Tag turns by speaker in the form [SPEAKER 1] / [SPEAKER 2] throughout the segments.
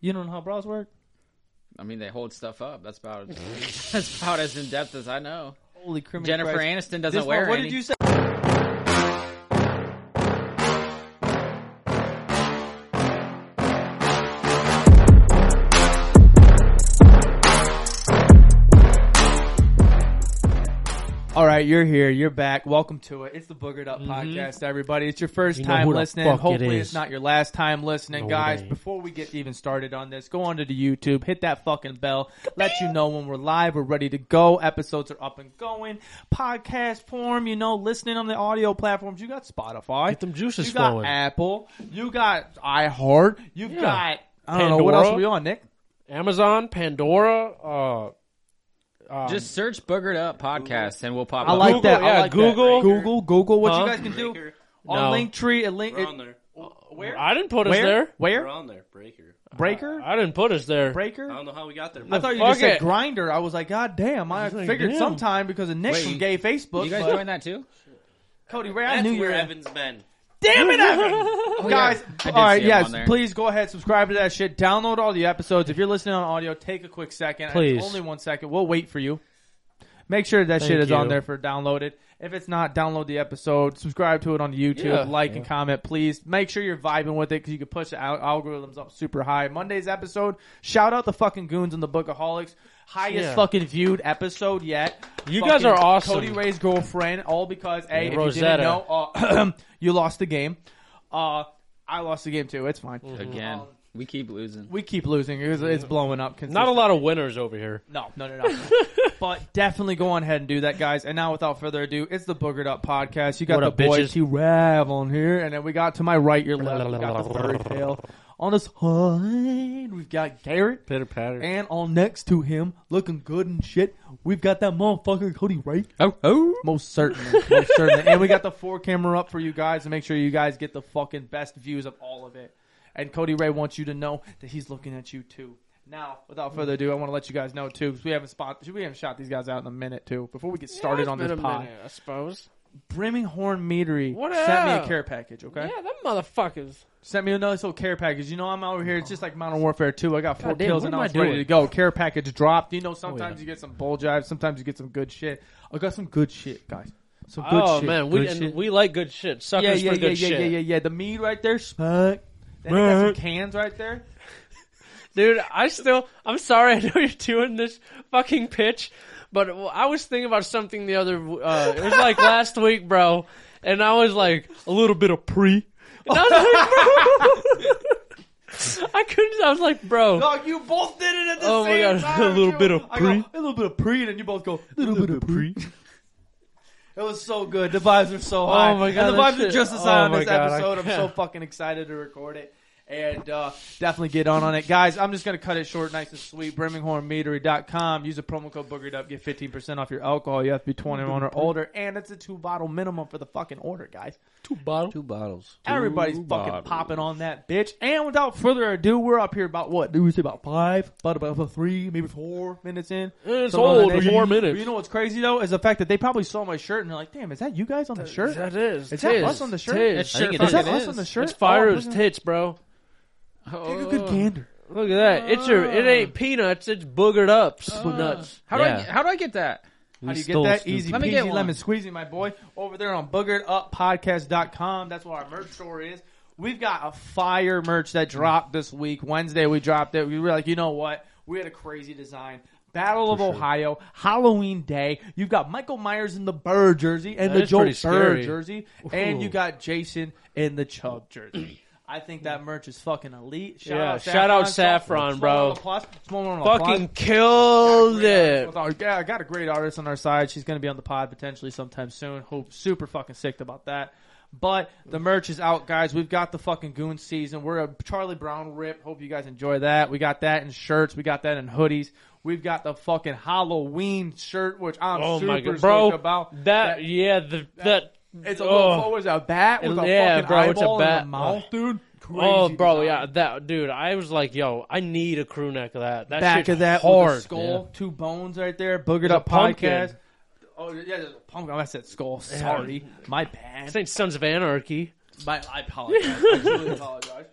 [SPEAKER 1] You don't know how bras work?
[SPEAKER 2] I mean, they hold stuff up. That's about that's about as in depth as I know.
[SPEAKER 1] Holy criminal.
[SPEAKER 2] Jennifer
[SPEAKER 1] Christ. This
[SPEAKER 2] Aniston doesn't
[SPEAKER 1] one-
[SPEAKER 2] wear
[SPEAKER 1] What
[SPEAKER 2] any.
[SPEAKER 1] did you say? All right, you're here. You're back. Welcome to it. It's the Boogered
[SPEAKER 2] Mm-hmm.
[SPEAKER 1] Up Podcast, everybody. It's your first
[SPEAKER 3] You know
[SPEAKER 1] time
[SPEAKER 3] who the
[SPEAKER 1] listening.
[SPEAKER 3] fuck it
[SPEAKER 1] Hopefully,
[SPEAKER 3] is.
[SPEAKER 1] it's not your last time listening,
[SPEAKER 3] No, it
[SPEAKER 1] guys.
[SPEAKER 3] ain't.
[SPEAKER 1] Before we get even started on this, go onto the YouTube, hit that fucking bell, let you know when we're live. We're ready to go. Episodes are up and going. Podcast form, you know, listening on the audio platforms. You got Spotify.
[SPEAKER 3] Get them juices
[SPEAKER 1] You got
[SPEAKER 3] flowing.
[SPEAKER 1] Apple. You got iHeart. You've
[SPEAKER 3] Yeah.
[SPEAKER 1] got I don't know what
[SPEAKER 3] Pandora.
[SPEAKER 1] else are we on, Nick.
[SPEAKER 3] Amazon, Pandora, uh, um,
[SPEAKER 2] Just search "boogered up" podcast and we'll pop.
[SPEAKER 1] I
[SPEAKER 2] up.
[SPEAKER 1] like
[SPEAKER 3] Google,
[SPEAKER 1] that. I
[SPEAKER 3] yeah,
[SPEAKER 1] like that.
[SPEAKER 3] Google.
[SPEAKER 1] Google, Google. What you
[SPEAKER 3] Huh?
[SPEAKER 1] guys can do
[SPEAKER 4] Breaker.
[SPEAKER 1] on
[SPEAKER 3] No.
[SPEAKER 1] Linktree, a link.
[SPEAKER 4] We're on there.
[SPEAKER 1] where?
[SPEAKER 3] I didn't put us
[SPEAKER 1] Where?
[SPEAKER 3] there.
[SPEAKER 4] We're
[SPEAKER 1] Where?
[SPEAKER 4] on there. Breaker.
[SPEAKER 1] Breaker?
[SPEAKER 3] I didn't put us there.
[SPEAKER 4] I
[SPEAKER 1] Breaker?
[SPEAKER 4] don't know how we got there.
[SPEAKER 1] I thought you
[SPEAKER 3] Fuck
[SPEAKER 1] just said
[SPEAKER 3] it.
[SPEAKER 1] grinder. I was like, God damn! I
[SPEAKER 3] was like,
[SPEAKER 1] figured
[SPEAKER 3] damn.
[SPEAKER 1] sometime because of Nick
[SPEAKER 2] Wait,
[SPEAKER 1] from
[SPEAKER 2] you-
[SPEAKER 1] Gay Facebook.
[SPEAKER 2] You guys
[SPEAKER 1] but-
[SPEAKER 2] doing that too?
[SPEAKER 1] Cody Ray, I
[SPEAKER 4] That's
[SPEAKER 1] knew you
[SPEAKER 4] where
[SPEAKER 1] were.
[SPEAKER 4] Evan's been.
[SPEAKER 1] Damn it, Evan!
[SPEAKER 3] Oh,
[SPEAKER 2] yeah.
[SPEAKER 1] Guys,
[SPEAKER 2] I
[SPEAKER 1] all
[SPEAKER 2] did
[SPEAKER 1] right,
[SPEAKER 2] see him
[SPEAKER 1] yes,
[SPEAKER 2] on there.
[SPEAKER 1] please go ahead, subscribe to that shit. Download all the episodes. If you're listening on audio, take a quick second. It's
[SPEAKER 3] Please.
[SPEAKER 1] only one second. We'll wait for you. Make sure that shit
[SPEAKER 3] Thank
[SPEAKER 1] is on
[SPEAKER 3] you.
[SPEAKER 1] there for downloaded. If it's not, download the episode, subscribe to it on YouTube,
[SPEAKER 3] Yeah.
[SPEAKER 1] like and
[SPEAKER 3] Yeah.
[SPEAKER 1] comment, please. Make sure you're vibing with it because you can push the al- algorithms up super high. Monday's episode, shout out the fucking goons and the bookaholics. Highest
[SPEAKER 3] Yeah.
[SPEAKER 1] fucking viewed episode yet.
[SPEAKER 3] You
[SPEAKER 1] Fucking
[SPEAKER 3] guys are awesome.
[SPEAKER 1] Cody Ray's girlfriend, all because a if
[SPEAKER 3] Rosetta.
[SPEAKER 1] you didn't know, uh, you lost the game. Uh, I lost the game too. It's fine.
[SPEAKER 3] Mm-hmm.
[SPEAKER 1] Um,
[SPEAKER 2] Again, we keep losing.
[SPEAKER 1] We keep losing because it's blowing up.
[SPEAKER 3] Not a
[SPEAKER 1] consistently.
[SPEAKER 3] lot of winners over here.
[SPEAKER 1] No, no, no, no. but definitely go on ahead and do that, guys. And now, without further ado, it's the Boogered Up Podcast. You got
[SPEAKER 3] What up,
[SPEAKER 1] the boy
[SPEAKER 3] bitches?
[SPEAKER 1] T Rav on here, and then we got to my right, your left, we got the furry tail. On his side, we've got Garrett,
[SPEAKER 3] Pitter patter.
[SPEAKER 1] and on next to him, looking good and shit, we've got that motherfucker Cody Ray.
[SPEAKER 2] Oh, oh.
[SPEAKER 1] Most certainly, most certainly. And we got the four camera up for you guys to make sure you guys get the fucking best views of all of it. And Cody Ray wants you to know that he's looking at you too. Now, without further ado, I want to let you guys know too, because we haven't spot, we haven't shot these guys out in a minute too. Before we get started on this pod,
[SPEAKER 3] I suppose.
[SPEAKER 1] Brimming Horn Meadery
[SPEAKER 3] What
[SPEAKER 1] sent me a
[SPEAKER 3] up?
[SPEAKER 1] care package. Okay,
[SPEAKER 3] Yeah, them motherfuckers.
[SPEAKER 1] sent me a nice little care package. You know, I'm over here. It's just like Modern Warfare 2. I got four
[SPEAKER 3] God damn,
[SPEAKER 1] kills
[SPEAKER 3] what
[SPEAKER 1] and
[SPEAKER 3] am
[SPEAKER 1] I
[SPEAKER 3] I
[SPEAKER 1] was ready
[SPEAKER 3] doing? Oh,
[SPEAKER 1] to go. Care package dropped. You know, sometimes
[SPEAKER 3] yeah.
[SPEAKER 1] you get some bull jives, sometimes you get some good shit. I got some good shit, guys. Some good
[SPEAKER 3] oh
[SPEAKER 1] shit.
[SPEAKER 3] man, we
[SPEAKER 1] good
[SPEAKER 3] and
[SPEAKER 1] shit.
[SPEAKER 3] we like good shit. Suckers
[SPEAKER 1] yeah, yeah,
[SPEAKER 3] for
[SPEAKER 1] yeah,
[SPEAKER 3] good
[SPEAKER 1] yeah,
[SPEAKER 3] shit,
[SPEAKER 1] yeah, yeah, yeah. The mead right there, smack. Then they got some
[SPEAKER 3] Smack.
[SPEAKER 1] cans right there.
[SPEAKER 3] dude. I still, I'm sorry. I know you're doing this fucking pitch, but I was thinking about something the other. Uh, it was like last week, bro, and I was like a little bit of pre. And I was like, bro, I couldn't. I was like, bro.
[SPEAKER 1] Dog, you both did it at the
[SPEAKER 3] Oh my
[SPEAKER 1] same
[SPEAKER 3] God,
[SPEAKER 1] time.
[SPEAKER 3] a little
[SPEAKER 1] too.
[SPEAKER 3] bit of
[SPEAKER 1] I go,
[SPEAKER 3] pre.
[SPEAKER 1] a little bit of pre, and then you both go a little, bit, of pre. It was so good. The vibes were so high.
[SPEAKER 3] Oh my God,
[SPEAKER 1] and the vibes
[SPEAKER 3] that
[SPEAKER 1] are
[SPEAKER 3] shit-
[SPEAKER 1] just as high
[SPEAKER 3] oh
[SPEAKER 1] on
[SPEAKER 3] my
[SPEAKER 1] this
[SPEAKER 3] God, I
[SPEAKER 1] episode. I'm so
[SPEAKER 3] can't.
[SPEAKER 1] fucking excited to record it. And uh, definitely get on on it. Guys, I'm just going to cut it short, nice and sweet. BirminghamMeadery.com. Use the promo code BoogeredUp. Get 15% off your alcohol. You have to be 21 or older. And it's a two bottle minimum for the fucking order, guys.
[SPEAKER 3] Two bottles.
[SPEAKER 2] Two bottles.
[SPEAKER 1] Everybody's fucking popping on that bitch. And without further ado, we're up here about what? Do we say about five, about about three, maybe four minutes in?
[SPEAKER 3] It's
[SPEAKER 1] Something like
[SPEAKER 3] old,
[SPEAKER 1] that.
[SPEAKER 3] four minutes.
[SPEAKER 1] You know what's crazy though is the fact that they probably saw my shirt and they're like, "Damn, is that you guys on the shirt?
[SPEAKER 3] That is.
[SPEAKER 1] Is that us on the shirt?
[SPEAKER 3] Tis.
[SPEAKER 1] Is
[SPEAKER 2] That shirt
[SPEAKER 1] that
[SPEAKER 2] fucking
[SPEAKER 1] us
[SPEAKER 2] is.
[SPEAKER 1] on the shirt?
[SPEAKER 3] It's fire
[SPEAKER 1] Oh,
[SPEAKER 3] as tits, bro.
[SPEAKER 1] Take a
[SPEAKER 2] Oh.
[SPEAKER 1] good gander.
[SPEAKER 3] Look at that. It's your. It
[SPEAKER 1] Oh.
[SPEAKER 3] ain't peanuts. It's boogered up. Nuts.
[SPEAKER 2] How do I?
[SPEAKER 5] Yeah.
[SPEAKER 2] How do I get that?
[SPEAKER 1] How do you get that? Easy
[SPEAKER 2] Let me get
[SPEAKER 1] peasy
[SPEAKER 2] one.
[SPEAKER 1] lemon squeezy, my boy. Over there on boogereduppodcast.com. That's what our merch store is. We've got a fire merch that dropped this week. Wednesday we dropped it. We were like, you know what? We had a crazy design. Battle of Ohio, Halloween Day. You've got Michael Myers in the Burr jersey and
[SPEAKER 3] That
[SPEAKER 1] the
[SPEAKER 3] is
[SPEAKER 1] Joel
[SPEAKER 3] pretty
[SPEAKER 1] Burr
[SPEAKER 3] scary.
[SPEAKER 1] jersey, and
[SPEAKER 3] Ooh.
[SPEAKER 1] you got Jason in the Chubb jersey. I think that merch is fucking elite. Shout
[SPEAKER 3] Yeah,
[SPEAKER 1] out,
[SPEAKER 3] shout out
[SPEAKER 1] Saffron,
[SPEAKER 3] Saffron,
[SPEAKER 1] Small
[SPEAKER 3] bro.
[SPEAKER 1] round of applause. Small round of applause.
[SPEAKER 3] Fucking killed
[SPEAKER 1] Yeah,
[SPEAKER 3] it.
[SPEAKER 1] With our, yeah, I got a great artist on our side. She's going to be on the pod potentially sometime soon. Hope super fucking sick about that. But the merch is out, guys. We've got the fucking goon season. We're a Charlie Brown rip. Hope you guys enjoy that. We got that in shirts. We got that in hoodies. We've got the fucking Halloween shirt, which I'm
[SPEAKER 3] Oh
[SPEAKER 1] super
[SPEAKER 3] my god,
[SPEAKER 1] stoked
[SPEAKER 3] bro!
[SPEAKER 1] about.
[SPEAKER 3] that, yeah, the, that,
[SPEAKER 1] it's a
[SPEAKER 3] oh.
[SPEAKER 1] little, oh, it's a bat with a
[SPEAKER 3] Yeah,
[SPEAKER 1] fucking
[SPEAKER 3] bro,
[SPEAKER 1] eyeball
[SPEAKER 3] it's a
[SPEAKER 1] and a
[SPEAKER 3] bat.
[SPEAKER 1] mouth, dude. Crazy
[SPEAKER 3] oh, bro,
[SPEAKER 1] design.
[SPEAKER 3] yeah, that dude. I was like, yo, I need a crew neck of that. that
[SPEAKER 1] back
[SPEAKER 3] shit's
[SPEAKER 1] of that
[SPEAKER 3] hard.
[SPEAKER 1] with a skull, two bones right there, boogered
[SPEAKER 3] There's a
[SPEAKER 1] up
[SPEAKER 3] pumpkin.
[SPEAKER 1] podcast. Oh yeah, there's a pumpkin. I said skull. Sorry, my
[SPEAKER 3] This
[SPEAKER 1] bad.
[SPEAKER 3] ain't Sons of Anarchy.
[SPEAKER 1] My, I apologize. I truly apologize.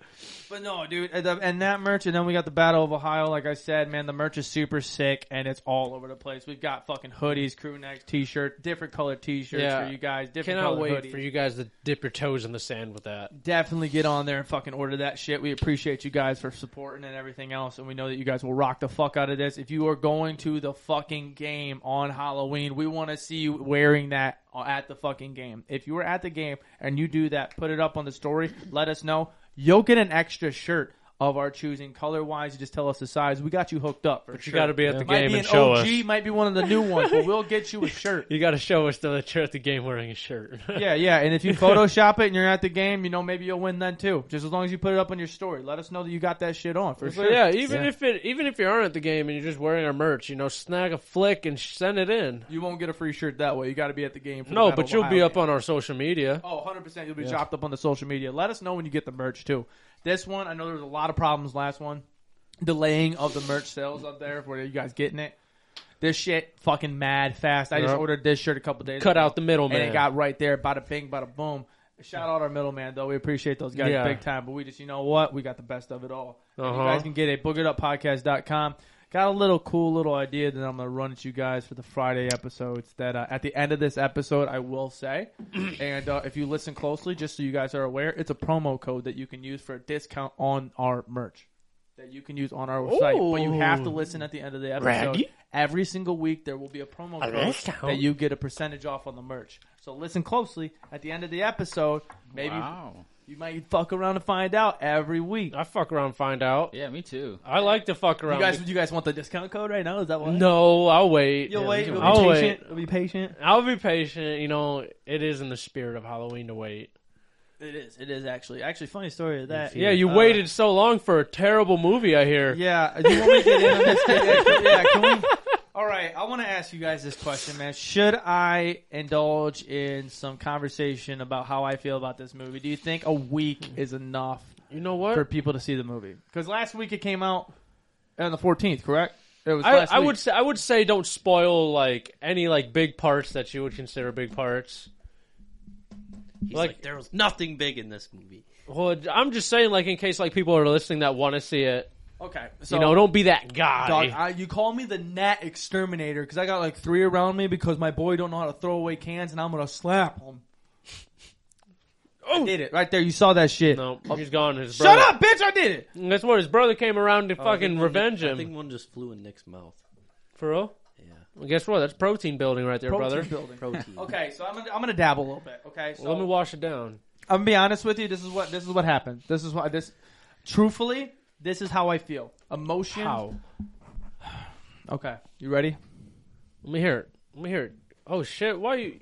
[SPEAKER 1] But no, dude, and, the- and that merch, and then we got the Battle of Ohio. Like I said, man, the merch is super sick, and it's all over the place. We've got fucking hoodies, crew neck t-shirt, different colored t-shirts
[SPEAKER 3] Yeah.
[SPEAKER 1] for you guys. Different
[SPEAKER 3] Cannot
[SPEAKER 1] colored
[SPEAKER 3] wait
[SPEAKER 1] hoodies.
[SPEAKER 3] for you guys to dip your toes in the sand with that.
[SPEAKER 1] Definitely get on there and fucking order that shit. We appreciate you guys for supporting and everything else, and we know that you guys will rock the fuck out of this. If you are going to the fucking game on Halloween, we want to see you wearing that at the fucking game. If you were at the game and you do that, put it up on the story. Let us know. You'll get an extra shirt of our choosing, color wise. You just tell us the size. We got you hooked up. For
[SPEAKER 3] But you
[SPEAKER 1] sure.
[SPEAKER 3] got to be at the
[SPEAKER 1] might
[SPEAKER 3] game
[SPEAKER 1] be
[SPEAKER 3] and
[SPEAKER 1] an
[SPEAKER 3] show
[SPEAKER 1] OG,
[SPEAKER 3] us.
[SPEAKER 1] might be one of the new ones, but we'll get you a shirt.
[SPEAKER 3] You got to show us that you're at the game wearing a shirt.
[SPEAKER 1] Yeah, yeah. And if you Photoshop it and you're at the game, you know maybe you'll win then too. Just as long as you put it up on your story, let us know that you got that shit on for
[SPEAKER 3] So
[SPEAKER 1] sure.
[SPEAKER 3] yeah, even
[SPEAKER 2] Yeah.
[SPEAKER 3] if it even if you aren't at the game and you're just wearing our merch, you know, snag a flick and sh- send it in.
[SPEAKER 1] You won't get a free shirt that way. You got to be at the game. For the
[SPEAKER 3] No,
[SPEAKER 1] Battle
[SPEAKER 3] but
[SPEAKER 1] of
[SPEAKER 3] you'll be
[SPEAKER 1] Ohio
[SPEAKER 3] up
[SPEAKER 1] game.
[SPEAKER 3] on our social media.
[SPEAKER 1] Oh, 100 percent. You'll be chopped up on the social media. Let us know when you get the merch too. This one, I know there was a lot of problems last one, delaying of the merch sales up there. Where you guys getting it? This shit fucking mad fast. I just
[SPEAKER 3] Yep.
[SPEAKER 1] ordered this shirt a couple days.
[SPEAKER 3] Cut
[SPEAKER 1] ago,
[SPEAKER 3] out the middleman.
[SPEAKER 1] and it got right there. Bada bing, bada boom. Shout out our middleman though. We appreciate those guys
[SPEAKER 3] Yeah.
[SPEAKER 1] big time. But we just, you know what? We got the best of it all. And you
[SPEAKER 3] Uh-huh.
[SPEAKER 1] guys can get it. BoogerUpPodcast.com. Got a little cool little idea that I'm gonna run at you guys for the Friday episodes. That uh, at the end of this episode, I will say, and uh, if you listen closely, just so you guys are aware, it's a promo code that you can use for a discount on our merch that you can use on our site. But you have to listen at the end of the episode.
[SPEAKER 3] Randy?
[SPEAKER 1] Every single week, there will be a promo code
[SPEAKER 3] discount?
[SPEAKER 1] that you get a percentage off on the merch. So listen closely at the end of the episode. Maybe
[SPEAKER 2] Wow.
[SPEAKER 1] you might fuck around and find out every week.
[SPEAKER 3] I fuck around, and find out.
[SPEAKER 2] Yeah, me too.
[SPEAKER 3] I like to fuck around.
[SPEAKER 1] You guys, you guys want the discount code right now? Is that what?
[SPEAKER 3] no, I'll wait.
[SPEAKER 1] you'll wait. You'll be
[SPEAKER 3] I'll
[SPEAKER 1] patient.
[SPEAKER 3] wait.
[SPEAKER 1] You'll be patient.
[SPEAKER 3] I'll be patient. You know, it is in the spirit of Halloween to wait.
[SPEAKER 1] It is. It is actually actually funny story of that.
[SPEAKER 3] Yeah, you
[SPEAKER 1] Uh,
[SPEAKER 3] waited so long for a terrible movie. I hear.
[SPEAKER 1] Yeah, do you want me to get in on this? Yeah, can we? All right, I want to ask you guys this question, man. Should I indulge in some conversation about how I feel about this movie? Do you think a week is enough
[SPEAKER 3] You know what?
[SPEAKER 1] for people to see the movie? Because last week it came out on the 14th, correct? It was
[SPEAKER 3] I,
[SPEAKER 1] last
[SPEAKER 3] I
[SPEAKER 1] week.
[SPEAKER 3] would say I would say don't spoil like any like big parts that you would consider big parts.
[SPEAKER 4] He's
[SPEAKER 3] Like-
[SPEAKER 4] like, there was nothing big in this movie.
[SPEAKER 3] Well, I'm just saying like in case like people are listening that want to see it,
[SPEAKER 1] Okay, so
[SPEAKER 3] you know, don't be that guy.
[SPEAKER 1] Dog, I, you call me the gnat exterminator because I got like three around me because my boy don't know how to throw away cans and I'm gonna slap him. I did it right there. You saw that shit.
[SPEAKER 3] Oh! no, he's gone. His
[SPEAKER 1] Shut
[SPEAKER 3] brother.
[SPEAKER 1] up, Oh, bitch! I did it.
[SPEAKER 3] That's what his brother came around to
[SPEAKER 4] Oh, I think
[SPEAKER 3] fucking
[SPEAKER 4] one-
[SPEAKER 3] revenge
[SPEAKER 4] I
[SPEAKER 3] him.
[SPEAKER 4] think one just flew in Nick's mouth.
[SPEAKER 3] For real?
[SPEAKER 4] Yeah,
[SPEAKER 3] Well, guess what? That's protein building right there, brother.
[SPEAKER 1] building.
[SPEAKER 4] protein.
[SPEAKER 1] Okay, so I'm gonna, I'm gonna dabble a little bit. Okay, so
[SPEAKER 3] Well, let me wash it down.
[SPEAKER 1] I'm gonna be honest with you. This is what this is what happened. This is why this. Truthfully, this is how I feel. Emotion.
[SPEAKER 3] How?
[SPEAKER 1] Okay, you ready?
[SPEAKER 3] Let me hear it. Let me hear it. Oh shit! Why you?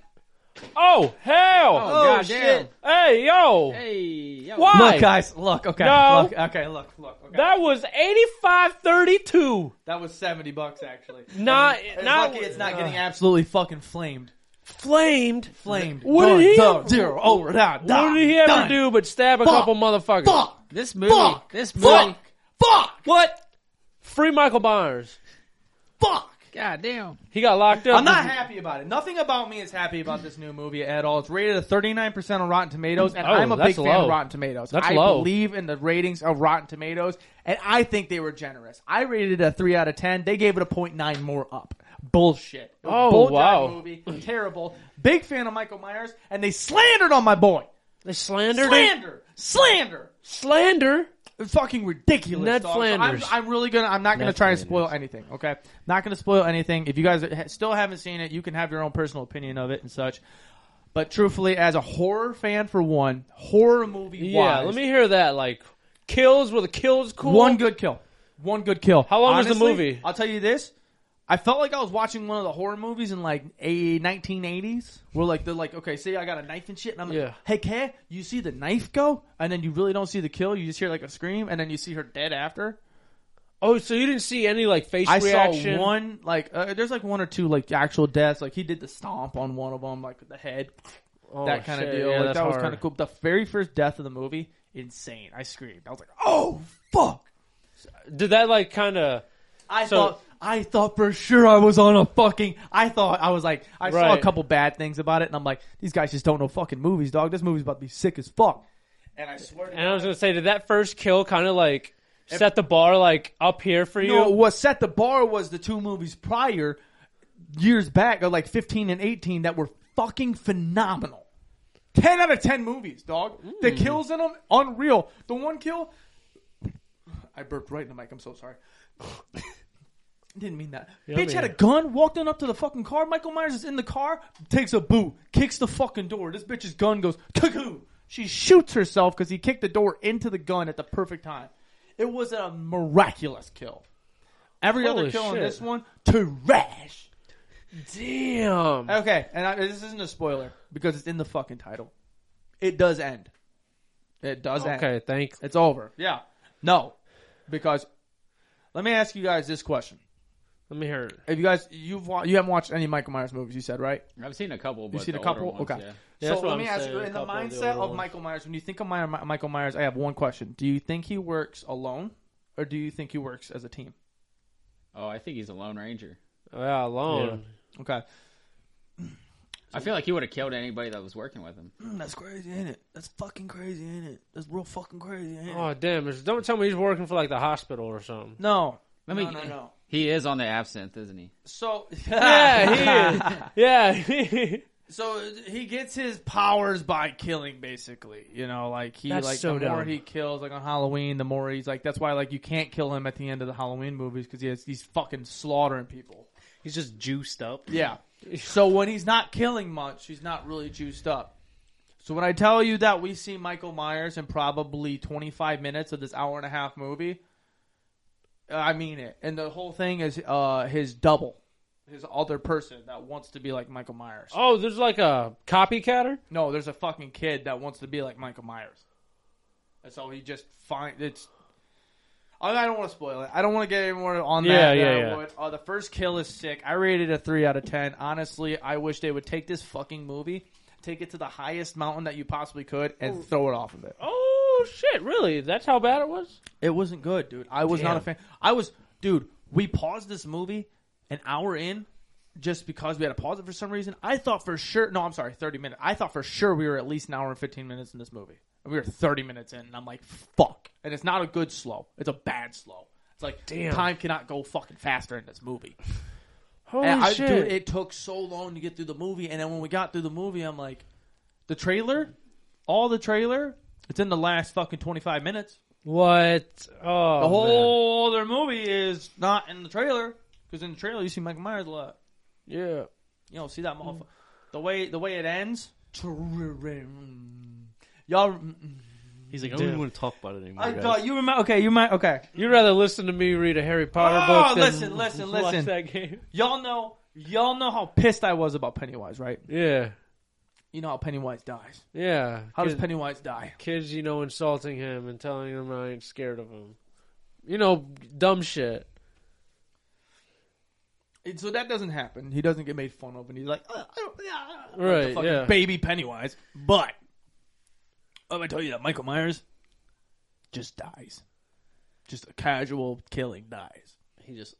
[SPEAKER 3] Oh hell!
[SPEAKER 1] Oh,
[SPEAKER 2] God
[SPEAKER 1] shit.
[SPEAKER 3] Hey yo!
[SPEAKER 2] Hey, yo.
[SPEAKER 3] Why?
[SPEAKER 1] Look, guys. Look. Okay.
[SPEAKER 3] No.
[SPEAKER 1] Look, okay. Look. Look. Okay. That,
[SPEAKER 3] That was eighty-five thirty-two.
[SPEAKER 1] was seventy bucks actually.
[SPEAKER 3] Not-
[SPEAKER 1] And it's
[SPEAKER 3] not-
[SPEAKER 1] lucky it's not getting absolutely fucking flamed.
[SPEAKER 3] Flamed.
[SPEAKER 1] Flamed.
[SPEAKER 3] What
[SPEAKER 1] Done,
[SPEAKER 3] did he
[SPEAKER 1] done,
[SPEAKER 3] ever-
[SPEAKER 1] zero over that?
[SPEAKER 3] What did he ever do but stab a
[SPEAKER 1] Fuck.
[SPEAKER 3] couple motherfuckers?
[SPEAKER 1] Fuck.
[SPEAKER 2] This movie.
[SPEAKER 1] Fuck.
[SPEAKER 2] This movie.
[SPEAKER 1] Fuck. Fuck.
[SPEAKER 3] What? Free Michael Myers.
[SPEAKER 1] Fuck.
[SPEAKER 2] God damn.
[SPEAKER 3] He got locked up.
[SPEAKER 1] I'm not happy about it. Nothing about me is happy about this new movie at all. It's rated a 39% on Rotten Tomatoes, and
[SPEAKER 3] Oh,
[SPEAKER 1] I'm a big
[SPEAKER 3] that's
[SPEAKER 1] fan
[SPEAKER 3] low.
[SPEAKER 1] of Rotten Tomatoes.
[SPEAKER 3] That's
[SPEAKER 1] I
[SPEAKER 3] low.
[SPEAKER 1] believe in the ratings of Rotten Tomatoes, and I think they were generous. I rated it a 3 out of 10. They gave it a 0.9 more up. Bullshit. It was a
[SPEAKER 3] Oh,
[SPEAKER 1] bull job
[SPEAKER 3] wow.
[SPEAKER 1] Movie. Terrible. Big fan of Michael Myers, and they slandered on my boy.
[SPEAKER 3] They slandered him.
[SPEAKER 1] Slander. Slander.
[SPEAKER 3] Slander.
[SPEAKER 1] It's fucking ridiculous.
[SPEAKER 3] Ned
[SPEAKER 1] dog. So I'm-
[SPEAKER 3] Flanders.
[SPEAKER 1] I'm, really gonna. I'm not gonna
[SPEAKER 4] Ned
[SPEAKER 1] try and
[SPEAKER 4] Flanders.
[SPEAKER 1] spoil anything. Okay, not gonna spoil anything. If you guys ha- still haven't seen it, you can have your own personal opinion of it and such. But truthfully, as a horror fan for one, horror movie.
[SPEAKER 3] Yeah.
[SPEAKER 1] wise,
[SPEAKER 3] Let me hear that. Like kills where the kills cool.
[SPEAKER 1] One good kill. One good kill.
[SPEAKER 3] How long was the
[SPEAKER 1] Honestly,
[SPEAKER 3] movie?
[SPEAKER 1] I'll tell you this. I felt like I was watching one of the horror movies in like a 1980s, where like they're like, okay, say I got a knife and shit, and I'm like,
[SPEAKER 3] Yeah.
[SPEAKER 1] hey, Kat, you see the knife go, and then you really don't see the kill. You just hear like a scream, and then you see her dead after.
[SPEAKER 3] Oh, so you didn't see any like face
[SPEAKER 1] I
[SPEAKER 3] reaction?
[SPEAKER 1] saw one like uh, there's like one or two like actual deaths. Like he did the stomp on one of them, like the head,
[SPEAKER 3] Oh,
[SPEAKER 1] that kind of
[SPEAKER 3] shit,
[SPEAKER 1] deal.
[SPEAKER 3] Yeah,
[SPEAKER 1] like,
[SPEAKER 3] that's
[SPEAKER 1] that was
[SPEAKER 3] hard.
[SPEAKER 1] kind of cool. The very first death of the movie, insane. I screamed. I was like, oh fuck!
[SPEAKER 3] Did that like kind of?
[SPEAKER 1] I
[SPEAKER 3] So-
[SPEAKER 1] thought I thought for sure I was on a fucking. I thought I was like I saw a
[SPEAKER 3] Right.
[SPEAKER 1] couple bad things about it, and I'm like these guys just don't know fucking movies, dog. This movie's about to be sick as fuck. And I swear to
[SPEAKER 3] And I was gonna say, did that first kill kind of like set the bar like up here for you?
[SPEAKER 1] No, what set the bar was the two movies prior, years back, or like 15 and 18, that were fucking phenomenal. 10 out of 10 movies, dog.
[SPEAKER 3] Hmm.
[SPEAKER 1] The kills in them, unreal. The one kill, I burped right in the mic, I'm so sorry. Didn't mean that. Bitch
[SPEAKER 3] Yummy.
[SPEAKER 1] had a gun, walked on up to the fucking car. Michael Myers is in the car, takes a boot, kicks the fucking door. This bitch's gun goes cuckoo. She shoots herself because he kicked the door into the gun at the perfect time. It was a miraculous kill. Every other
[SPEAKER 3] Holy
[SPEAKER 1] kill in
[SPEAKER 3] shit.
[SPEAKER 1] this one, trash.
[SPEAKER 3] Damn.
[SPEAKER 1] Okay, and I, this isn't a spoiler because it's in the fucking title. It does end. It does end.
[SPEAKER 3] Okay, thank.
[SPEAKER 1] It's over. Yeah. No, because let me ask you guys this question:
[SPEAKER 3] Let me hear it.
[SPEAKER 1] If you guys you've wa- you haven't watched any Michael Myers movies, you said right?
[SPEAKER 2] I've seen a couple, but
[SPEAKER 1] You've seen
[SPEAKER 2] the
[SPEAKER 1] a
[SPEAKER 2] older
[SPEAKER 1] couple.
[SPEAKER 2] ones,
[SPEAKER 1] okay.
[SPEAKER 2] yeah.
[SPEAKER 3] Yeah,
[SPEAKER 1] so
[SPEAKER 3] that's what
[SPEAKER 1] let
[SPEAKER 3] I'm
[SPEAKER 1] me ask
[SPEAKER 3] saying,
[SPEAKER 1] you:
[SPEAKER 3] a
[SPEAKER 1] In the
[SPEAKER 3] couple of the
[SPEAKER 1] mindset
[SPEAKER 3] older
[SPEAKER 1] of
[SPEAKER 3] ones.
[SPEAKER 1] Michael Myers, when you think of My- My- Michael Myers, I have one question: Do you think he works alone, or do you think he works as a team?
[SPEAKER 2] Oh, I think he's a Lone Ranger.
[SPEAKER 3] Yeah, alone.
[SPEAKER 1] Okay.
[SPEAKER 2] I feel like he would have killed anybody that was working with him.
[SPEAKER 1] Mm, That's crazy, ain't it? That's fucking crazy, ain't it? That's real fucking crazy, ain't
[SPEAKER 3] Oh damn! there's- Don't tell me he's working for like the hospital or something.
[SPEAKER 1] No.
[SPEAKER 2] Let me-
[SPEAKER 1] no, no, no.
[SPEAKER 2] He is on the absinthe, isn't he?
[SPEAKER 1] So
[SPEAKER 3] Yeah, he is. Yeah,
[SPEAKER 1] so he gets his powers by killing, basically. You know, like he
[SPEAKER 3] That's
[SPEAKER 1] like
[SPEAKER 3] so
[SPEAKER 1] the more
[SPEAKER 3] dumb.
[SPEAKER 1] he kills, like on Halloween, the more he's like. That's why like you can't kill him at the end of the Halloween movies because he has, he's fucking slaughtering people.
[SPEAKER 4] He's just juiced up.
[SPEAKER 1] Yeah. So when he's not killing much, he's not really juiced up. So when I tell you that we see Michael Myers in probably 25 minutes of this hour and a half movie, I mean it. And the whole thing is uh, his double, his other person that wants to be like Michael Myers.
[SPEAKER 3] oh, there's like a copycatter.
[SPEAKER 1] No, there's a fucking kid that wants to be like Michael Myers. And so he just find it's. I I don't want to spoil it. I don't want to get any more on that.
[SPEAKER 3] Yeah,
[SPEAKER 1] than
[SPEAKER 3] yeah,
[SPEAKER 1] I
[SPEAKER 3] yeah.
[SPEAKER 1] would. Uh, the first kill is sick. I rated it a three out of ten. Honestly, I wish they would take this fucking movie, take it to the highest mountain that you possibly could, and throw it off of it.
[SPEAKER 3] Oh shit! Really? That's how bad it was.
[SPEAKER 1] It wasn't good, dude. I was not a fan. I was, dude. We paused this movie an hour in just because we had to pause it for some reason. I thought for sure. No, I'm sorry, 30 minutes. I thought for sure we were at least an hour and 15 minutes in this movie. And we were 30 minutes in, and I'm like, fuck. And it's not a good slow. It's a bad slow. It's like
[SPEAKER 3] Damn.
[SPEAKER 1] time cannot go fucking faster in this movie.
[SPEAKER 3] Holy
[SPEAKER 1] And I,
[SPEAKER 3] shit!
[SPEAKER 1] dude, it took so long to get through the movie, and then when we got through the movie, I'm like, the trailer, all the trailer, it's in the last fucking 25 minutes.
[SPEAKER 3] what? Oh,
[SPEAKER 1] The
[SPEAKER 3] man.
[SPEAKER 1] whole other movie is not in the trailer because in the trailer you see Michael Myers a lot.
[SPEAKER 3] yeah.
[SPEAKER 1] You don't see that motherfucker. The way the way it ends, mm, y'all.
[SPEAKER 4] He's like, I
[SPEAKER 3] Dude.
[SPEAKER 4] don't even want to talk about it anymore.
[SPEAKER 1] I
[SPEAKER 4] guys.
[SPEAKER 1] thought you remember. Okay, you might. Okay,
[SPEAKER 3] You'd rather listen to me read a Harry Potter
[SPEAKER 1] Oh,
[SPEAKER 3] book than
[SPEAKER 1] listen, listen,
[SPEAKER 3] watch
[SPEAKER 1] listen.
[SPEAKER 3] that game.
[SPEAKER 1] y'all know. Y'all know how pissed I was about Pennywise, right?
[SPEAKER 3] Yeah,
[SPEAKER 1] You know how Pennywise dies.
[SPEAKER 3] yeah.
[SPEAKER 1] How does
[SPEAKER 3] Kid-
[SPEAKER 1] Pennywise die?
[SPEAKER 3] kids, you know, insulting him and telling him I ain't scared of him? You know, dumb shit.
[SPEAKER 1] And so that doesn't happen. He doesn't get made fun of, and he's like, "Uh, I don't, yeah, I don't-" like the
[SPEAKER 3] Right,
[SPEAKER 1] fucking
[SPEAKER 3] yeah.
[SPEAKER 1] baby Pennywise. But I'm gonna tell you that Michael Myers just dies. Just a casual killing dies.
[SPEAKER 4] He just.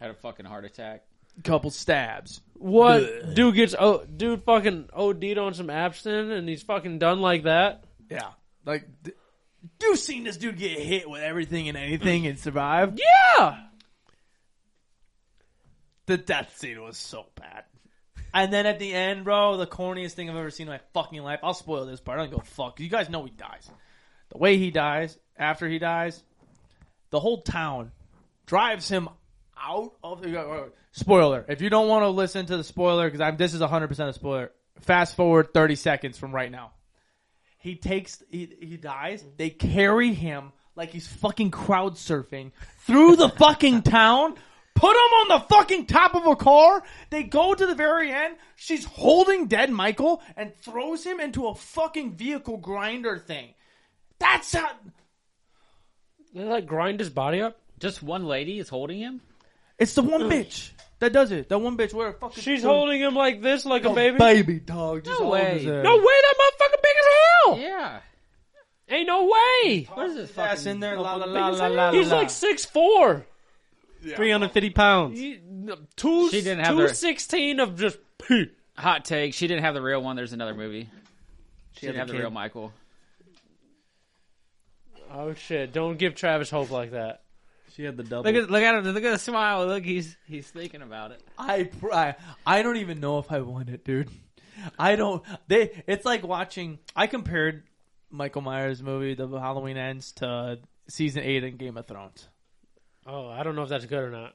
[SPEAKER 2] Had a fucking heart attack.
[SPEAKER 1] Couple stabs.
[SPEAKER 3] What
[SPEAKER 1] Ugh.
[SPEAKER 3] dude gets? Oh, dude, fucking OD'd on some abstinent, and he's fucking done like that.
[SPEAKER 1] Yeah, like d- you seen this dude get hit with everything and anything and survive.
[SPEAKER 3] Yeah.
[SPEAKER 1] The death scene was so bad. And then at the end, bro, the corniest thing I've ever seen in my fucking life. I'll spoil this part. I don't go fuck. You guys know he dies. The way he dies, after he dies, the whole town drives him out of the. Spoiler. If you don't want to listen to the spoiler, because I'm this is 100% a spoiler. Fast forward 30 seconds from right now. He takes he, he dies.
[SPEAKER 3] Mm-hmm.
[SPEAKER 1] They carry him like he's fucking crowd surfing through the fucking town. Put him on the fucking top of a car. They go to the very end. She's holding dead Michael and throws him into a fucking vehicle grinder thing. That's how
[SPEAKER 3] They like grind his body up.
[SPEAKER 2] Just one lady is holding him.
[SPEAKER 1] it's the one bitch that does it. That one bitch where the fuck is
[SPEAKER 3] She's
[SPEAKER 1] the-
[SPEAKER 3] holding him like this, like a baby.
[SPEAKER 1] baby dog. Just
[SPEAKER 2] No
[SPEAKER 1] holding
[SPEAKER 2] way.
[SPEAKER 1] his head.
[SPEAKER 3] No way, that motherfucker big as hell.
[SPEAKER 2] Yeah.
[SPEAKER 3] Ain't no way.
[SPEAKER 2] What is this fucking?
[SPEAKER 1] Ass in there, la la la la la.
[SPEAKER 3] He's
[SPEAKER 1] la.
[SPEAKER 3] like six four.
[SPEAKER 4] 350 pounds.
[SPEAKER 3] Two,
[SPEAKER 2] She didn't have
[SPEAKER 3] two
[SPEAKER 2] the-
[SPEAKER 3] sixteen of just.
[SPEAKER 2] Hot take. She didn't have the real one. There's another movie. She,
[SPEAKER 4] had
[SPEAKER 2] didn't have
[SPEAKER 4] the
[SPEAKER 2] the real
[SPEAKER 4] kid.
[SPEAKER 2] Michael.
[SPEAKER 3] Oh shit! Don't give Travis hope like that.
[SPEAKER 4] She had the double.
[SPEAKER 2] Look at look at him. Look at the smile. Look, he's he's thinking about it.
[SPEAKER 1] I, pr- I I don't even know if I want it, dude. I don't. They. It's like watching. I compared Michael Myers' movie, The Halloween Ends, to season eight in Game of Thrones.
[SPEAKER 3] Oh, I don't know if that's good or not.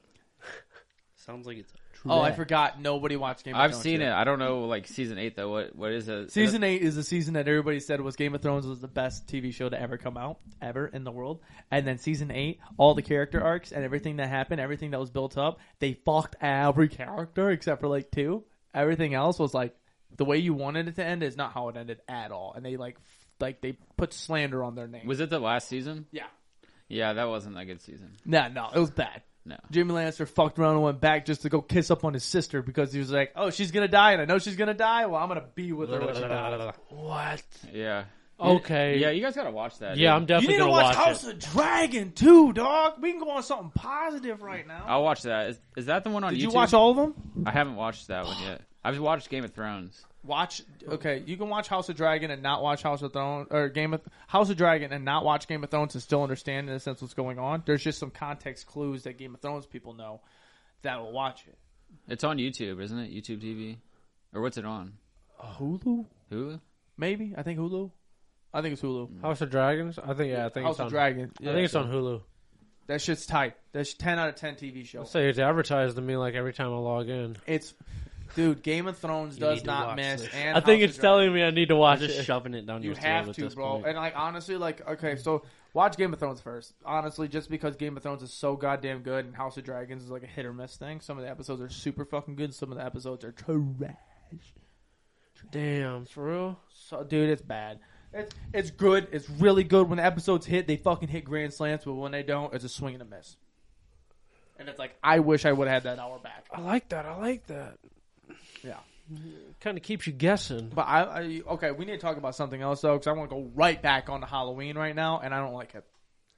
[SPEAKER 4] Sounds like it's a true.
[SPEAKER 1] Oh, I forgot. Nobody watched Game. of
[SPEAKER 2] I've
[SPEAKER 1] Thrones
[SPEAKER 2] seen
[SPEAKER 1] yet.
[SPEAKER 2] it. I don't know, like season eight though. What what is it?
[SPEAKER 1] Season eight is the season that everybody said was Game of Thrones was the best TV show to ever come out ever in the world. And then season eight, all the character arcs and everything that happened, everything that was built up, they fucked every character except for like two. Everything else was like the way you wanted it to end is not how it ended at all. And they like f- like they put slander on their name.
[SPEAKER 2] was it the last season?
[SPEAKER 1] yeah.
[SPEAKER 2] Yeah, that wasn't a good season.
[SPEAKER 1] No, no, it was bad.
[SPEAKER 2] No.
[SPEAKER 1] Jimmy Lannister fucked around and went back just to go kiss up on his sister because he was like, "Oh, she's gonna die, and I know she's gonna die. Well, I'm gonna be with her." when she dies."
[SPEAKER 3] What?
[SPEAKER 2] Yeah.
[SPEAKER 3] Okay.
[SPEAKER 2] Yeah, you guys gotta watch that.
[SPEAKER 3] Yeah, I'm
[SPEAKER 2] dude.
[SPEAKER 1] You
[SPEAKER 3] definitely
[SPEAKER 1] need to
[SPEAKER 3] gonna
[SPEAKER 1] watch,
[SPEAKER 3] watch,
[SPEAKER 1] House
[SPEAKER 3] it.
[SPEAKER 1] of Dragon too, dog. We can go on something positive right now.
[SPEAKER 2] I'll watch that. Is, is that the one on
[SPEAKER 1] Did
[SPEAKER 2] YouTube?
[SPEAKER 1] you watch all of them?
[SPEAKER 2] I haven't watched that one yet. I've watched Game of Thrones.
[SPEAKER 1] Watch. Okay, you can watch House of Dragon and not watch House of Thrones or Game of House of Dragon and not watch Game of Thrones and still understand in a sense what's going on. There's just some context clues that Game of Thrones people know that will watch it.
[SPEAKER 2] It's on YouTube, isn't it? YouTube TV, or what's it on?
[SPEAKER 1] Hulu,
[SPEAKER 2] Hulu.
[SPEAKER 1] maybe. I think Hulu. I think it's Hulu.
[SPEAKER 3] House of Dragons. I think yeah. I think
[SPEAKER 1] House
[SPEAKER 3] it's
[SPEAKER 1] of
[SPEAKER 3] on.
[SPEAKER 1] Dragon. Yeah,
[SPEAKER 3] I think it's
[SPEAKER 1] so-
[SPEAKER 3] on Hulu.
[SPEAKER 1] That shit's tight. That's ten out of ten TV show.
[SPEAKER 3] So it's advertised to me like every time I log in.
[SPEAKER 1] It's, dude. Game of Thrones
[SPEAKER 4] You need
[SPEAKER 1] does
[SPEAKER 4] to
[SPEAKER 1] not
[SPEAKER 4] watch
[SPEAKER 1] miss.
[SPEAKER 4] this.
[SPEAKER 1] And
[SPEAKER 3] I think
[SPEAKER 1] House of
[SPEAKER 3] it's
[SPEAKER 1] Dragon.
[SPEAKER 3] telling me I need to
[SPEAKER 4] I'm
[SPEAKER 3] watch
[SPEAKER 4] just
[SPEAKER 3] it.
[SPEAKER 4] shoving it down
[SPEAKER 1] You
[SPEAKER 4] your throat
[SPEAKER 1] have
[SPEAKER 4] at
[SPEAKER 1] to,
[SPEAKER 4] this
[SPEAKER 1] bro.
[SPEAKER 4] point.
[SPEAKER 1] And like honestly, like okay, so watch Game of Thrones first. Honestly, just because Game of Thrones is so goddamn good, and House of Dragons is like a hit or miss thing. Some of the episodes are super fucking good. Some of the episodes are trash.
[SPEAKER 3] Damn, for real.
[SPEAKER 1] So, dude, it's bad. It's it's good. It's really good. When the episodes hit, they fucking hit grand slams. But when they don't, it's a swing and a miss. And it's like I wish I would have had that hour back.
[SPEAKER 3] I like that. I like that.
[SPEAKER 1] Yeah.
[SPEAKER 3] Kind of keeps you guessing.
[SPEAKER 1] But I, I okay, we need to talk about something else though, because I want to go right back on to Halloween right now, and I don't like it.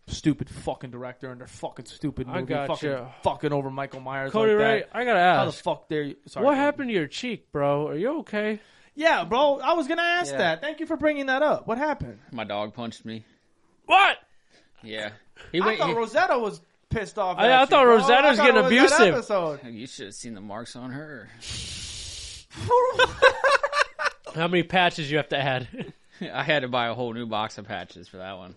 [SPEAKER 1] Stupid fucking director and their fucking stupid
[SPEAKER 3] I
[SPEAKER 1] movie, fucking,
[SPEAKER 3] gotcha.
[SPEAKER 1] fucking over Michael Myers.
[SPEAKER 3] Cody
[SPEAKER 1] like that.
[SPEAKER 3] Ray, I gotta
[SPEAKER 1] how the
[SPEAKER 3] ask,
[SPEAKER 1] fuck dare you? Sorry,
[SPEAKER 3] what
[SPEAKER 1] Cody.
[SPEAKER 3] happened to your cheek, bro? Are you okay?
[SPEAKER 1] Yeah, bro, I was gonna ask
[SPEAKER 2] Yeah.
[SPEAKER 1] that. Thank you for bringing that up. What happened?
[SPEAKER 2] My dog punched me.
[SPEAKER 3] What?
[SPEAKER 2] Yeah. He
[SPEAKER 1] I
[SPEAKER 2] went.
[SPEAKER 1] thought
[SPEAKER 2] he-
[SPEAKER 1] Rosetta was pissed off.
[SPEAKER 3] I-
[SPEAKER 1] at
[SPEAKER 3] I
[SPEAKER 1] you,
[SPEAKER 3] thought
[SPEAKER 1] bro.
[SPEAKER 3] Rosetta was
[SPEAKER 1] I thought
[SPEAKER 3] getting
[SPEAKER 1] it was that
[SPEAKER 3] abusive.
[SPEAKER 1] episode.
[SPEAKER 2] you should have seen the marks on her.
[SPEAKER 3] How many patches you have to add?
[SPEAKER 2] I had to buy a whole new box of patches for that one.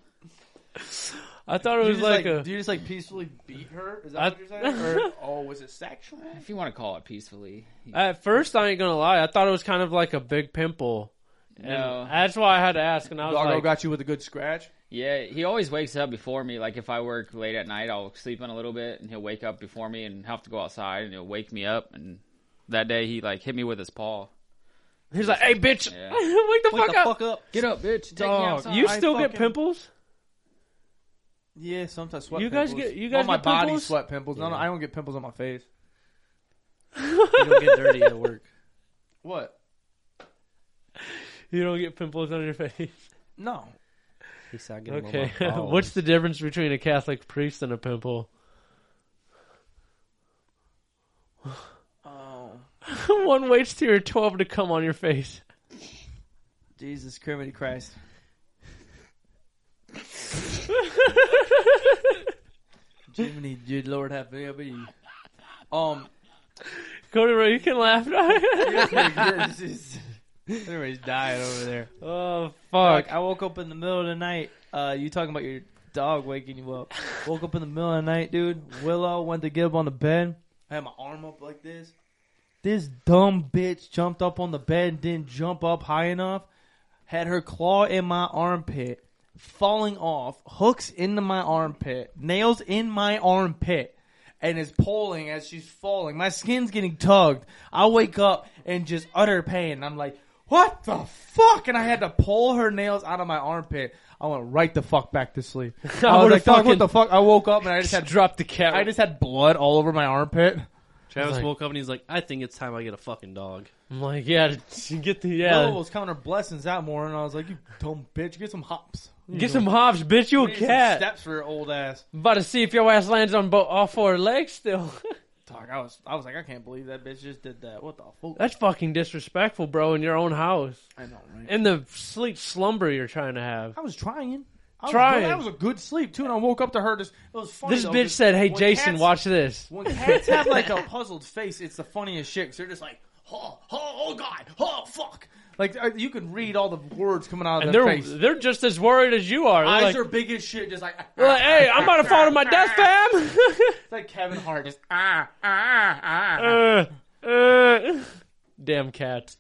[SPEAKER 3] I thought it
[SPEAKER 1] You
[SPEAKER 3] was
[SPEAKER 1] just
[SPEAKER 3] like,
[SPEAKER 1] like,
[SPEAKER 3] a.
[SPEAKER 1] do you just like peacefully beat her? Is that
[SPEAKER 3] I-
[SPEAKER 1] what you're saying? Or, oh, was it sexual?
[SPEAKER 2] If you want to call it peacefully.
[SPEAKER 3] At first, I ain't gonna lie. I thought it was kind of like a big pimple. And
[SPEAKER 2] No.
[SPEAKER 3] that's why I had to ask. And I was
[SPEAKER 1] Doggo
[SPEAKER 3] like,
[SPEAKER 1] got you with a good scratch.
[SPEAKER 2] Yeah, he always wakes up before me. Like if I work late at night, I'll sleep in a little bit, and he'll wake up before me and have to go outside, and he'll wake me up. And that day, he like hit me with his paw.
[SPEAKER 3] he's like, "Hey, bitch,
[SPEAKER 2] Yeah.
[SPEAKER 3] wake the
[SPEAKER 4] Wake
[SPEAKER 3] fuck
[SPEAKER 4] the
[SPEAKER 3] up,
[SPEAKER 4] fuck up.
[SPEAKER 2] Get up, bitch! Take me
[SPEAKER 3] dog."
[SPEAKER 2] outside.
[SPEAKER 3] You
[SPEAKER 1] I
[SPEAKER 3] still get
[SPEAKER 1] fucking-
[SPEAKER 3] pimples?
[SPEAKER 1] Yeah, sometimes sweat.
[SPEAKER 3] You guys
[SPEAKER 1] pimples.
[SPEAKER 3] get- you guys
[SPEAKER 1] on my
[SPEAKER 3] get
[SPEAKER 1] body
[SPEAKER 3] pimples?
[SPEAKER 1] sweat pimples. No, no, I don't get pimples on my face.
[SPEAKER 4] You don't get dirty at work.
[SPEAKER 1] What?
[SPEAKER 3] You don't get pimples on your face.
[SPEAKER 1] No.
[SPEAKER 4] He said, I get 'em on
[SPEAKER 3] Okay,
[SPEAKER 4] my balls.
[SPEAKER 3] what's the difference between a Catholic priest and a pimple?
[SPEAKER 1] Oh,
[SPEAKER 3] One waits till you're 12 to come on your face.
[SPEAKER 1] Jesus, Kermit Christ. Jiminy, good Lord have pity. Um,
[SPEAKER 3] Cody Ray, you can laugh.
[SPEAKER 1] everybody's dying over there.
[SPEAKER 3] oh
[SPEAKER 1] Fuck,
[SPEAKER 3] fuck!
[SPEAKER 1] I woke up in the middle of the night. Uh, you talking about your dog waking you up? woke up in the middle of the night, dude. Willow went to get up on the bed. I had my arm up like this. This dumb bitch jumped up on the bed and didn't jump up high enough. Had her claw in my armpit, falling off, hooks into my armpit, nails in my armpit, and is pulling as she's falling. My skin's getting tugged. I wake up in just utter pain. I'm like, what the fuck? And I had to pull her nails out of my armpit. I went right the fuck back to sleep. I, was
[SPEAKER 3] would've
[SPEAKER 1] like, fuck,
[SPEAKER 3] fucking-
[SPEAKER 1] what the fuck? I woke up and I just had
[SPEAKER 3] dropped the cat.
[SPEAKER 1] I just had blood all over my armpit.
[SPEAKER 4] Travis
[SPEAKER 3] Like-
[SPEAKER 4] woke up and he's like, I think it's time I get a fucking dog.
[SPEAKER 3] I'm like, yeah, to get the
[SPEAKER 1] Willow
[SPEAKER 3] yeah,
[SPEAKER 1] was counting her blessings that morning. I was like, "You dumb bitch, get some hops,
[SPEAKER 3] get some hops, bitch. You a
[SPEAKER 1] Get some
[SPEAKER 3] cat?
[SPEAKER 1] steps for your old ass."
[SPEAKER 3] I'm about to see if your ass lands on bo- all four legs still.
[SPEAKER 1] Talk. I was, I was like, I can't believe that bitch just did that. What the fuck?
[SPEAKER 3] That's fucking disrespectful, bro. In your own house,
[SPEAKER 1] I know, right?
[SPEAKER 3] in the sleep slumber you're trying to have.
[SPEAKER 1] I was trying. I was,
[SPEAKER 3] Trying.
[SPEAKER 1] That was a good sleep too, and I woke up to her. Just it was funny.
[SPEAKER 3] This
[SPEAKER 1] though,
[SPEAKER 3] bitch
[SPEAKER 1] 'cause
[SPEAKER 3] said, "Hey
[SPEAKER 1] when
[SPEAKER 3] Jason,
[SPEAKER 1] cats-
[SPEAKER 3] watch this."
[SPEAKER 1] When cats have like a puzzled face, it's the funniest shit. Cause they're just like, oh, oh, oh god, oh fuck. Like uh, you can read all the words coming out of
[SPEAKER 3] And
[SPEAKER 1] their
[SPEAKER 3] they're
[SPEAKER 1] face.
[SPEAKER 3] they're just as worried as you are. They're
[SPEAKER 1] Eyes
[SPEAKER 3] like,
[SPEAKER 1] are big as shit. Just like,
[SPEAKER 3] they're like, "Hey, I'm about to fall to my death, fam."
[SPEAKER 1] It's like Kevin Hart. Just ah ah ah.
[SPEAKER 3] Uh, uh. Damn cats.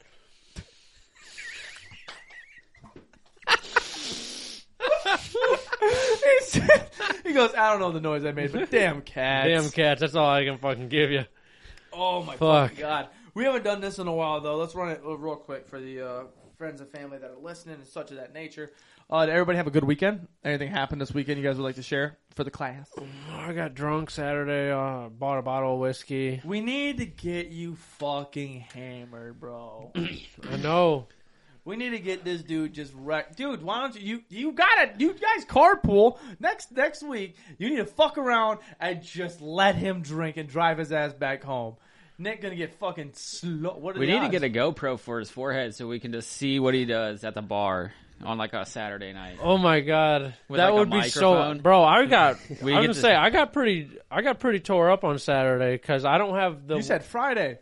[SPEAKER 1] He said- he goes, I don't know the noise I made, but damn cats.
[SPEAKER 3] Damn cats. That's all I can fucking give you.
[SPEAKER 1] Oh my
[SPEAKER 3] Fuck.
[SPEAKER 1] fucking god. We haven't done this in a while though. Let's run it uh, real quick for the uh, friends and family that are listening and such of that nature. Uh, did everybody have a good weekend? Anything happened this weekend you guys would like to share for the class?
[SPEAKER 3] I got drunk Saturday. Uh, bought a bottle of whiskey.
[SPEAKER 1] We need to get you fucking hammered, bro.
[SPEAKER 3] I know.
[SPEAKER 1] we need to get this dude just wrecked. Dude, why don't you you you gotta you guys carpool next next week. You need to fuck around and just let him drink and drive his ass back home. Nick gonna get fucking slow. What are
[SPEAKER 2] We
[SPEAKER 1] the
[SPEAKER 2] need to
[SPEAKER 1] odds?
[SPEAKER 2] get a GoPro for his forehead so we can just see what he does at the bar on like a Saturday night.
[SPEAKER 3] Oh my god,
[SPEAKER 2] With,
[SPEAKER 3] that
[SPEAKER 2] like, a
[SPEAKER 3] would be so.
[SPEAKER 2] microphone.
[SPEAKER 3] Bro, I got. I
[SPEAKER 2] We
[SPEAKER 3] was
[SPEAKER 2] get
[SPEAKER 3] gonna
[SPEAKER 2] to-
[SPEAKER 3] say I got pretty. I got pretty tore up on Saturday because I don't have the.
[SPEAKER 1] You said Friday.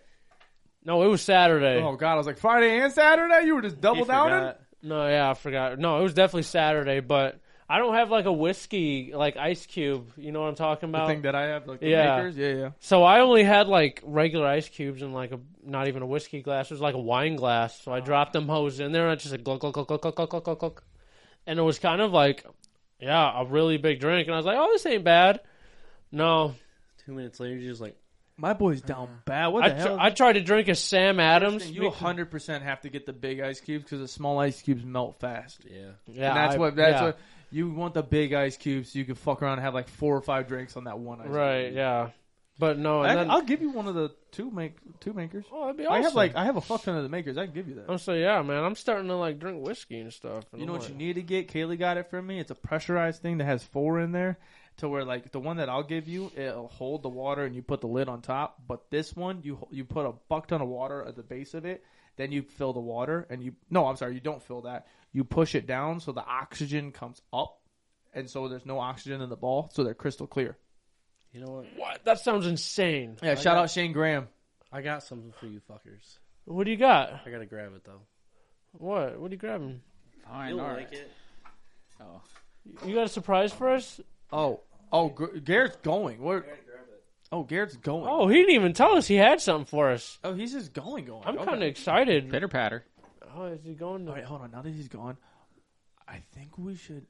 [SPEAKER 3] no. It was Saturday.
[SPEAKER 1] Oh god, I was like Friday and Saturday. You were just
[SPEAKER 3] Oh,
[SPEAKER 1] double downing.
[SPEAKER 3] No, yeah, I forgot. No, it was definitely Saturday, but I don't have like a whiskey like ice cube. You know what I'm talking
[SPEAKER 1] The
[SPEAKER 3] about?
[SPEAKER 1] thing that I have, like the
[SPEAKER 3] Yeah.
[SPEAKER 1] makers. Yeah, yeah.
[SPEAKER 3] So I only had like regular ice cubes and like a not even a whiskey glass. It was like a wine glass.
[SPEAKER 1] Oh.
[SPEAKER 3] So I dropped them hose in there and I just like glug glug glug glug glug glug glug glug, glug. And it was kind of like, yeah, a really big drink. And I was like, oh, this ain't bad. No,
[SPEAKER 4] Two minutes later, you're just like,
[SPEAKER 1] My boy's down bad. What
[SPEAKER 3] I,
[SPEAKER 1] the hell?
[SPEAKER 3] tr- I tried to drink a Sam Adams.
[SPEAKER 1] you 100 percent have to get the big ice cubes because the small ice cubes melt fast.
[SPEAKER 4] yeah.
[SPEAKER 3] yeah,
[SPEAKER 1] and that's
[SPEAKER 3] I-
[SPEAKER 1] what that's
[SPEAKER 3] yeah.
[SPEAKER 1] what you want the big ice cubes. So you can fuck around and have like four or five drinks on that one ice.
[SPEAKER 3] Right, yeah, but no,
[SPEAKER 1] Cube. I,
[SPEAKER 3] and then,
[SPEAKER 1] I'll give you one of the two make two makers.
[SPEAKER 3] oh, that'd be
[SPEAKER 1] I have
[SPEAKER 3] awesome.
[SPEAKER 1] like I have a fuck ton of the makers. I can give you that.
[SPEAKER 3] I'm so yeah, man. I'm starting to like drink whiskey and stuff. And
[SPEAKER 1] You know
[SPEAKER 3] I'm
[SPEAKER 1] what you
[SPEAKER 3] like-
[SPEAKER 1] need to get? Kaylee got it from me. It's a pressurized thing that has four in there. To where like the one that I'll give you, it'll hold the water and you put the lid on top. But this one, you you put a buck ton of water at the base of it, then you fill the water and you no, I'm sorry, you don't fill that. You push it down so the oxygen comes up, and so there's no oxygen in the ball, so they're crystal clear.
[SPEAKER 4] You know what?
[SPEAKER 3] What? That sounds insane.
[SPEAKER 1] Yeah, shout out Shane Graham.
[SPEAKER 4] I got something for you fuckers.
[SPEAKER 3] What do you got?
[SPEAKER 4] I gotta grab it though.
[SPEAKER 3] What? What are you grabbing?
[SPEAKER 2] Fine, all right.
[SPEAKER 4] it.
[SPEAKER 2] Oh.
[SPEAKER 3] You got a surprise for us?
[SPEAKER 1] Oh, oh, G- Garrett's going. Where? Oh, Garrett's going.
[SPEAKER 3] Oh, he didn't even tell us he had something for us.
[SPEAKER 1] oh, he's just going, going.
[SPEAKER 3] I'm
[SPEAKER 1] Okay.
[SPEAKER 3] kind of excited.
[SPEAKER 2] Pitter patter.
[SPEAKER 3] Oh, is he going? To...
[SPEAKER 1] All right, hold on. Now that he's gone, I think we should.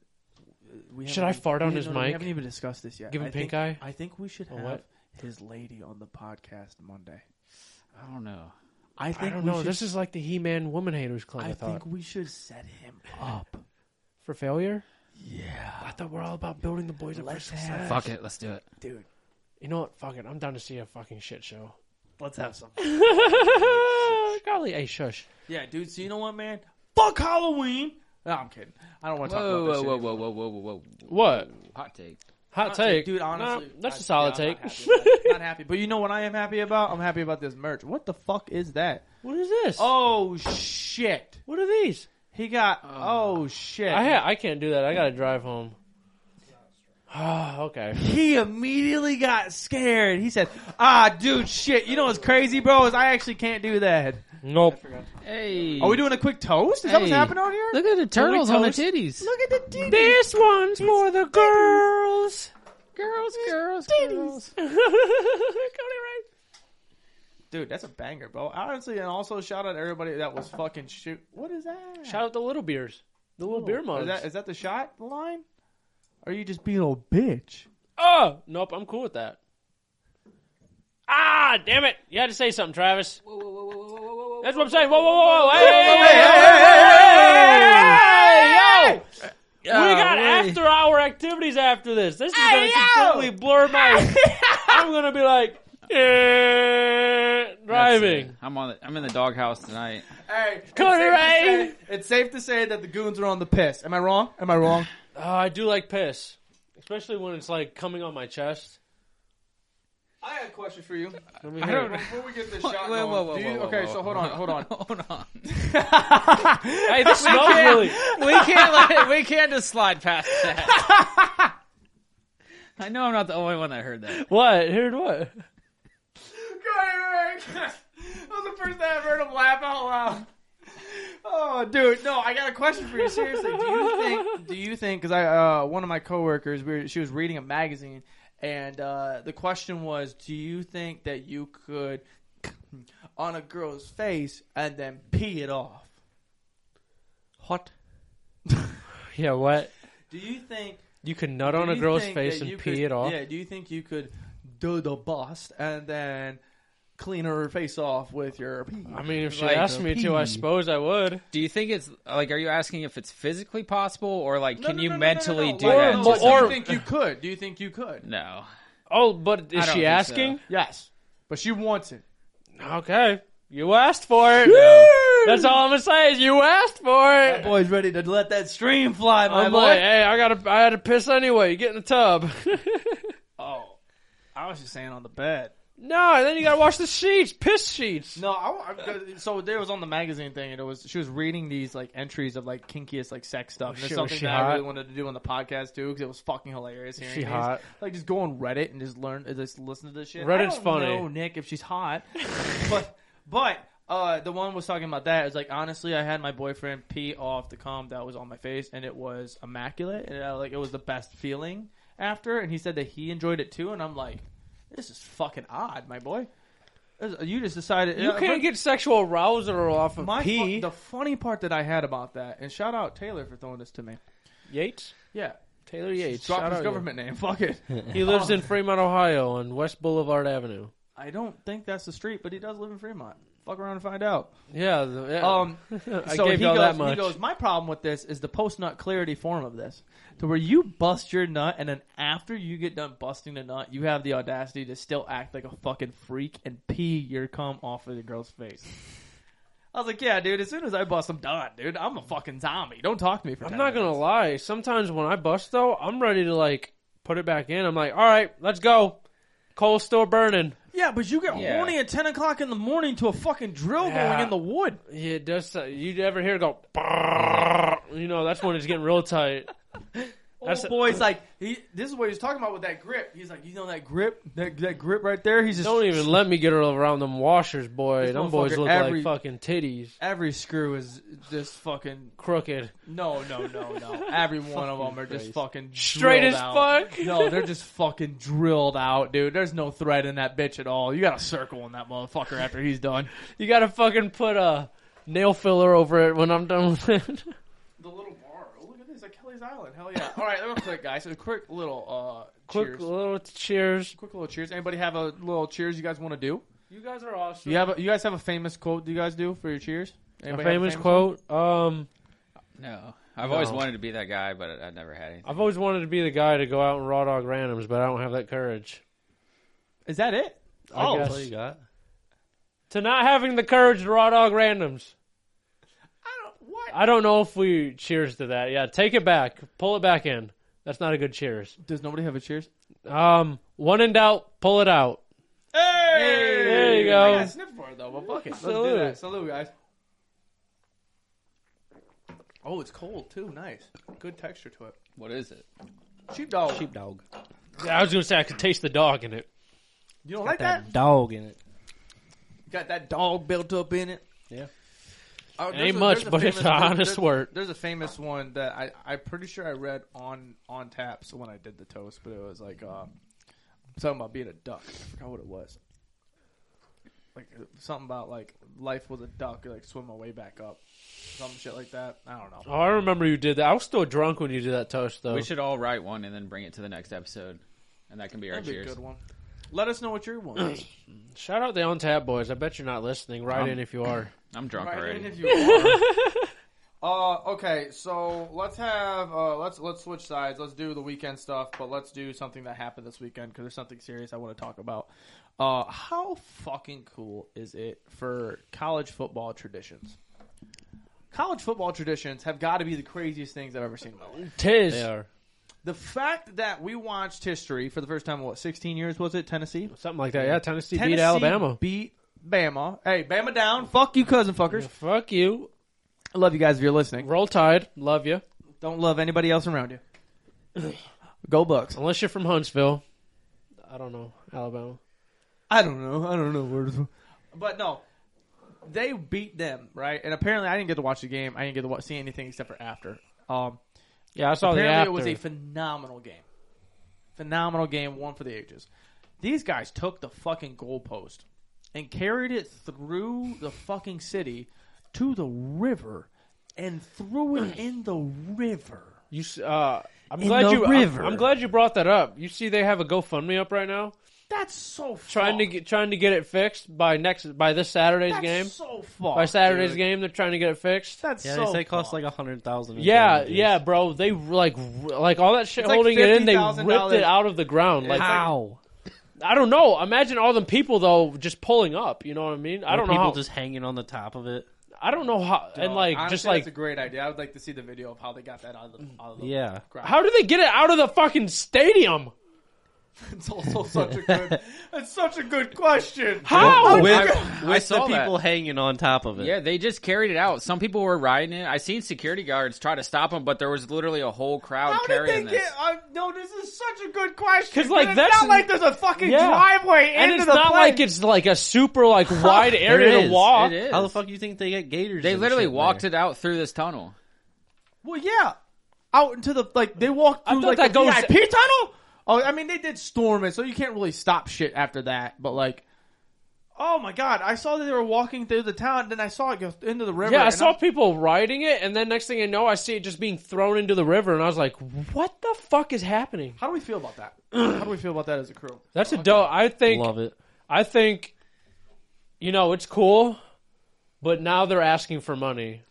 [SPEAKER 1] uh, We
[SPEAKER 3] Should
[SPEAKER 1] haven't
[SPEAKER 3] I
[SPEAKER 1] even-
[SPEAKER 3] fart on
[SPEAKER 1] we-
[SPEAKER 3] his
[SPEAKER 1] no, no, We
[SPEAKER 3] mic?
[SPEAKER 1] haven't even discussed this yet.
[SPEAKER 3] Give him
[SPEAKER 1] I
[SPEAKER 3] pink
[SPEAKER 1] think,
[SPEAKER 3] eye?
[SPEAKER 1] I think we should
[SPEAKER 3] Or
[SPEAKER 1] have
[SPEAKER 3] what?
[SPEAKER 1] his lady on the podcast Monday.
[SPEAKER 2] I don't know.
[SPEAKER 1] I
[SPEAKER 3] I
[SPEAKER 1] think
[SPEAKER 3] don't
[SPEAKER 1] we
[SPEAKER 3] know.
[SPEAKER 1] Should,
[SPEAKER 3] This is like the He-Man Woman Haters Club. I,
[SPEAKER 1] I
[SPEAKER 3] thought
[SPEAKER 1] think we should set him up.
[SPEAKER 3] for failure.
[SPEAKER 1] yeah,
[SPEAKER 3] I thought we're all about building the boys up for
[SPEAKER 1] Let's
[SPEAKER 3] success.
[SPEAKER 1] have-
[SPEAKER 2] Fuck it, let's do it.
[SPEAKER 1] dude.
[SPEAKER 3] You know what? Fuck it. I'm down to see a fucking shit show.
[SPEAKER 1] Let's have some.
[SPEAKER 3] Golly, hey, shush.
[SPEAKER 1] Yeah, dude. So you know what, man? Fuck Halloween. No, I'm kidding. I don't want to talk
[SPEAKER 2] Whoa,
[SPEAKER 1] about this
[SPEAKER 2] whoa,
[SPEAKER 1] shit
[SPEAKER 2] whoa,
[SPEAKER 1] anymore.
[SPEAKER 2] whoa, whoa, whoa, whoa, whoa.
[SPEAKER 3] What?
[SPEAKER 2] Hot take.
[SPEAKER 3] Hot,
[SPEAKER 1] Hot
[SPEAKER 3] take,
[SPEAKER 1] dude. Honestly,
[SPEAKER 3] Nah, that's
[SPEAKER 1] I-
[SPEAKER 3] a solid
[SPEAKER 1] yeah, I'm Not
[SPEAKER 3] take.
[SPEAKER 1] happy, about it. Not happy. But you know what I am happy about? I'm happy about this merch. What the fuck is that?
[SPEAKER 3] what is this?
[SPEAKER 1] Oh shit.
[SPEAKER 3] what are these?
[SPEAKER 1] He got oh shit.
[SPEAKER 3] I ha- I can't do that. I gotta drive home. Ah, okay.
[SPEAKER 1] he immediately got scared. He said, "Ah, dude, shit. You know what's crazy, bro? Is I actually can't do that.
[SPEAKER 3] Nope.
[SPEAKER 2] Hey.
[SPEAKER 1] Are we doing a quick toast? Is that what's
[SPEAKER 2] Hey.
[SPEAKER 1] happening on here?
[SPEAKER 2] Look at the turtles on the titties.
[SPEAKER 1] Look at the dude.
[SPEAKER 3] This one's for the girls.
[SPEAKER 2] Girls, girls, girls.
[SPEAKER 1] Dude, that's a banger, bro. Honestly, and also shout out everybody that was fucking shoot. What is that?
[SPEAKER 3] Shout out the little beers. The little beer mugs.
[SPEAKER 1] Is that is that the shot line? Or are you just being a little bitch?
[SPEAKER 3] oh, nope. I'm cool with that. Ah, damn it. You had to say something, Travis. That's what I'm saying. Whoa, whoa, whoa, whoa. Hey, hey, hey, hey, hey, hey, yo. we got after hour activities after this. This is going to completely blur my. I'm going to be like, eh,
[SPEAKER 2] That's
[SPEAKER 3] driving.
[SPEAKER 2] it. I'm on. The, I'm in the doghouse tonight.
[SPEAKER 1] Hey, it's
[SPEAKER 3] Cody
[SPEAKER 1] safe to
[SPEAKER 3] Ray.
[SPEAKER 1] say- It's safe to say that the goons are on the piss. Am I wrong? Am I wrong?
[SPEAKER 3] Oh, I do like piss, especially when it's like coming on my chest.
[SPEAKER 1] I got a question for you.
[SPEAKER 4] Let me
[SPEAKER 2] I
[SPEAKER 4] hear
[SPEAKER 2] don't-
[SPEAKER 4] it.
[SPEAKER 1] Before we get this
[SPEAKER 2] Whoa,
[SPEAKER 1] shot
[SPEAKER 2] whoa,
[SPEAKER 1] going,
[SPEAKER 2] whoa, whoa,
[SPEAKER 1] do you-
[SPEAKER 2] whoa,
[SPEAKER 1] okay,
[SPEAKER 2] whoa,
[SPEAKER 1] so hold
[SPEAKER 2] whoa.
[SPEAKER 1] on, hold on.
[SPEAKER 2] Hold on.
[SPEAKER 3] Hey, this smells really.
[SPEAKER 2] we can't let, we can't just slide past that. I know I'm not the only one that heard that.
[SPEAKER 3] What? Heard what?
[SPEAKER 1] God, Eric. that was the first time I've heard him laugh out loud. Oh, dude, no, I got a question for you. Seriously, do you think? Do you think? Because I, uh, one of my coworkers, we were, she was reading a magazine, and uh, the question was, do you think that you could on a girl's face and then pee it off?
[SPEAKER 3] What? yeah, what?
[SPEAKER 1] Do you think?
[SPEAKER 3] You can nut
[SPEAKER 1] do
[SPEAKER 3] on a
[SPEAKER 1] you
[SPEAKER 3] girl's
[SPEAKER 1] think
[SPEAKER 3] face
[SPEAKER 1] that you
[SPEAKER 3] and pee
[SPEAKER 1] could-
[SPEAKER 3] it off.
[SPEAKER 1] Yeah. Do you think you could do the bust and then clean her face off with your pee?
[SPEAKER 3] I mean, if she
[SPEAKER 2] Like
[SPEAKER 3] asked me to, I suppose I would.
[SPEAKER 2] Do you think it's like? Are you asking if it's physically possible, or like,
[SPEAKER 1] No,
[SPEAKER 2] can
[SPEAKER 1] no,
[SPEAKER 2] you
[SPEAKER 1] no, no, no,
[SPEAKER 2] mentally
[SPEAKER 1] no.
[SPEAKER 2] do
[SPEAKER 1] Like,
[SPEAKER 2] that?
[SPEAKER 1] no,
[SPEAKER 2] to
[SPEAKER 3] Well,
[SPEAKER 1] do
[SPEAKER 2] someone?
[SPEAKER 1] you
[SPEAKER 3] or-
[SPEAKER 1] think you could? Do you think you could?
[SPEAKER 2] no.
[SPEAKER 3] Oh, but
[SPEAKER 2] I
[SPEAKER 3] is
[SPEAKER 2] don't
[SPEAKER 3] she
[SPEAKER 2] think
[SPEAKER 3] asking?
[SPEAKER 1] Yes, but she wants it.
[SPEAKER 3] Okay, you asked for it. That's all I'm gonna say is you asked for
[SPEAKER 1] That
[SPEAKER 3] it.
[SPEAKER 1] boy's ready to let that stream fly, my
[SPEAKER 3] I'm
[SPEAKER 1] boy.
[SPEAKER 3] like, hey, I gotta, I had to piss anyway. Get in the tub.
[SPEAKER 1] oh, I was just saying on the bed.
[SPEAKER 3] no, then you gotta wash the sheets, piss sheets.
[SPEAKER 1] No, I, I- so there was on the magazine thing, and it was she was reading these like entries of like kinkiest like sex stuff. And
[SPEAKER 3] Was
[SPEAKER 1] it's
[SPEAKER 3] she- Oh, was
[SPEAKER 1] something
[SPEAKER 3] she
[SPEAKER 1] that
[SPEAKER 3] hot?
[SPEAKER 1] I really wanted to do on the podcast too because it was fucking hilarious. Hearing
[SPEAKER 3] she
[SPEAKER 1] these.
[SPEAKER 3] hot?
[SPEAKER 1] Like just go on Reddit and just learn, uh, just listen to this shit.
[SPEAKER 3] Reddit's
[SPEAKER 1] I don't
[SPEAKER 3] funny.
[SPEAKER 1] Know, Nick, if she's hot, but but uh, the one was talking about that. It was like honestly, I had my boyfriend pee off the cum that was on my face, and it was immaculate, and uh, like it was the best feeling after. And he said that he enjoyed it too, and I'm like, this is fucking odd, my boy. This- You just decided
[SPEAKER 3] You
[SPEAKER 1] uh,
[SPEAKER 3] can't
[SPEAKER 1] but-
[SPEAKER 3] get sexual arousal off of
[SPEAKER 1] my fu-
[SPEAKER 3] pee.
[SPEAKER 1] the funny part that I had about that, and shout out Taylor for throwing this to me.
[SPEAKER 3] Yates,
[SPEAKER 1] Yeah,
[SPEAKER 3] Taylor Yates.
[SPEAKER 1] drop
[SPEAKER 3] Shout
[SPEAKER 1] his
[SPEAKER 3] out
[SPEAKER 1] government name. Fuck it. Um,
[SPEAKER 3] you. He lives in Fremont, Ohio, on West Boulevard Avenue.
[SPEAKER 1] I don't think that's the street, but he does live in Fremont. Fuck around and find out.
[SPEAKER 3] Yeah. The, yeah.
[SPEAKER 1] Um,
[SPEAKER 3] I
[SPEAKER 1] so
[SPEAKER 3] gave
[SPEAKER 1] he
[SPEAKER 3] y'all
[SPEAKER 1] goes,
[SPEAKER 3] that much.
[SPEAKER 1] he goes. My problem with this is the post nut clarity form of this, to where you bust your nut, and then after you get done busting the nut, you have the audacity to still act like a fucking freak and pee your cum off of the girl's face. I was like, yeah, dude. As soon as I bust, I'm done, dude. I'm a fucking zombie. Don't talk to me for.
[SPEAKER 3] I'm
[SPEAKER 1] 10
[SPEAKER 3] not gonna
[SPEAKER 1] minutes.
[SPEAKER 3] lie. Sometimes when I bust though, I'm ready to like put it back in. I'm like, all right, let's go. Coal's still burning.
[SPEAKER 1] Yeah, but you get
[SPEAKER 2] Yeah.
[SPEAKER 1] horny at ten o'clock in the morning to a fucking drill
[SPEAKER 3] Yeah.
[SPEAKER 1] going in the wood.
[SPEAKER 3] Yeah, it does. so- You ever hear it go? You know, that's when it's getting real tight. That's
[SPEAKER 1] Old boy's like, he, this is what he's talking about with that grip. He's like, you know that grip, that, that grip right there. He's just
[SPEAKER 3] Don't even let me get her around them washers, boy.
[SPEAKER 1] This
[SPEAKER 3] Them boys
[SPEAKER 1] motherfucker
[SPEAKER 3] look
[SPEAKER 1] every-
[SPEAKER 3] like fucking titties,
[SPEAKER 1] every screw is just fucking
[SPEAKER 3] crooked,
[SPEAKER 1] no, no, no, no. Every one of them are just
[SPEAKER 4] Christ.
[SPEAKER 1] fucking
[SPEAKER 3] straight
[SPEAKER 1] drilled
[SPEAKER 3] as
[SPEAKER 1] out.
[SPEAKER 3] fuck.
[SPEAKER 1] No, they're just fucking drilled out, dude. There's no thread in that bitch at all. You got a circle in that motherfucker after he's done.
[SPEAKER 3] you gotta fucking put a nail filler over it when I'm done with it.
[SPEAKER 1] The little bar. Oh, look at this, like Kelly's Island. Hell yeah! All right, real quick, guys. A quick little uh,
[SPEAKER 3] Quick
[SPEAKER 1] cheers.
[SPEAKER 3] little cheers.
[SPEAKER 1] quick little cheers. Anybody have a little cheers you guys want to do?
[SPEAKER 3] You guys are awesome.
[SPEAKER 1] Do you have a, you guys have a famous quote? Do you guys do for your cheers?
[SPEAKER 3] a
[SPEAKER 1] Anybody have
[SPEAKER 3] famous quote. Um,
[SPEAKER 2] No. I've always
[SPEAKER 3] No.
[SPEAKER 2] wanted to be that guy, but I- I've never had anything.
[SPEAKER 3] I've always wanted to be the guy to go out and raw dog randoms, but I don't have that courage.
[SPEAKER 1] One? Is that it?
[SPEAKER 3] I
[SPEAKER 1] oh,
[SPEAKER 3] guess.
[SPEAKER 4] That's all you got.
[SPEAKER 3] To not having the courage to raw dog randoms.
[SPEAKER 1] I don't what.
[SPEAKER 3] I don't know if we cheers to that. Yeah, take it back. Pull it back in. That's not a good cheers.
[SPEAKER 1] Does nobody have a cheers?
[SPEAKER 3] Um, one in doubt, pull it out.
[SPEAKER 1] Hey,
[SPEAKER 3] there you go.
[SPEAKER 1] I got sniff for it though, but fuck it. Let's do
[SPEAKER 3] Salute.
[SPEAKER 1] that. Salute, guys. Oh, it's cold too. Nice, good texture to it.
[SPEAKER 2] What is it?
[SPEAKER 1] Sheepdog.
[SPEAKER 4] Sheepdog.
[SPEAKER 3] I was gonna say I could taste the dog in it.
[SPEAKER 1] You don't like that?
[SPEAKER 4] That dog in it.
[SPEAKER 1] Got that dog built up in it.
[SPEAKER 4] Yeah.
[SPEAKER 1] Oh,
[SPEAKER 3] It
[SPEAKER 1] there's
[SPEAKER 3] ain't
[SPEAKER 1] a-
[SPEAKER 3] much,
[SPEAKER 1] there's a
[SPEAKER 3] but
[SPEAKER 1] famous-
[SPEAKER 3] it's an
[SPEAKER 1] there's-
[SPEAKER 3] honest
[SPEAKER 1] there's-
[SPEAKER 3] word.
[SPEAKER 1] There's a famous one that I I'm pretty sure I read on on taps when I did the toast, but it was like uh, something about being a duck. I forgot what it was. Like uh, something about like life was a duck, like swim my way back up, some shit like that. I don't know.
[SPEAKER 3] Oh, I remember you did that. I was still drunk when you did that toast, though.
[SPEAKER 2] We should all write one and then bring it to the next episode, and that can be our
[SPEAKER 1] That'd be a
[SPEAKER 2] cheers.
[SPEAKER 1] good one. Let us know what your one is.
[SPEAKER 3] Shout out the on tap boys. I bet you're not listening. Write
[SPEAKER 2] Um,
[SPEAKER 3] in if you are.
[SPEAKER 2] I'm drunk
[SPEAKER 1] Right,
[SPEAKER 2] already.
[SPEAKER 1] even if you are. uh, okay, so let's have uh, let's let's switch sides. Let's do the weekend stuff, but let's do something that happened this weekend because there's something serious I want to talk about. Uh, how fucking cool is it for college football traditions? College football traditions have got to be the craziest things I've ever seen in my life.
[SPEAKER 3] Tis.
[SPEAKER 4] They are.
[SPEAKER 1] the fact that we watched history for the first time, in, what, 16 years was it? Tennessee?
[SPEAKER 3] Something like that. Yeah, Tennessee,
[SPEAKER 1] Tennessee
[SPEAKER 3] beat Alabama.
[SPEAKER 1] Beat Bama. Hey, Bama down. Fuck you, cousin fuckers.
[SPEAKER 3] Fuck you.
[SPEAKER 1] I love you guys if you're listening.
[SPEAKER 3] Roll Tide. Love you.
[SPEAKER 1] Don't love anybody else around you. Go Bucks.
[SPEAKER 3] Unless you're from Huntsville. I don't know. Alabama.
[SPEAKER 1] I don't know. I don't know where. to- But no, they beat them right. And apparently, I didn't get to watch the game. I didn't get to wa see anything except for after. Um,
[SPEAKER 3] Yeah, I saw
[SPEAKER 1] apparently,
[SPEAKER 3] the after.
[SPEAKER 1] it was a phenomenal game. Phenomenal game, one for the ages. These guys took the fucking goalpost and carried it through the fucking city to the river and threw it in the river.
[SPEAKER 3] You, s- uh, I'm
[SPEAKER 1] In
[SPEAKER 3] glad
[SPEAKER 1] the
[SPEAKER 3] you. I'm-
[SPEAKER 1] river.
[SPEAKER 3] I'm, glad you brought that up. You see, they have a GoFundMe up right now,
[SPEAKER 1] That's so fucked.
[SPEAKER 3] trying to get trying to get it fixed by next by this Saturday's
[SPEAKER 1] That's
[SPEAKER 3] game.
[SPEAKER 1] so fucked.
[SPEAKER 3] by Saturday's
[SPEAKER 4] dude.
[SPEAKER 3] game, they're trying to get it fixed.
[SPEAKER 1] That's
[SPEAKER 4] Yeah,
[SPEAKER 1] so
[SPEAKER 4] they say it costs
[SPEAKER 1] fucked.
[SPEAKER 4] like a hundred thousand.
[SPEAKER 3] Yeah, yeah, bro. They like like all that shit
[SPEAKER 1] It's like
[SPEAKER 3] holding it in. They
[SPEAKER 1] $50,000
[SPEAKER 3] ripped it out of the ground. Like
[SPEAKER 4] How?
[SPEAKER 3] I don't know. Imagine all them people though just pulling up. You know what I mean? I don't know.
[SPEAKER 4] People
[SPEAKER 3] How,
[SPEAKER 4] just hanging on the top of it.
[SPEAKER 3] I don't know how. and like
[SPEAKER 1] Honestly,
[SPEAKER 3] just like
[SPEAKER 1] that's a great idea. I would like to see the video of how they got that out of the, out of the
[SPEAKER 4] Yeah.
[SPEAKER 1] ground.
[SPEAKER 3] how do they get it out of the fucking stadium?
[SPEAKER 1] It's also such a good. It's such a good question.
[SPEAKER 3] How?
[SPEAKER 4] with
[SPEAKER 2] I-
[SPEAKER 4] with
[SPEAKER 2] I
[SPEAKER 4] the
[SPEAKER 2] saw that.
[SPEAKER 4] people hanging on top of it.
[SPEAKER 2] Yeah, they just carried it out. Some people were riding it. I seen security guards try to stop them, but there was literally a whole crowd
[SPEAKER 1] How did they
[SPEAKER 2] carrying this.
[SPEAKER 1] get? Uh, no, this is such a good question.
[SPEAKER 3] 'Cause, like,
[SPEAKER 1] it's
[SPEAKER 3] that's-
[SPEAKER 1] not like there's a fucking
[SPEAKER 3] Yeah.
[SPEAKER 1] driveway
[SPEAKER 3] and
[SPEAKER 1] into
[SPEAKER 3] it's
[SPEAKER 1] the
[SPEAKER 3] not
[SPEAKER 1] plane.
[SPEAKER 3] like it's like a super like wide
[SPEAKER 4] There
[SPEAKER 3] area to
[SPEAKER 4] is.
[SPEAKER 3] walk.
[SPEAKER 2] It is.
[SPEAKER 4] How the fuck do you think they get gators?
[SPEAKER 2] They
[SPEAKER 4] and
[SPEAKER 2] literally
[SPEAKER 4] shit
[SPEAKER 2] walked
[SPEAKER 4] there?
[SPEAKER 2] it out through this tunnel.
[SPEAKER 1] Well, yeah, out into the like they walked
[SPEAKER 3] I
[SPEAKER 1] through
[SPEAKER 3] thought
[SPEAKER 1] like
[SPEAKER 3] that
[SPEAKER 1] the
[SPEAKER 3] goes-
[SPEAKER 1] VIP tunnel. Oh, I mean they did storm it, so you can't really stop shit after that. But like, oh my god, I saw that they were walking through the town, then I saw it go into the river.
[SPEAKER 3] Yeah, I
[SPEAKER 1] and
[SPEAKER 3] saw
[SPEAKER 1] I'm-
[SPEAKER 3] people riding it, and then next thing I know, I see it just being thrown into the river, and I was like, "What the fuck is happening?"
[SPEAKER 1] How do we feel about that? How do we feel about that as a crew?
[SPEAKER 3] That's a dope. I think.
[SPEAKER 4] Love it.
[SPEAKER 3] I think. You know, it's cool, but now they're asking for money.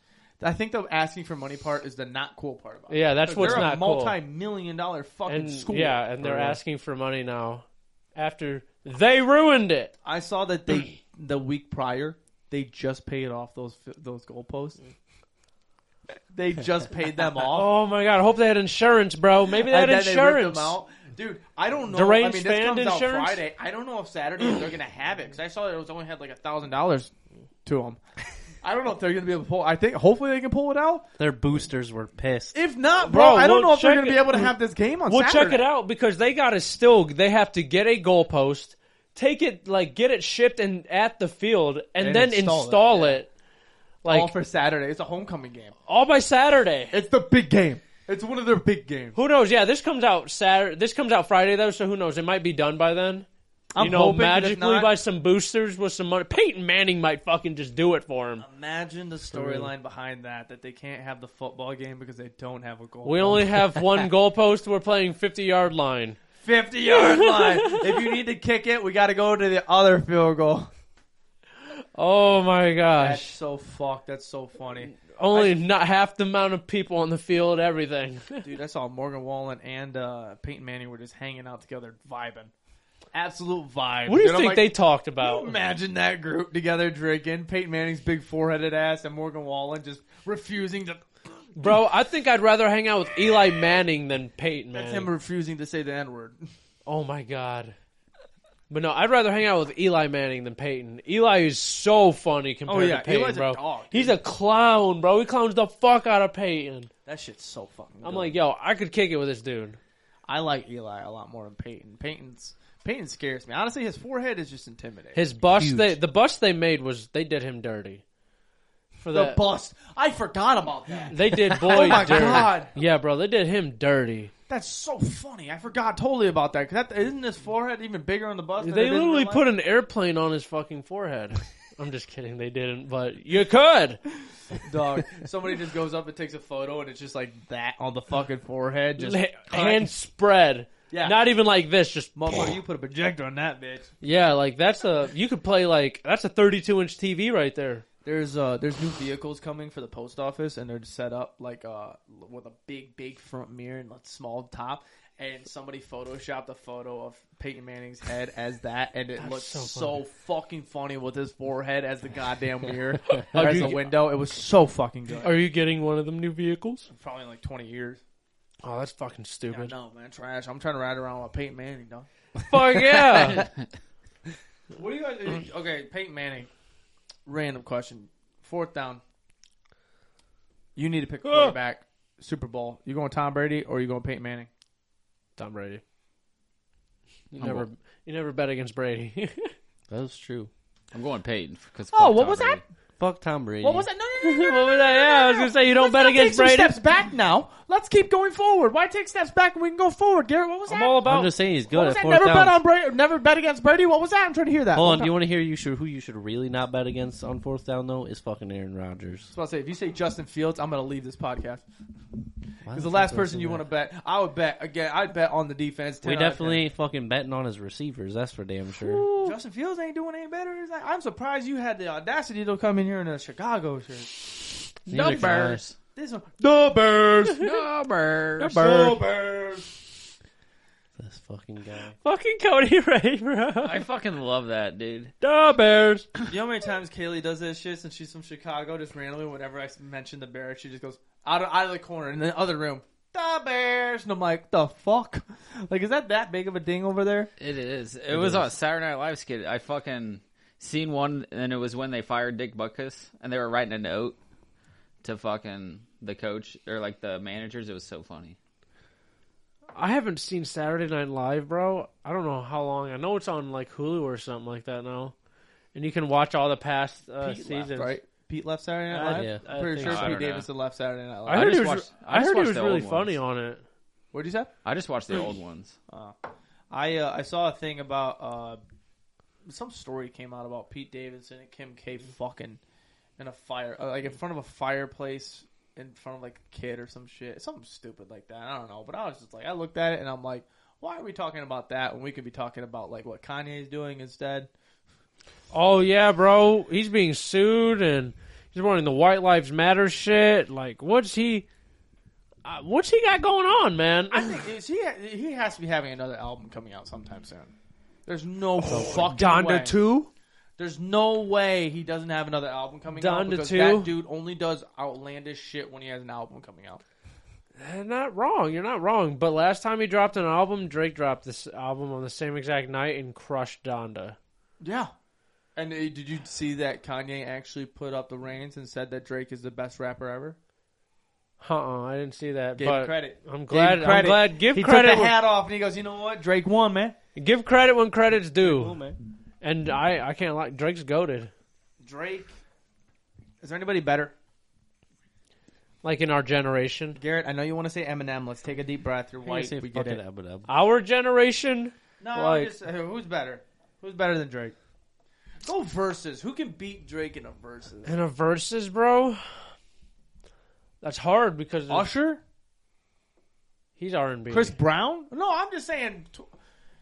[SPEAKER 1] I think the asking for money part is the not cool part about it.
[SPEAKER 3] Yeah, that's
[SPEAKER 1] Because
[SPEAKER 3] what's
[SPEAKER 1] they're
[SPEAKER 3] not
[SPEAKER 1] a
[SPEAKER 3] cool.
[SPEAKER 1] multi-million dollar fucking
[SPEAKER 3] And
[SPEAKER 1] school.
[SPEAKER 3] yeah, and they're
[SPEAKER 1] Or-
[SPEAKER 3] asking for money now after they ruined it.
[SPEAKER 1] I saw that they the week prior they just paid off those those goalposts. They just paid them off.
[SPEAKER 3] Oh my god! I hope they had insurance, bro. Maybe they had
[SPEAKER 1] And then ripped them
[SPEAKER 3] insurance.
[SPEAKER 1] out. Dude, I don't know. I
[SPEAKER 3] Deranged
[SPEAKER 1] mean, this
[SPEAKER 3] fan
[SPEAKER 1] comes out
[SPEAKER 3] insurance?
[SPEAKER 1] Friday. I don't know if Saturday they're gonna have it because I saw that it was only had like a thousand dollars to them. I don't know if they're gonna be able to pull. I think hopefully they can pull it out.
[SPEAKER 4] Their boosters were pissed.
[SPEAKER 1] If not, bro,
[SPEAKER 3] Bro,
[SPEAKER 1] I don't
[SPEAKER 3] we'll
[SPEAKER 1] know if they're
[SPEAKER 3] check
[SPEAKER 1] gonna be
[SPEAKER 3] it.
[SPEAKER 1] able to have this game on.
[SPEAKER 3] We'll
[SPEAKER 1] Saturday.
[SPEAKER 3] check it out because they gotta still they have to get a goalpost, take it like get it shipped and at the field, and,
[SPEAKER 1] And
[SPEAKER 3] then
[SPEAKER 1] install
[SPEAKER 3] install,
[SPEAKER 1] it,
[SPEAKER 3] it. Like
[SPEAKER 1] all
[SPEAKER 3] all,
[SPEAKER 1] for Saturday. It's a homecoming game.
[SPEAKER 3] by Saturday.
[SPEAKER 1] It's the big game. It's one of their big games.
[SPEAKER 3] Who knows? Yeah, this comes out Saturday. This comes out Friday though, so who knows? It might be done by then.
[SPEAKER 1] I'm
[SPEAKER 3] you know,
[SPEAKER 1] hoping, but if
[SPEAKER 3] magically
[SPEAKER 1] not-
[SPEAKER 3] by some boosters with some money. Peyton Manning might fucking just do it for him.
[SPEAKER 1] Imagine the storyline behind that that they can't have the football game because they don't have a goal.
[SPEAKER 3] We only have one goalpost. We're playing fifty yard line.
[SPEAKER 1] 50 yard line. if you need to kick it, we got to go to the other field goal.
[SPEAKER 3] Oh my
[SPEAKER 1] That's
[SPEAKER 3] gosh!
[SPEAKER 1] so fucked. That's so funny.
[SPEAKER 3] Only not half the amount of people on the field. Everything.
[SPEAKER 1] Dude, I saw Morgan Wallen and uh, Peyton Manning were just hanging out together, vibing. Absolute vibe.
[SPEAKER 3] What do you
[SPEAKER 1] Dude, I'm
[SPEAKER 3] think
[SPEAKER 1] like,
[SPEAKER 3] they talked
[SPEAKER 1] Can you
[SPEAKER 3] about?
[SPEAKER 1] Imagine that group together drinking. Peyton Manning's big foreheaded ass and Morgan Wallen just refusing to.
[SPEAKER 3] Bro, I think I'd rather hang out with Eli Manning than Peyton
[SPEAKER 1] That's
[SPEAKER 3] Manning.
[SPEAKER 1] him refusing to say the N word.
[SPEAKER 3] oh my god. But no, I'd rather hang out with Eli Manning than Peyton. Eli is so funny compared
[SPEAKER 1] Oh, yeah.
[SPEAKER 3] to Peyton,
[SPEAKER 1] Eli's a
[SPEAKER 3] bro.
[SPEAKER 1] dog, dude.
[SPEAKER 3] He's a clown, bro. He clowns the fuck out of Peyton.
[SPEAKER 1] That shit's so fucking.
[SPEAKER 3] I'm
[SPEAKER 1] good.
[SPEAKER 3] like, yo, I could kick it with this dude.
[SPEAKER 1] I like Eli a lot more than Peyton. Peyton's Peyton scares me. Honestly, his forehead is just intimidating.
[SPEAKER 3] His bust,
[SPEAKER 4] Huge.
[SPEAKER 3] they, the bust they made was they did him dirty. For
[SPEAKER 1] the
[SPEAKER 3] that,
[SPEAKER 1] bust. I forgot about that.
[SPEAKER 3] they did boy
[SPEAKER 1] Oh my
[SPEAKER 3] dirty.
[SPEAKER 1] God.
[SPEAKER 3] Yeah, bro, they did him dirty.
[SPEAKER 1] That's so funny. I forgot totally about that. Cause that isn't his forehead even bigger on the bust?
[SPEAKER 3] They literally put an airplane on his fucking forehead. I'm just kidding, they didn't, but you
[SPEAKER 1] a
[SPEAKER 3] could.
[SPEAKER 1] dog. Somebody just goes up and takes a photo, and it's just like that on the fucking forehead. Just
[SPEAKER 3] La- hand spread.
[SPEAKER 1] Yeah.
[SPEAKER 3] Not even like this, just
[SPEAKER 1] Motherfucker, you put a projector on that bitch.
[SPEAKER 3] yeah, like that's a you could play like that's a 32 inch TV right there.
[SPEAKER 1] There's uh there's new vehicles coming for the post office and they're set up like uh with a big big front mirror and a small top and somebody photoshopped a photo of Peyton Manning's head as that and it looked so,
[SPEAKER 3] so funny.
[SPEAKER 1] fucking funny with his forehead as the goddamn mirror
[SPEAKER 3] Are
[SPEAKER 1] as
[SPEAKER 3] you-
[SPEAKER 1] the window. It was so fucking good.
[SPEAKER 3] Are you getting one of them new vehicles?
[SPEAKER 1] Probably in like 20 years.
[SPEAKER 3] Oh, that's fucking
[SPEAKER 1] Yeah,
[SPEAKER 3] stupid.
[SPEAKER 1] no, man, trash. I'm trying to ride around with Peyton Manning, dog.
[SPEAKER 3] Fuck yeah.
[SPEAKER 1] What do you guys? Okay, Peyton Manning. Random question. Fourth down. You need to pick a quarterback. Super Bowl. You going Tom Brady or you going Peyton Manning?
[SPEAKER 3] Tom Brady. You
[SPEAKER 2] I'm
[SPEAKER 3] never, you never bet against Brady.
[SPEAKER 4] That was true.
[SPEAKER 2] I'm going Peyton because.
[SPEAKER 1] Oh, what was that?
[SPEAKER 4] Fuck Tom Brady.
[SPEAKER 1] What was that? No, no, no,
[SPEAKER 3] What
[SPEAKER 1] no, no.
[SPEAKER 3] was that? Yeah, I was gonna say you
[SPEAKER 1] Let's
[SPEAKER 3] don't bet
[SPEAKER 1] not
[SPEAKER 3] against
[SPEAKER 1] take some
[SPEAKER 3] Brady.
[SPEAKER 1] steps back now. Let's keep going forward. Why take steps back when we can go forward, Garrett? What was that?
[SPEAKER 3] I'm all
[SPEAKER 4] I'm
[SPEAKER 3] about.
[SPEAKER 4] just saying he's
[SPEAKER 1] what
[SPEAKER 4] good
[SPEAKER 1] was that?
[SPEAKER 4] at fourth
[SPEAKER 1] Never
[SPEAKER 4] down.
[SPEAKER 1] bet on Brady. Never bet against Brady. What was that? I'm trying to hear that.
[SPEAKER 4] Hold on.
[SPEAKER 1] One
[SPEAKER 4] Do you
[SPEAKER 1] time.
[SPEAKER 4] want to hear you should who you should really not bet against on fourth down though is fucking Aaron Rodgers.
[SPEAKER 1] I was about to say, if you say Justin Fields, I'm going to leave this podcast.
[SPEAKER 4] Why
[SPEAKER 1] Because
[SPEAKER 4] the
[SPEAKER 1] the
[SPEAKER 4] fuck
[SPEAKER 1] last
[SPEAKER 4] do I
[SPEAKER 1] person
[SPEAKER 4] say
[SPEAKER 1] you
[SPEAKER 4] that?
[SPEAKER 1] want to bet, I would bet again. I'd bet on the defense. 10
[SPEAKER 4] We
[SPEAKER 1] out of 10.
[SPEAKER 4] definitely ain't fucking betting on his receivers. That's for damn sure.
[SPEAKER 1] Justin Fields ain't doing any better. He's like, I'm surprised you had the audacity to come in here in a Chicago shirt.
[SPEAKER 4] Neither can I.
[SPEAKER 2] Numbers.
[SPEAKER 1] This one,
[SPEAKER 3] Numbers.
[SPEAKER 2] Numbers.
[SPEAKER 3] Bird.
[SPEAKER 1] Birds.
[SPEAKER 4] This fucking guy.
[SPEAKER 3] Fucking Cody Ray, bro.
[SPEAKER 2] I fucking love that, dude.
[SPEAKER 3] The Bears.
[SPEAKER 1] You know how many times Kaylee does this shit since she's from Chicago? Just randomly, whenever I mention the Bears, she just goes out of, out of the corner in the other room. The Bears, and I'm like, the fuck? Like, is that that big of a ding over there?
[SPEAKER 2] It is. It, was
[SPEAKER 4] is.
[SPEAKER 2] on Saturday Night Live skit. I fucking seen one, and it was when they fired Dick Buckus, and they were writing a note to fucking the coach or like the managers. It was so funny.
[SPEAKER 3] I haven't seen Saturday Night Live, bro. I don't know how long. I know it's on like Hulu or something like that now, and you can watch all the past uh,
[SPEAKER 1] Pete
[SPEAKER 3] seasons.
[SPEAKER 1] left, right? Pete left Saturday Night
[SPEAKER 3] Uh,
[SPEAKER 1] Live.
[SPEAKER 4] yeah.
[SPEAKER 1] I'm pretty sure
[SPEAKER 3] I think
[SPEAKER 2] so. I
[SPEAKER 1] Pete
[SPEAKER 2] don't know.
[SPEAKER 1] Davidson left Saturday Night
[SPEAKER 3] I
[SPEAKER 1] Live.
[SPEAKER 2] I
[SPEAKER 3] heard
[SPEAKER 2] just
[SPEAKER 3] he was.
[SPEAKER 2] watched- I
[SPEAKER 3] I,
[SPEAKER 2] just
[SPEAKER 3] heard he
[SPEAKER 2] watched
[SPEAKER 3] was
[SPEAKER 2] the
[SPEAKER 3] really
[SPEAKER 2] old
[SPEAKER 3] funny
[SPEAKER 2] ones.
[SPEAKER 3] on it.
[SPEAKER 1] What'd you say?
[SPEAKER 2] I just watched the old ones.
[SPEAKER 1] I uh, I saw a thing about uh, some story came out about Pete Davidson and Kim K fucking in a fire uh, like in front of a fireplace in front of like a kid or some shit something stupid like that I don't know but I was just like I looked at it and I'm like why are we talking about that when we could be talking about like what Kanye's doing instead
[SPEAKER 3] Oh yeah, bro. He's being sued and he's wanting the White Lives Matter shit. Like, what's he? Uh, what's he got going on, man?
[SPEAKER 1] I think is he he has to be having another album coming out sometime soon there's no fucking way.
[SPEAKER 3] Donda two.
[SPEAKER 1] There's no way he doesn't have another album coming out
[SPEAKER 3] Donda
[SPEAKER 1] because
[SPEAKER 3] 2.
[SPEAKER 1] that dude only does outlandish shit when he has an album coming out.
[SPEAKER 3] Eh, Not wrong. You're not wrong. But last time he dropped an album, Drake dropped this album on the same exact night and crushed Donda.
[SPEAKER 1] Yeah. And uh, did you see that Kanye actually put up the reins and said that Drake is the best rapper ever?
[SPEAKER 3] Uh-uh, I didn't see that.
[SPEAKER 1] Give
[SPEAKER 3] but
[SPEAKER 1] credit.
[SPEAKER 3] I'm
[SPEAKER 1] Gave him
[SPEAKER 3] glad. I'm glad. Give
[SPEAKER 1] he
[SPEAKER 3] credit.
[SPEAKER 1] took the hat off and he goes, you know what? Drake won, man.
[SPEAKER 3] when- give credit when credit's
[SPEAKER 1] Cool,
[SPEAKER 3] due.
[SPEAKER 1] man.
[SPEAKER 3] And I, I can't like Drake's goaded.
[SPEAKER 1] Drake. Is there anybody better?
[SPEAKER 3] Like in our generation,
[SPEAKER 1] Garrett, I know you want to say Eminem. Let's take a deep breath. You're
[SPEAKER 4] Why
[SPEAKER 1] white.
[SPEAKER 4] say
[SPEAKER 1] We get
[SPEAKER 4] fucking
[SPEAKER 1] it.
[SPEAKER 4] Abu Dhabi?
[SPEAKER 3] our generation.
[SPEAKER 1] No,
[SPEAKER 3] Like-
[SPEAKER 1] I'm just, uh, who's better? Who's better than Drake? Go versus. Who can beat Drake in a versus?
[SPEAKER 3] In a versus, bro, that's hard because of-
[SPEAKER 1] Usher?
[SPEAKER 3] he's R and B.
[SPEAKER 1] Chris Brown? Mm. No, I'm just saying. T-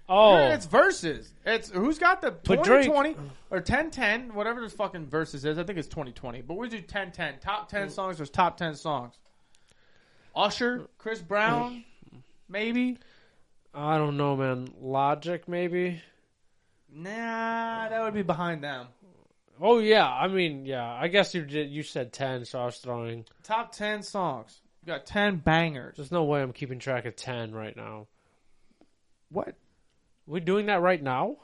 [SPEAKER 3] Oh,
[SPEAKER 1] It's versus. It's who's got the
[SPEAKER 3] But Drake-
[SPEAKER 1] 2020 or 1010, whatever this fucking versus is. I think it's 2020, but we do 1010. Top
[SPEAKER 3] Mm.
[SPEAKER 1] 10 songs. There's top 10 songs. Usher, Chris Brown,
[SPEAKER 3] Mm.
[SPEAKER 1] maybe.
[SPEAKER 3] I don't know, man. Logic, maybe.
[SPEAKER 1] Nah, that would be behind them.
[SPEAKER 3] Oh yeah, I mean, yeah. I guess you did, you said ten, so I was throwing.
[SPEAKER 1] Top 10 songs. We got 10 bangers.
[SPEAKER 3] There's no way I'm keeping track of ten right now.
[SPEAKER 1] What?
[SPEAKER 3] We doing that right now?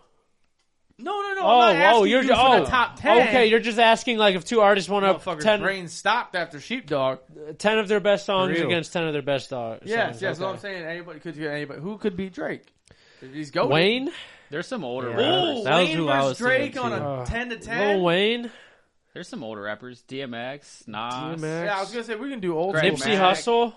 [SPEAKER 1] No, no, no. Oh, I'm not asking you
[SPEAKER 3] ju-
[SPEAKER 1] for the top 10.
[SPEAKER 3] Okay, you're just asking like if two artists went up
[SPEAKER 1] Motherfucker's
[SPEAKER 3] 10,
[SPEAKER 1] brain stopped after Sheepdog.
[SPEAKER 3] 10 of their best songs
[SPEAKER 4] For real.
[SPEAKER 3] against ten of their best uh, songs.
[SPEAKER 1] Yes, yes. That's
[SPEAKER 3] okay.
[SPEAKER 1] what I'm saying. Anybody could get anybody. Who could be Drake? He's going.
[SPEAKER 3] Wayne,
[SPEAKER 2] There's some older
[SPEAKER 4] Yeah.
[SPEAKER 2] rappers.
[SPEAKER 1] Ooh,
[SPEAKER 4] That was
[SPEAKER 1] Wayne
[SPEAKER 4] who I
[SPEAKER 1] versus
[SPEAKER 4] was
[SPEAKER 1] Drake on
[SPEAKER 4] thinking,
[SPEAKER 1] a
[SPEAKER 4] too.
[SPEAKER 3] Uh,
[SPEAKER 1] ten to
[SPEAKER 3] Lil
[SPEAKER 1] ten.
[SPEAKER 3] Wayne,
[SPEAKER 2] There's some older rappers. DMX, Nas.
[SPEAKER 3] DMX.
[SPEAKER 1] Yeah, I was gonna say we can do old
[SPEAKER 2] Great
[SPEAKER 1] school.
[SPEAKER 3] Nipsey
[SPEAKER 2] Mac.
[SPEAKER 1] man.
[SPEAKER 3] Hussle.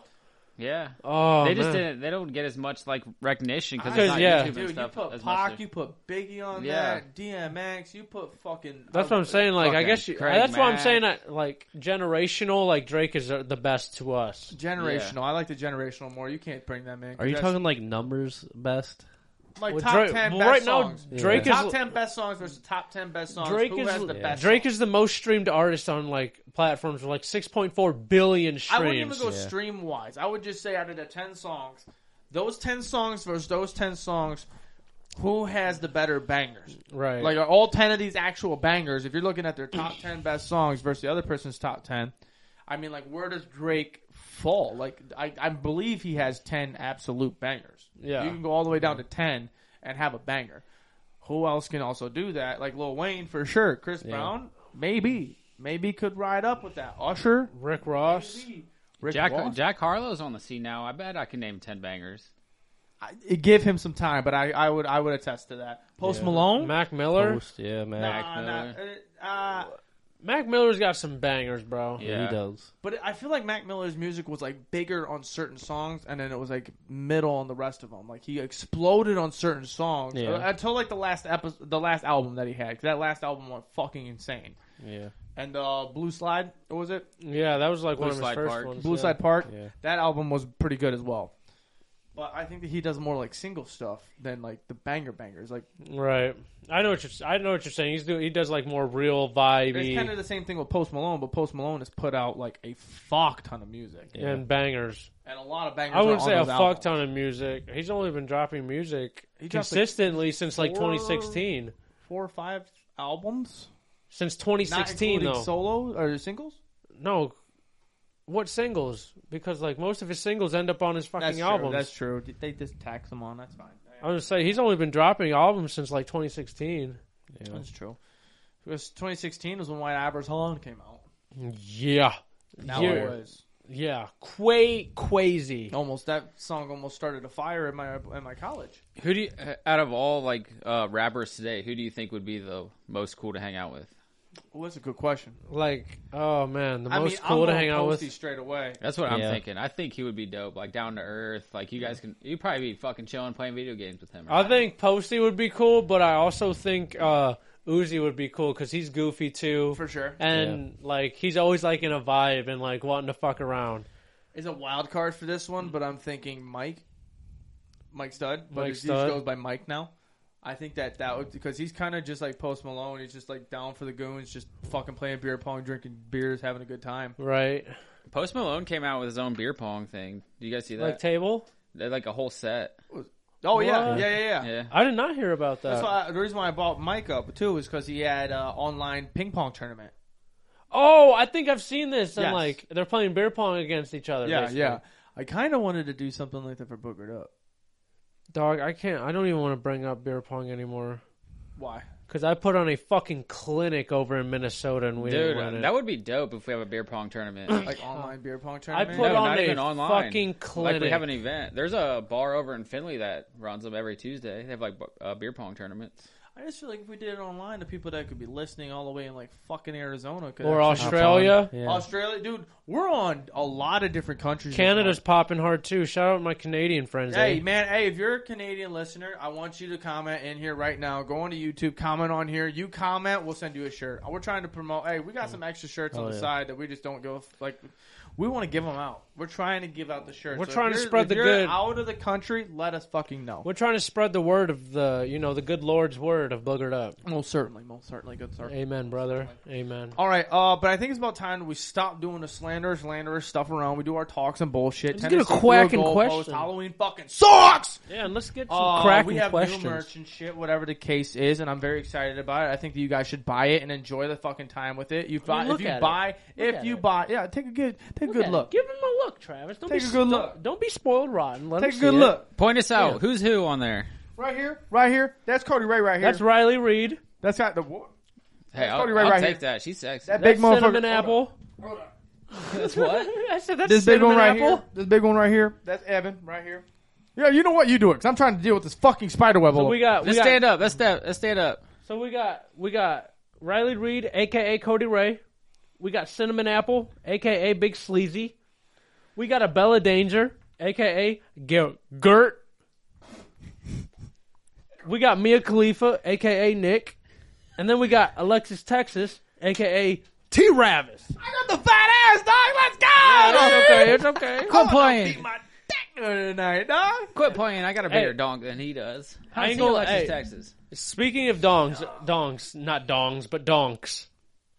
[SPEAKER 2] Yeah.
[SPEAKER 3] Oh,
[SPEAKER 2] they just
[SPEAKER 3] man.
[SPEAKER 2] didn't. They don't get as much like recognition because
[SPEAKER 3] Because,
[SPEAKER 2] it's not
[SPEAKER 3] yeah.
[SPEAKER 2] YouTube and
[SPEAKER 1] Dude, you
[SPEAKER 2] stuff.
[SPEAKER 1] put
[SPEAKER 2] as much
[SPEAKER 1] Pac,
[SPEAKER 2] there.
[SPEAKER 1] you put Biggie on
[SPEAKER 2] Yeah.
[SPEAKER 1] that, DMX, you put fucking. uh,
[SPEAKER 3] That's what I'm saying. Like, I
[SPEAKER 2] Fucking
[SPEAKER 3] guess you,
[SPEAKER 2] Craig
[SPEAKER 3] that's why I'm
[SPEAKER 2] Mack.
[SPEAKER 3] saying that like generational. Like Drake is the best to us.
[SPEAKER 1] Generational. I like the generational more. You can't bring them in.
[SPEAKER 4] Are you
[SPEAKER 1] That's
[SPEAKER 4] talking like numbers best?
[SPEAKER 1] like
[SPEAKER 3] Well,
[SPEAKER 1] top
[SPEAKER 3] Drake-
[SPEAKER 1] ten
[SPEAKER 3] well,
[SPEAKER 1] best
[SPEAKER 3] right now,
[SPEAKER 1] songs?
[SPEAKER 3] Drake
[SPEAKER 1] top
[SPEAKER 3] is-
[SPEAKER 1] ten best songs versus top ten best songs.
[SPEAKER 3] Drake
[SPEAKER 1] Who
[SPEAKER 3] is
[SPEAKER 1] has the
[SPEAKER 4] yeah.
[SPEAKER 1] best?
[SPEAKER 3] Drake
[SPEAKER 1] song?
[SPEAKER 3] is the most streamed artist on like platforms with like 6.4 billion
[SPEAKER 1] I wouldn't even
[SPEAKER 3] streams.
[SPEAKER 1] go
[SPEAKER 4] Yeah.
[SPEAKER 1] stream wise. I would just say out of the ten songs, those ten songs versus those ten songs, who has the better bangers?
[SPEAKER 3] right.
[SPEAKER 1] Like are all ten of these actual bangers. If you're looking at their top ten best songs versus the other person's top ten, I mean, like, where does Drake fall? Like, I, I believe he has 10 absolute bangers.
[SPEAKER 3] Yeah.
[SPEAKER 1] You can go all the way down to 10 and have a banger. Who else can also do that? Like, Lil Wayne, for sure. Chris Brown, maybe. Maybe could ride up with that. Usher,
[SPEAKER 3] Rick Ross.
[SPEAKER 1] maybe. Rick
[SPEAKER 2] Jack
[SPEAKER 1] Ross.
[SPEAKER 2] Jack Harlow's on the scene now. I bet I can name ten bangers.
[SPEAKER 1] I- give him some time, but I, I would I would attest to that. Post
[SPEAKER 4] Yeah.
[SPEAKER 1] Malone,
[SPEAKER 3] Mac Miller.
[SPEAKER 4] Post, yeah, man.
[SPEAKER 1] nah, nah,
[SPEAKER 2] Mac
[SPEAKER 1] uh, uh,
[SPEAKER 3] Mac Miller's got some bangers, bro.
[SPEAKER 4] Yeah, he does.
[SPEAKER 1] But I feel like Mac Miller's music was like bigger on certain songs, and then it was like middle on the rest of them. Like he exploded on certain songs
[SPEAKER 4] Yeah.
[SPEAKER 1] Uh, until like the last episode, the last album that he had. 'cause that last album went fucking insane.
[SPEAKER 4] Yeah,
[SPEAKER 1] And uh, Blue Slide, what was it?
[SPEAKER 3] Yeah, that was like
[SPEAKER 2] Blue
[SPEAKER 3] one of his
[SPEAKER 2] Slide
[SPEAKER 3] first
[SPEAKER 2] Park.
[SPEAKER 3] ones.
[SPEAKER 1] Blue
[SPEAKER 3] yeah.
[SPEAKER 1] Slide Park.
[SPEAKER 4] Yeah.
[SPEAKER 1] That album was pretty good as well. But I think that he does more like single stuff than like the banger bangers. Like
[SPEAKER 3] Right. I know what you're. I know what you're saying. He's doing. He does like more real
[SPEAKER 1] it's
[SPEAKER 3] vibey
[SPEAKER 1] kind of the same thing with Post Malone, but Post Malone has put out like a fuck ton of music
[SPEAKER 4] Yeah.
[SPEAKER 3] and bangers.
[SPEAKER 1] and a lot of bangers.
[SPEAKER 3] I
[SPEAKER 1] are
[SPEAKER 3] wouldn't
[SPEAKER 1] on
[SPEAKER 3] say a
[SPEAKER 1] those albums.
[SPEAKER 3] fuck ton of music. He's only been dropping music
[SPEAKER 1] He dropped, like,
[SPEAKER 3] consistently since like
[SPEAKER 1] four-
[SPEAKER 3] 2016.
[SPEAKER 1] Four or five albums.
[SPEAKER 3] Since
[SPEAKER 1] Not
[SPEAKER 3] 2016,
[SPEAKER 1] including
[SPEAKER 3] though.
[SPEAKER 1] solo or singles.
[SPEAKER 3] no. What singles? Because like most of his singles end up on his fucking albums.
[SPEAKER 1] That's true. They just tax them on. That's fine.
[SPEAKER 3] I was gonna say he's only been dropping albums since like 2016.
[SPEAKER 4] yeah.
[SPEAKER 1] That's true. Because 2016 was when White Iver's Alone came out.
[SPEAKER 3] Yeah.
[SPEAKER 1] Now
[SPEAKER 3] yeah.
[SPEAKER 1] it was
[SPEAKER 3] Yeah. Quay crazy.
[SPEAKER 1] almost that song almost started a fire in my in my college.
[SPEAKER 2] Who do you, out of all like uh, rappers today, who do you think would be the most cool to hang out with?
[SPEAKER 1] Well, that's a good question.
[SPEAKER 3] Like, oh man, the
[SPEAKER 1] I
[SPEAKER 3] most
[SPEAKER 1] mean,
[SPEAKER 3] cool
[SPEAKER 1] I'm
[SPEAKER 3] to
[SPEAKER 1] going
[SPEAKER 3] hang out
[SPEAKER 1] Posty
[SPEAKER 3] with.
[SPEAKER 1] straight away.
[SPEAKER 2] That's what I'm
[SPEAKER 4] Yeah.
[SPEAKER 2] thinking. I think he would be dope, like down to earth. Like you guys can, you'd probably be fucking chilling, playing video games with him.
[SPEAKER 3] I think Posty would be cool, but I also think uh, Uzi would be cool because he's goofy too,
[SPEAKER 1] For sure,
[SPEAKER 3] and like he's always like in a vibe and like wanting to fuck around.
[SPEAKER 1] is a wild card for this one, but I'm thinking Mike, Mm. Mike Stud, but
[SPEAKER 3] Mike
[SPEAKER 1] his- he
[SPEAKER 3] Stud.
[SPEAKER 1] goes by Mike now. I think that that would because he's kind of just like Post Malone. He's just like down for the goons, just fucking playing beer pong, drinking beers, having a good time.
[SPEAKER 3] Right,
[SPEAKER 2] Post Malone came out with his own beer pong thing. Do you guys see that?
[SPEAKER 3] like table.
[SPEAKER 2] They're like a whole set.
[SPEAKER 1] Oh yeah,
[SPEAKER 3] What?
[SPEAKER 1] yeah, yeah, yeah.
[SPEAKER 2] Yeah.
[SPEAKER 3] I did not hear about that.
[SPEAKER 1] That's why the reason why I bought Mike up too is because he had uh, online ping pong tournament.
[SPEAKER 3] oh, I think I've seen this, and
[SPEAKER 1] Yes.
[SPEAKER 3] like they're playing beer pong against each other.
[SPEAKER 1] Yeah,
[SPEAKER 3] basically.
[SPEAKER 1] yeah. I kind of wanted to do something like that for Boogered Up.
[SPEAKER 3] Dog, I can't. I don't even want to bring up beer pong anymore
[SPEAKER 1] Why?
[SPEAKER 3] because I put on a fucking clinic over in Minnesota, and we
[SPEAKER 2] Dude, uh,
[SPEAKER 3] didn't win it.
[SPEAKER 2] that would be dope if we have a beer pong tournament.
[SPEAKER 1] Like online beer pong
[SPEAKER 3] I
[SPEAKER 1] tournament.
[SPEAKER 3] put
[SPEAKER 2] No,
[SPEAKER 3] on
[SPEAKER 2] not
[SPEAKER 3] a
[SPEAKER 2] even online.
[SPEAKER 3] fucking clinic.
[SPEAKER 2] Like we have an event. There's a bar over in Finley that runs them every Tuesday. They have like bu- uh, beer pong tournaments.
[SPEAKER 1] I just feel like if we did it online, the people that could be listening all the way in like fucking Arizona could.
[SPEAKER 3] or
[SPEAKER 1] actually-
[SPEAKER 3] Australia.
[SPEAKER 4] Yeah.
[SPEAKER 1] Australia, dude. We're on a lot of different countries. this
[SPEAKER 3] Canada's popping hard too. Shout out my Canadian friends.
[SPEAKER 1] month. Hey
[SPEAKER 3] eh?
[SPEAKER 1] man, hey, if you're a Canadian listener, I want you to comment in here right now. Go on to YouTube, comment on here. You comment, we'll send you a shirt. We're trying to promote. Hey, we got some extra shirts on
[SPEAKER 4] Oh,
[SPEAKER 1] the
[SPEAKER 4] yeah.
[SPEAKER 1] side that we just don't go like. We want to give them out. We're trying to give out the shirts.
[SPEAKER 3] We're
[SPEAKER 1] if
[SPEAKER 3] trying to
[SPEAKER 1] you're-
[SPEAKER 3] spread
[SPEAKER 1] if
[SPEAKER 3] the
[SPEAKER 1] you're
[SPEAKER 3] good.
[SPEAKER 1] Out of the country, let us fucking know.
[SPEAKER 3] we're trying to spread the word of the you know the good Lord's word of boogered up.
[SPEAKER 1] Most certainly, most certainly, good sir.
[SPEAKER 3] Amen, brother. Amen.
[SPEAKER 1] All right, uh, but I think it's about time we stop doing the slanderous, landerous stuff around. We do our talks and bullshit.
[SPEAKER 3] Let's get a
[SPEAKER 1] Tennessee
[SPEAKER 3] quacking
[SPEAKER 1] field goal
[SPEAKER 3] question.
[SPEAKER 1] post, Halloween fucking sucks.
[SPEAKER 3] Yeah, and let's get some
[SPEAKER 1] Uh,
[SPEAKER 3] cracking
[SPEAKER 1] we have
[SPEAKER 3] questions.
[SPEAKER 1] new merch and shit, whatever the case is, and I'm very excited about it. I think that you guys should buy it and enjoy the fucking time with it. You buy if
[SPEAKER 3] look
[SPEAKER 1] you
[SPEAKER 3] at it.
[SPEAKER 1] buy
[SPEAKER 3] Look
[SPEAKER 1] if
[SPEAKER 3] at
[SPEAKER 1] you
[SPEAKER 3] it.
[SPEAKER 1] buy, yeah, take a good take a good
[SPEAKER 3] at
[SPEAKER 1] look.
[SPEAKER 3] it. Give him a look, Travis. Don't
[SPEAKER 1] Take
[SPEAKER 3] be
[SPEAKER 1] a good
[SPEAKER 3] don't-
[SPEAKER 1] look.
[SPEAKER 3] Don't be spoiled rotten. Let
[SPEAKER 1] Take
[SPEAKER 3] him
[SPEAKER 1] a
[SPEAKER 3] see
[SPEAKER 1] good
[SPEAKER 3] it.
[SPEAKER 1] look.
[SPEAKER 2] Point us out.
[SPEAKER 3] Yeah.
[SPEAKER 2] Who's who on there?
[SPEAKER 1] Right here, right here. That's Cody Ray right here.
[SPEAKER 3] That's Riley Reed.
[SPEAKER 1] that's got the wa-
[SPEAKER 2] Hey, I'll,
[SPEAKER 1] Cody Ray
[SPEAKER 2] I'll
[SPEAKER 1] right
[SPEAKER 2] take
[SPEAKER 1] here.
[SPEAKER 2] that. She's sexy.
[SPEAKER 1] that
[SPEAKER 3] That's
[SPEAKER 1] big motherfucker.
[SPEAKER 3] cinnamon
[SPEAKER 1] Hold on.
[SPEAKER 3] apple.
[SPEAKER 1] Hold on.
[SPEAKER 2] That's what?
[SPEAKER 3] I said that's
[SPEAKER 1] This big
[SPEAKER 3] cinnamon
[SPEAKER 1] one right
[SPEAKER 3] apple.
[SPEAKER 1] here. This big one right here. That's Evan right here. Yeah, you know what you do it because I'm trying to deal with this fucking spider web. all
[SPEAKER 3] So we
[SPEAKER 1] over.
[SPEAKER 3] got we
[SPEAKER 2] Let's
[SPEAKER 3] got,
[SPEAKER 2] stand up. Let's stand. Let's stand up.
[SPEAKER 3] so we got we got Riley Reed, aka Cody Ray. We got Cinnamon Apple, aka Big Sleazy. We got a Bella Danger, aka Ger- Gert. We got Mia Khalifa, aka Nick, and then we got Alexis Texas, aka T Ravis.
[SPEAKER 1] I got the fat ass dog. Let's go.
[SPEAKER 3] It's okay, it's okay.
[SPEAKER 2] Quit
[SPEAKER 1] I'm gonna
[SPEAKER 2] playing.
[SPEAKER 1] beat my dick tonight, dog.
[SPEAKER 2] Quit playing. I got a
[SPEAKER 3] Hey.
[SPEAKER 2] bigger donk than he does. How's
[SPEAKER 3] ain't
[SPEAKER 2] he
[SPEAKER 3] gonna-
[SPEAKER 2] Alexis,
[SPEAKER 3] hey.
[SPEAKER 2] Texas?
[SPEAKER 3] Speaking of dongs, dongs, not dongs, but donks.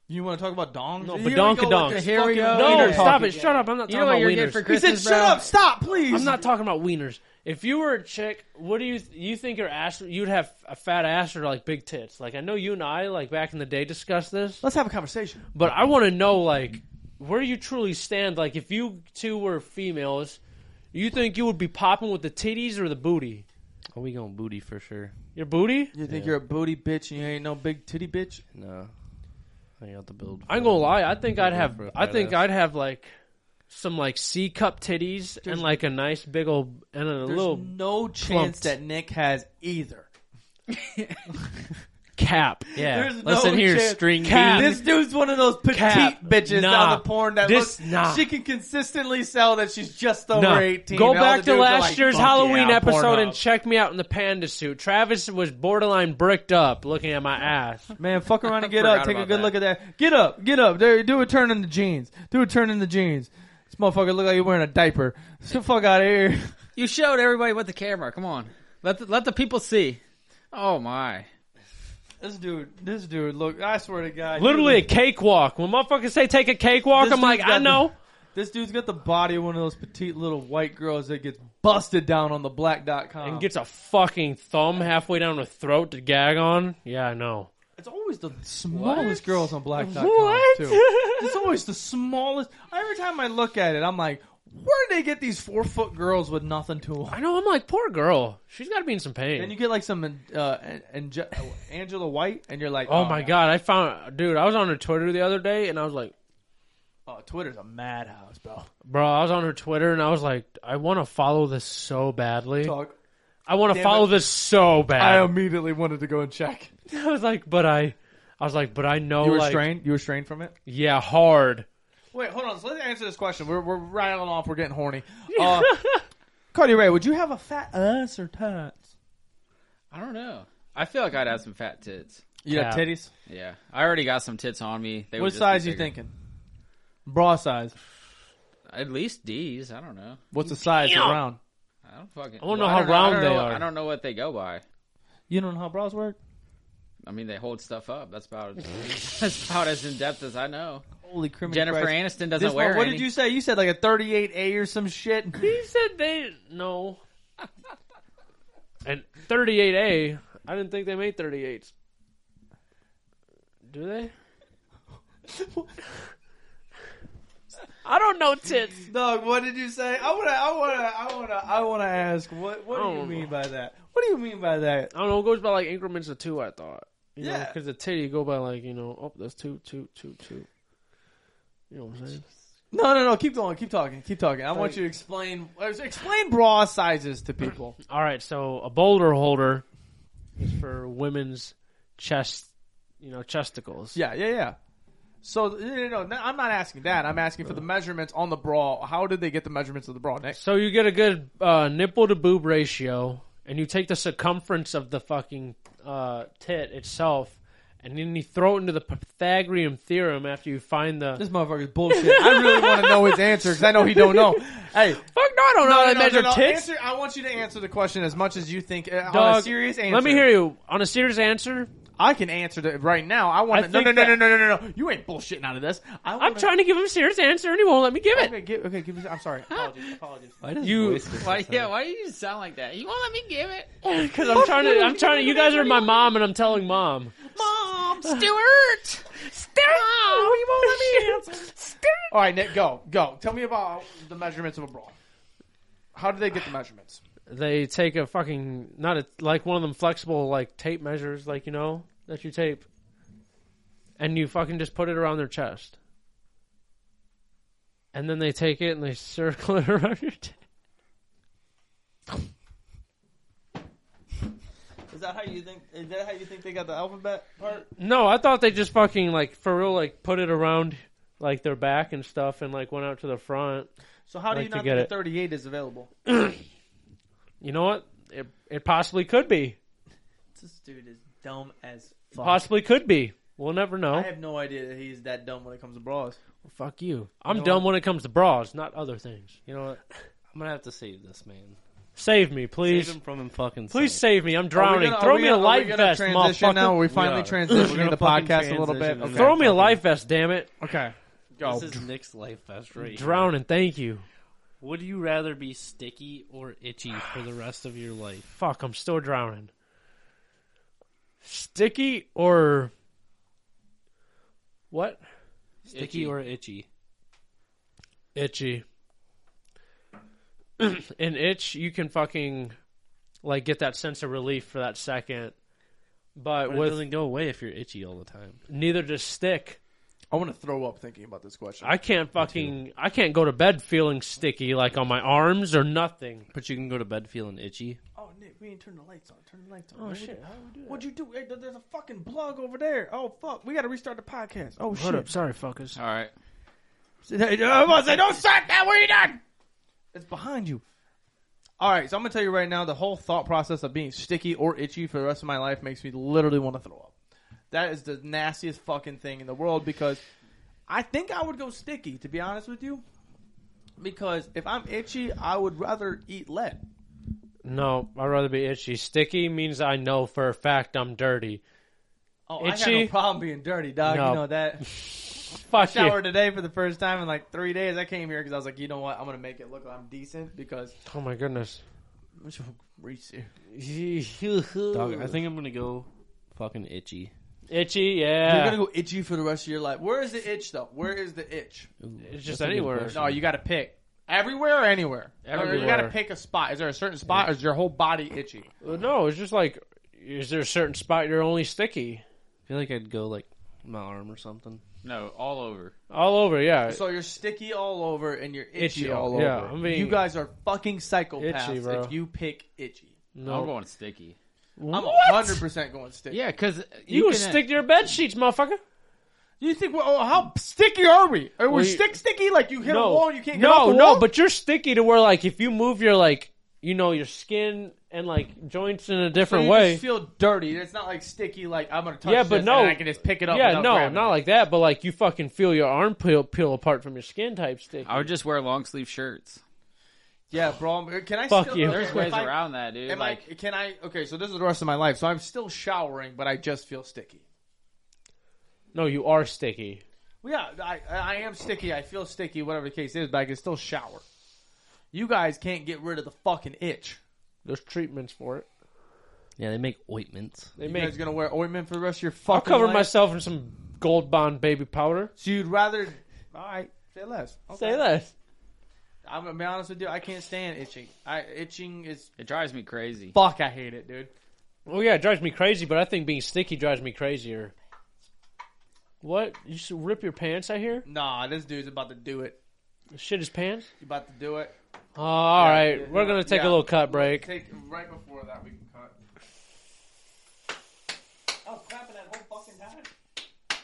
[SPEAKER 1] You want to talk about dongs? Oh,
[SPEAKER 3] No,
[SPEAKER 1] Here
[SPEAKER 3] but
[SPEAKER 1] we
[SPEAKER 3] donk
[SPEAKER 1] go
[SPEAKER 3] donk.
[SPEAKER 1] with this
[SPEAKER 2] Here
[SPEAKER 1] fucking
[SPEAKER 2] we go.
[SPEAKER 1] wiener
[SPEAKER 3] No,
[SPEAKER 2] Wiener
[SPEAKER 3] stop
[SPEAKER 1] talking.
[SPEAKER 3] it! Shut up! I'm not
[SPEAKER 2] You
[SPEAKER 3] talking
[SPEAKER 2] know what
[SPEAKER 3] about
[SPEAKER 2] you're
[SPEAKER 3] wieners.
[SPEAKER 2] getting for
[SPEAKER 1] He
[SPEAKER 2] Christmas,
[SPEAKER 1] said, "Shut
[SPEAKER 2] bro?
[SPEAKER 1] up, stop, please."
[SPEAKER 3] I'm not talking about wieners. If you were a chick, what do you you think your ass? You'd have a fat ass or like big tits? Like I know you and I like back in the day discussed this,
[SPEAKER 1] Let's have a conversation.
[SPEAKER 3] but I want to know like where you truly stand. Like if you two were females, you think you would be popping with the titties or the booty?
[SPEAKER 4] Are Oh, we going booty for sure?
[SPEAKER 3] Your booty?
[SPEAKER 1] You think
[SPEAKER 4] Yeah.
[SPEAKER 1] you're a booty bitch and you ain't no big titty bitch?
[SPEAKER 4] No. I got the build.
[SPEAKER 3] I ain't gonna lie. I think I'd
[SPEAKER 4] Yeah,
[SPEAKER 3] have.
[SPEAKER 4] for a
[SPEAKER 3] I think
[SPEAKER 4] fat ass.
[SPEAKER 3] I'd have like some like C cup titties and like a nice big old and a
[SPEAKER 1] There's
[SPEAKER 3] little
[SPEAKER 1] no chance
[SPEAKER 3] clumped.
[SPEAKER 1] that Nick has either.
[SPEAKER 3] cap. Yeah.
[SPEAKER 1] There's
[SPEAKER 4] Listen
[SPEAKER 1] no
[SPEAKER 4] here,
[SPEAKER 1] chance.
[SPEAKER 4] string
[SPEAKER 3] Cap.
[SPEAKER 4] bean.
[SPEAKER 1] This dude's one of those petite
[SPEAKER 3] Cap.
[SPEAKER 1] bitches
[SPEAKER 3] Nah.
[SPEAKER 1] on the porn that
[SPEAKER 3] This-
[SPEAKER 1] looks.
[SPEAKER 3] nah.
[SPEAKER 1] She can consistently sell that she's just over
[SPEAKER 3] No.
[SPEAKER 1] eighteen.
[SPEAKER 3] Go
[SPEAKER 1] and all
[SPEAKER 3] back
[SPEAKER 1] the dudes
[SPEAKER 3] to
[SPEAKER 1] are
[SPEAKER 3] last
[SPEAKER 1] like,
[SPEAKER 3] year's
[SPEAKER 1] "Fuck
[SPEAKER 3] Halloween
[SPEAKER 1] yeah,
[SPEAKER 3] episode
[SPEAKER 1] Pornhub."
[SPEAKER 3] and check me out in the panda suit. Travis was borderline bricked up looking at my ass.
[SPEAKER 1] Man, fuck around and get
[SPEAKER 2] Forgot
[SPEAKER 1] up. Take a
[SPEAKER 2] about
[SPEAKER 1] good
[SPEAKER 2] that.
[SPEAKER 1] look at that. Get up, get up. There, do a turn in the jeans. Do a turn in the jeans. This motherfucker look like you're wearing a diaper. Get the fuck out of here.
[SPEAKER 2] You showed everybody with the camera. Come on, let the, let the people see. Oh my!
[SPEAKER 1] This dude, this dude, look. I swear to God, he
[SPEAKER 3] Literally a
[SPEAKER 1] looks-
[SPEAKER 3] cakewalk. When motherfuckers say take a cakewalk,
[SPEAKER 1] This
[SPEAKER 3] I'm like,
[SPEAKER 1] dude's got
[SPEAKER 3] I know.
[SPEAKER 1] this dude's got the body of one of those petite little white girls that gets busted down on the black dot com.
[SPEAKER 3] And gets a fucking thumb halfway down her throat to gag on. Yeah, I know.
[SPEAKER 1] It's always the smallest girls on black.com
[SPEAKER 3] What?
[SPEAKER 1] too. It's always the smallest. Every time I look at it, I'm like, where did they get these four foot girls with nothing to them?
[SPEAKER 3] I know. I'm like, poor girl. She's got to be in some pain.
[SPEAKER 1] Then you get like some uh, Ange- Angela White, and you're like,
[SPEAKER 3] Oh my god, I found dude, I was on her Twitter the other day and I was like,
[SPEAKER 1] oh, Twitter's a madhouse, bro.
[SPEAKER 3] bro, I was on her Twitter and I was like, I want to follow this so badly.
[SPEAKER 1] Talk.
[SPEAKER 3] I want to
[SPEAKER 1] Damn
[SPEAKER 3] follow
[SPEAKER 1] it.
[SPEAKER 3] this so
[SPEAKER 1] I
[SPEAKER 3] bad.
[SPEAKER 1] immediately wanted to go and check.
[SPEAKER 3] I was like, but I I was like, but I know
[SPEAKER 1] You were
[SPEAKER 3] Oh, like
[SPEAKER 1] strained. You were strained from it.
[SPEAKER 3] yeah, hard.
[SPEAKER 1] Wait, hold on. So let's answer this question. We're we're rattling off. We're getting horny. Uh, Cardi Ray, would you have a fat ass or tots?
[SPEAKER 2] I don't know. I feel like I'd have some fat tits.
[SPEAKER 1] You got
[SPEAKER 3] Cap.
[SPEAKER 1] titties.
[SPEAKER 2] Yeah, I already got some tits on me. They would
[SPEAKER 1] What
[SPEAKER 2] just be
[SPEAKER 1] size you
[SPEAKER 2] bigger.
[SPEAKER 1] thinking? Bra size.
[SPEAKER 2] At least D's. I don't know.
[SPEAKER 1] What's the size
[SPEAKER 3] Damn.
[SPEAKER 1] around?
[SPEAKER 2] I don't fucking.
[SPEAKER 3] I wanna
[SPEAKER 2] well,
[SPEAKER 3] know how
[SPEAKER 2] don't
[SPEAKER 3] round
[SPEAKER 2] I don't
[SPEAKER 3] they
[SPEAKER 2] know-
[SPEAKER 3] are.
[SPEAKER 2] I don't know what they go by.
[SPEAKER 1] You don't know how bras work?
[SPEAKER 2] I mean, they hold stuff up. That's about that's about as in depth as I know.
[SPEAKER 1] Holy criminal.
[SPEAKER 2] Jennifer Aniston doesn't
[SPEAKER 1] This
[SPEAKER 2] wear
[SPEAKER 1] one- what
[SPEAKER 2] any.
[SPEAKER 1] did you say? You said like a 38A or some shit.
[SPEAKER 3] He said they no. and 38A, I didn't think they made 38s. Do they? I don't know tits.
[SPEAKER 1] Dog, what did you say? I wanna, I wanna, I wanna, I wanna ask. What, what do you
[SPEAKER 3] Oh.
[SPEAKER 1] mean by that? What do you mean by that?
[SPEAKER 3] I don't know. It goes by like increments of two. I thought. You yeah.
[SPEAKER 1] Yeah.
[SPEAKER 3] Because the titty go by like you know. Oh, that's two, two, two, two. You know what I'm saying?
[SPEAKER 1] No, no, no. Keep going. Keep talking. Keep talking. I want you to explain. Explain bra sizes to people.
[SPEAKER 3] All right. So a boulder holder is for women's chest. You know, chesticles.
[SPEAKER 1] Yeah, yeah, yeah. So no, no, no, I'm not asking that. I'm asking for the measurements on the bra. How did they get the measurements of the bra? Nick?
[SPEAKER 3] So you get a good uh, nipple to boob ratio, and you take the circumference of the fucking uh, tit itself, and then you throw it into the Pythagorean theorem after you find the.
[SPEAKER 1] This motherfucker's bullshit. I really want to know his answer because I know he don't know. Hey,
[SPEAKER 3] Fuck no! I don't know how they measure tits.
[SPEAKER 1] Answer, I want you to answer the question as much as you think. Uh, on a
[SPEAKER 3] Dog,
[SPEAKER 1] serious answer.
[SPEAKER 3] Let me hear you on a serious answer.
[SPEAKER 1] I can answer that right now. I want
[SPEAKER 3] I
[SPEAKER 1] to. No,
[SPEAKER 3] think
[SPEAKER 1] no, no, no,
[SPEAKER 3] that-
[SPEAKER 1] no, no, no, no. You ain't bullshitting out of this. I
[SPEAKER 3] I'm
[SPEAKER 1] wanna-
[SPEAKER 3] trying to give him a serious answer, and he won't let me give it.
[SPEAKER 1] Okay, give, okay, give me. I'm sorry. Apologies. Apologies.
[SPEAKER 4] Why does
[SPEAKER 3] You-
[SPEAKER 4] voice just
[SPEAKER 2] Why?
[SPEAKER 4] sound-
[SPEAKER 2] Yeah. Why do you sound like that? You won't let me give it,
[SPEAKER 3] Because I'm trying to. I'm trying to. You guys are my mom, and I'm telling mom.
[SPEAKER 2] Mom. Stewart. Stewart.
[SPEAKER 3] You won't let me
[SPEAKER 1] All right, Nick, go, go. Tell me about the measurements of a bra. How do they get the measurements?
[SPEAKER 3] They take a fucking not a, like one of them flexible like tape measures, like you know that you tape, and you fucking just put it around their chest, and then they take it and they circle it around your. T-
[SPEAKER 1] Is that how you think? Is that how you think they got the alphabet part?
[SPEAKER 3] no, I thought they just fucking like for real like put it around like their back and stuff, and like went out to the front.
[SPEAKER 1] So how do
[SPEAKER 3] Like
[SPEAKER 1] you
[SPEAKER 3] to
[SPEAKER 1] not
[SPEAKER 3] get
[SPEAKER 1] think a
[SPEAKER 3] it.
[SPEAKER 1] 38 is available?
[SPEAKER 3] You know what? It it possibly could be.
[SPEAKER 1] This dude is dumb as fuck.
[SPEAKER 3] Possibly could be. We'll never know.
[SPEAKER 1] I have no idea that he's that dumb when it comes to bras.
[SPEAKER 3] Fuck you. I'm
[SPEAKER 1] know
[SPEAKER 3] dumb when it comes to bras, not other things.
[SPEAKER 4] You know what? I'm gonna have to save this man.
[SPEAKER 3] Save me,
[SPEAKER 4] Save
[SPEAKER 3] please.
[SPEAKER 4] him from him fucking.
[SPEAKER 3] Please
[SPEAKER 4] self.
[SPEAKER 3] save me.
[SPEAKER 1] Are
[SPEAKER 3] I'm
[SPEAKER 1] we
[SPEAKER 3] drowning.
[SPEAKER 1] gonna- are
[SPEAKER 3] Throw
[SPEAKER 1] we
[SPEAKER 3] me
[SPEAKER 1] gonna-
[SPEAKER 3] a
[SPEAKER 1] are we
[SPEAKER 3] life
[SPEAKER 1] gonna
[SPEAKER 3] vest,
[SPEAKER 1] transition
[SPEAKER 3] motherfucker.
[SPEAKER 1] now. Are we finally
[SPEAKER 4] are. We're
[SPEAKER 1] transitioning
[SPEAKER 4] gonna
[SPEAKER 1] the
[SPEAKER 4] fucking
[SPEAKER 1] podcast a little bit?
[SPEAKER 4] transition into
[SPEAKER 3] Throw me a life vest, damn it.
[SPEAKER 1] Okay. Go.
[SPEAKER 4] This is Nick's life fest right here.
[SPEAKER 3] Drowning. Thank you.
[SPEAKER 4] Would you rather be sticky or itchy for the rest of your life?
[SPEAKER 3] Fuck, I'm still drowning. Sticky or what?
[SPEAKER 4] Sticky or itchy?
[SPEAKER 3] itchy. An itch, you can fucking like get that sense of relief for that second, but,
[SPEAKER 4] But it
[SPEAKER 3] with
[SPEAKER 4] doesn't go away if you're itchy all the time.
[SPEAKER 3] neither does stick.
[SPEAKER 1] I want to throw up thinking about this question.
[SPEAKER 3] I can't fucking I can't go to bed feeling sticky like on my arms or nothing.
[SPEAKER 4] But you can go to bed feeling itchy.
[SPEAKER 1] oh, Nick, we didn't turn the lights on. Turn the lights on. Oh, shit. What'd you do? Hey, there- there's a fucking plug over there. Oh, fuck. We got to restart the podcast. Oh, shit.
[SPEAKER 3] sorry fuckers.
[SPEAKER 2] All right.
[SPEAKER 1] I'm about to say, don't start that. What are you doing? It's behind you. All right, so I'm gonna tell you right now, the whole thought process of being sticky or itchy for the rest of my life makes me literally want to throw up. That is the nastiest fucking thing in the world because I think I would go sticky, to be honest with you. Because if I'm itchy, I would rather eat lead.
[SPEAKER 3] No, I'd rather be itchy. Sticky means I know for a fact I'm dirty.
[SPEAKER 1] Oh, I got
[SPEAKER 3] Itchy?
[SPEAKER 1] no problem being dirty, dog.
[SPEAKER 3] No.
[SPEAKER 1] You know that.
[SPEAKER 3] Fuck you.
[SPEAKER 1] Showered today for the first time in like three days. I came here because I was like, you know what? I'm gonna make it look like I'm decent because.
[SPEAKER 3] Oh my goodness.
[SPEAKER 4] Dog, I think I'm gonna go fucking itchy.
[SPEAKER 3] Itchy,
[SPEAKER 1] You're
[SPEAKER 3] yeah.
[SPEAKER 1] gonna go itchy for the rest of your life. Where is the itch though? Where is the itch?
[SPEAKER 3] it's just
[SPEAKER 4] That's a good
[SPEAKER 3] anywhere.
[SPEAKER 4] question.
[SPEAKER 1] No, you gotta pick. Everywhere or anywhere?
[SPEAKER 3] Everywhere.
[SPEAKER 1] You gotta pick a spot. Is there a certain spot or is your whole body itchy?
[SPEAKER 3] Uh, No, it's just like, is there a certain spot you're only sticky?
[SPEAKER 4] I feel like I'd go like my arm or something.
[SPEAKER 2] No, all over.
[SPEAKER 3] All over, yeah.
[SPEAKER 1] So you're sticky all over and you're itchy,
[SPEAKER 3] Itchy,
[SPEAKER 1] all
[SPEAKER 3] yeah,
[SPEAKER 1] over.
[SPEAKER 3] I mean-
[SPEAKER 1] you guys are fucking psychopaths
[SPEAKER 3] Itchy, bro.
[SPEAKER 1] if you pick itchy.
[SPEAKER 2] I'm
[SPEAKER 3] no.
[SPEAKER 2] going sticky.
[SPEAKER 1] I'm
[SPEAKER 3] What?
[SPEAKER 1] 100% going sticky.
[SPEAKER 2] Yeah, because
[SPEAKER 3] You,
[SPEAKER 2] can,
[SPEAKER 3] stick to your bed sheets, motherfucker.
[SPEAKER 1] You think, well, oh, how sticky are we? Are we
[SPEAKER 3] Well, you-
[SPEAKER 1] stick sticky? Like you hit a
[SPEAKER 3] No,
[SPEAKER 1] wall and you can't
[SPEAKER 3] no,
[SPEAKER 1] get off the
[SPEAKER 3] no.
[SPEAKER 1] wall?
[SPEAKER 3] But you're sticky to where, like, if you move your, like, you know, your skin and like joints in a different
[SPEAKER 1] you
[SPEAKER 3] way.
[SPEAKER 1] just feel dirty. It's not like sticky, like I'm gonna touch
[SPEAKER 3] Yeah, but
[SPEAKER 1] this
[SPEAKER 3] no.
[SPEAKER 1] and I can just pick it up.
[SPEAKER 3] yeah,
[SPEAKER 1] without
[SPEAKER 3] no,
[SPEAKER 1] grabbing
[SPEAKER 3] not
[SPEAKER 1] it.
[SPEAKER 3] like that. But like, you fucking feel your arm peel, peel apart from your skin type sticky.
[SPEAKER 2] I would just wear long sleeve shirts.
[SPEAKER 1] Yeah, bro. I'm- Can I
[SPEAKER 3] Fuck
[SPEAKER 1] still,
[SPEAKER 3] you.
[SPEAKER 2] There's
[SPEAKER 1] if
[SPEAKER 2] ways
[SPEAKER 1] I-
[SPEAKER 2] around that, dude.
[SPEAKER 1] Am
[SPEAKER 2] like,
[SPEAKER 1] I? Can I? Okay, so this is the rest of my life. So I'm still showering, but I just feel sticky.
[SPEAKER 3] no, you are sticky.
[SPEAKER 1] Well, yeah, I, I am sticky. I feel sticky, whatever the case is, but I can still shower. You guys can't get rid of the fucking itch.
[SPEAKER 3] There's treatments for it.
[SPEAKER 4] Yeah, they make ointments.
[SPEAKER 3] They
[SPEAKER 1] You
[SPEAKER 3] make.
[SPEAKER 1] guys gonna wear ointment for the rest of your
[SPEAKER 3] I'll
[SPEAKER 1] fucking
[SPEAKER 3] cover
[SPEAKER 1] life?
[SPEAKER 3] myself in some Gold Bond baby powder.
[SPEAKER 1] So you'd rather? All right, say less.
[SPEAKER 3] Say that.
[SPEAKER 1] I'm gonna be honest with you. I can't stand itching. I itching is
[SPEAKER 2] it drives me crazy.
[SPEAKER 1] fuck. I hate it, dude.
[SPEAKER 3] Well, yeah, it drives me crazy, but I think being sticky drives me crazier. What? You should rip your pants, I hear?
[SPEAKER 1] Nah, this dude's about to do it.
[SPEAKER 3] Shit his pants?
[SPEAKER 1] You about to do it?
[SPEAKER 3] Oh, all
[SPEAKER 1] Yeah,
[SPEAKER 3] right.
[SPEAKER 1] yeah,
[SPEAKER 3] We're going to take
[SPEAKER 1] yeah.
[SPEAKER 3] a little cut break.
[SPEAKER 1] Take right before that we can cut. I was clapping Oh, that whole fucking time.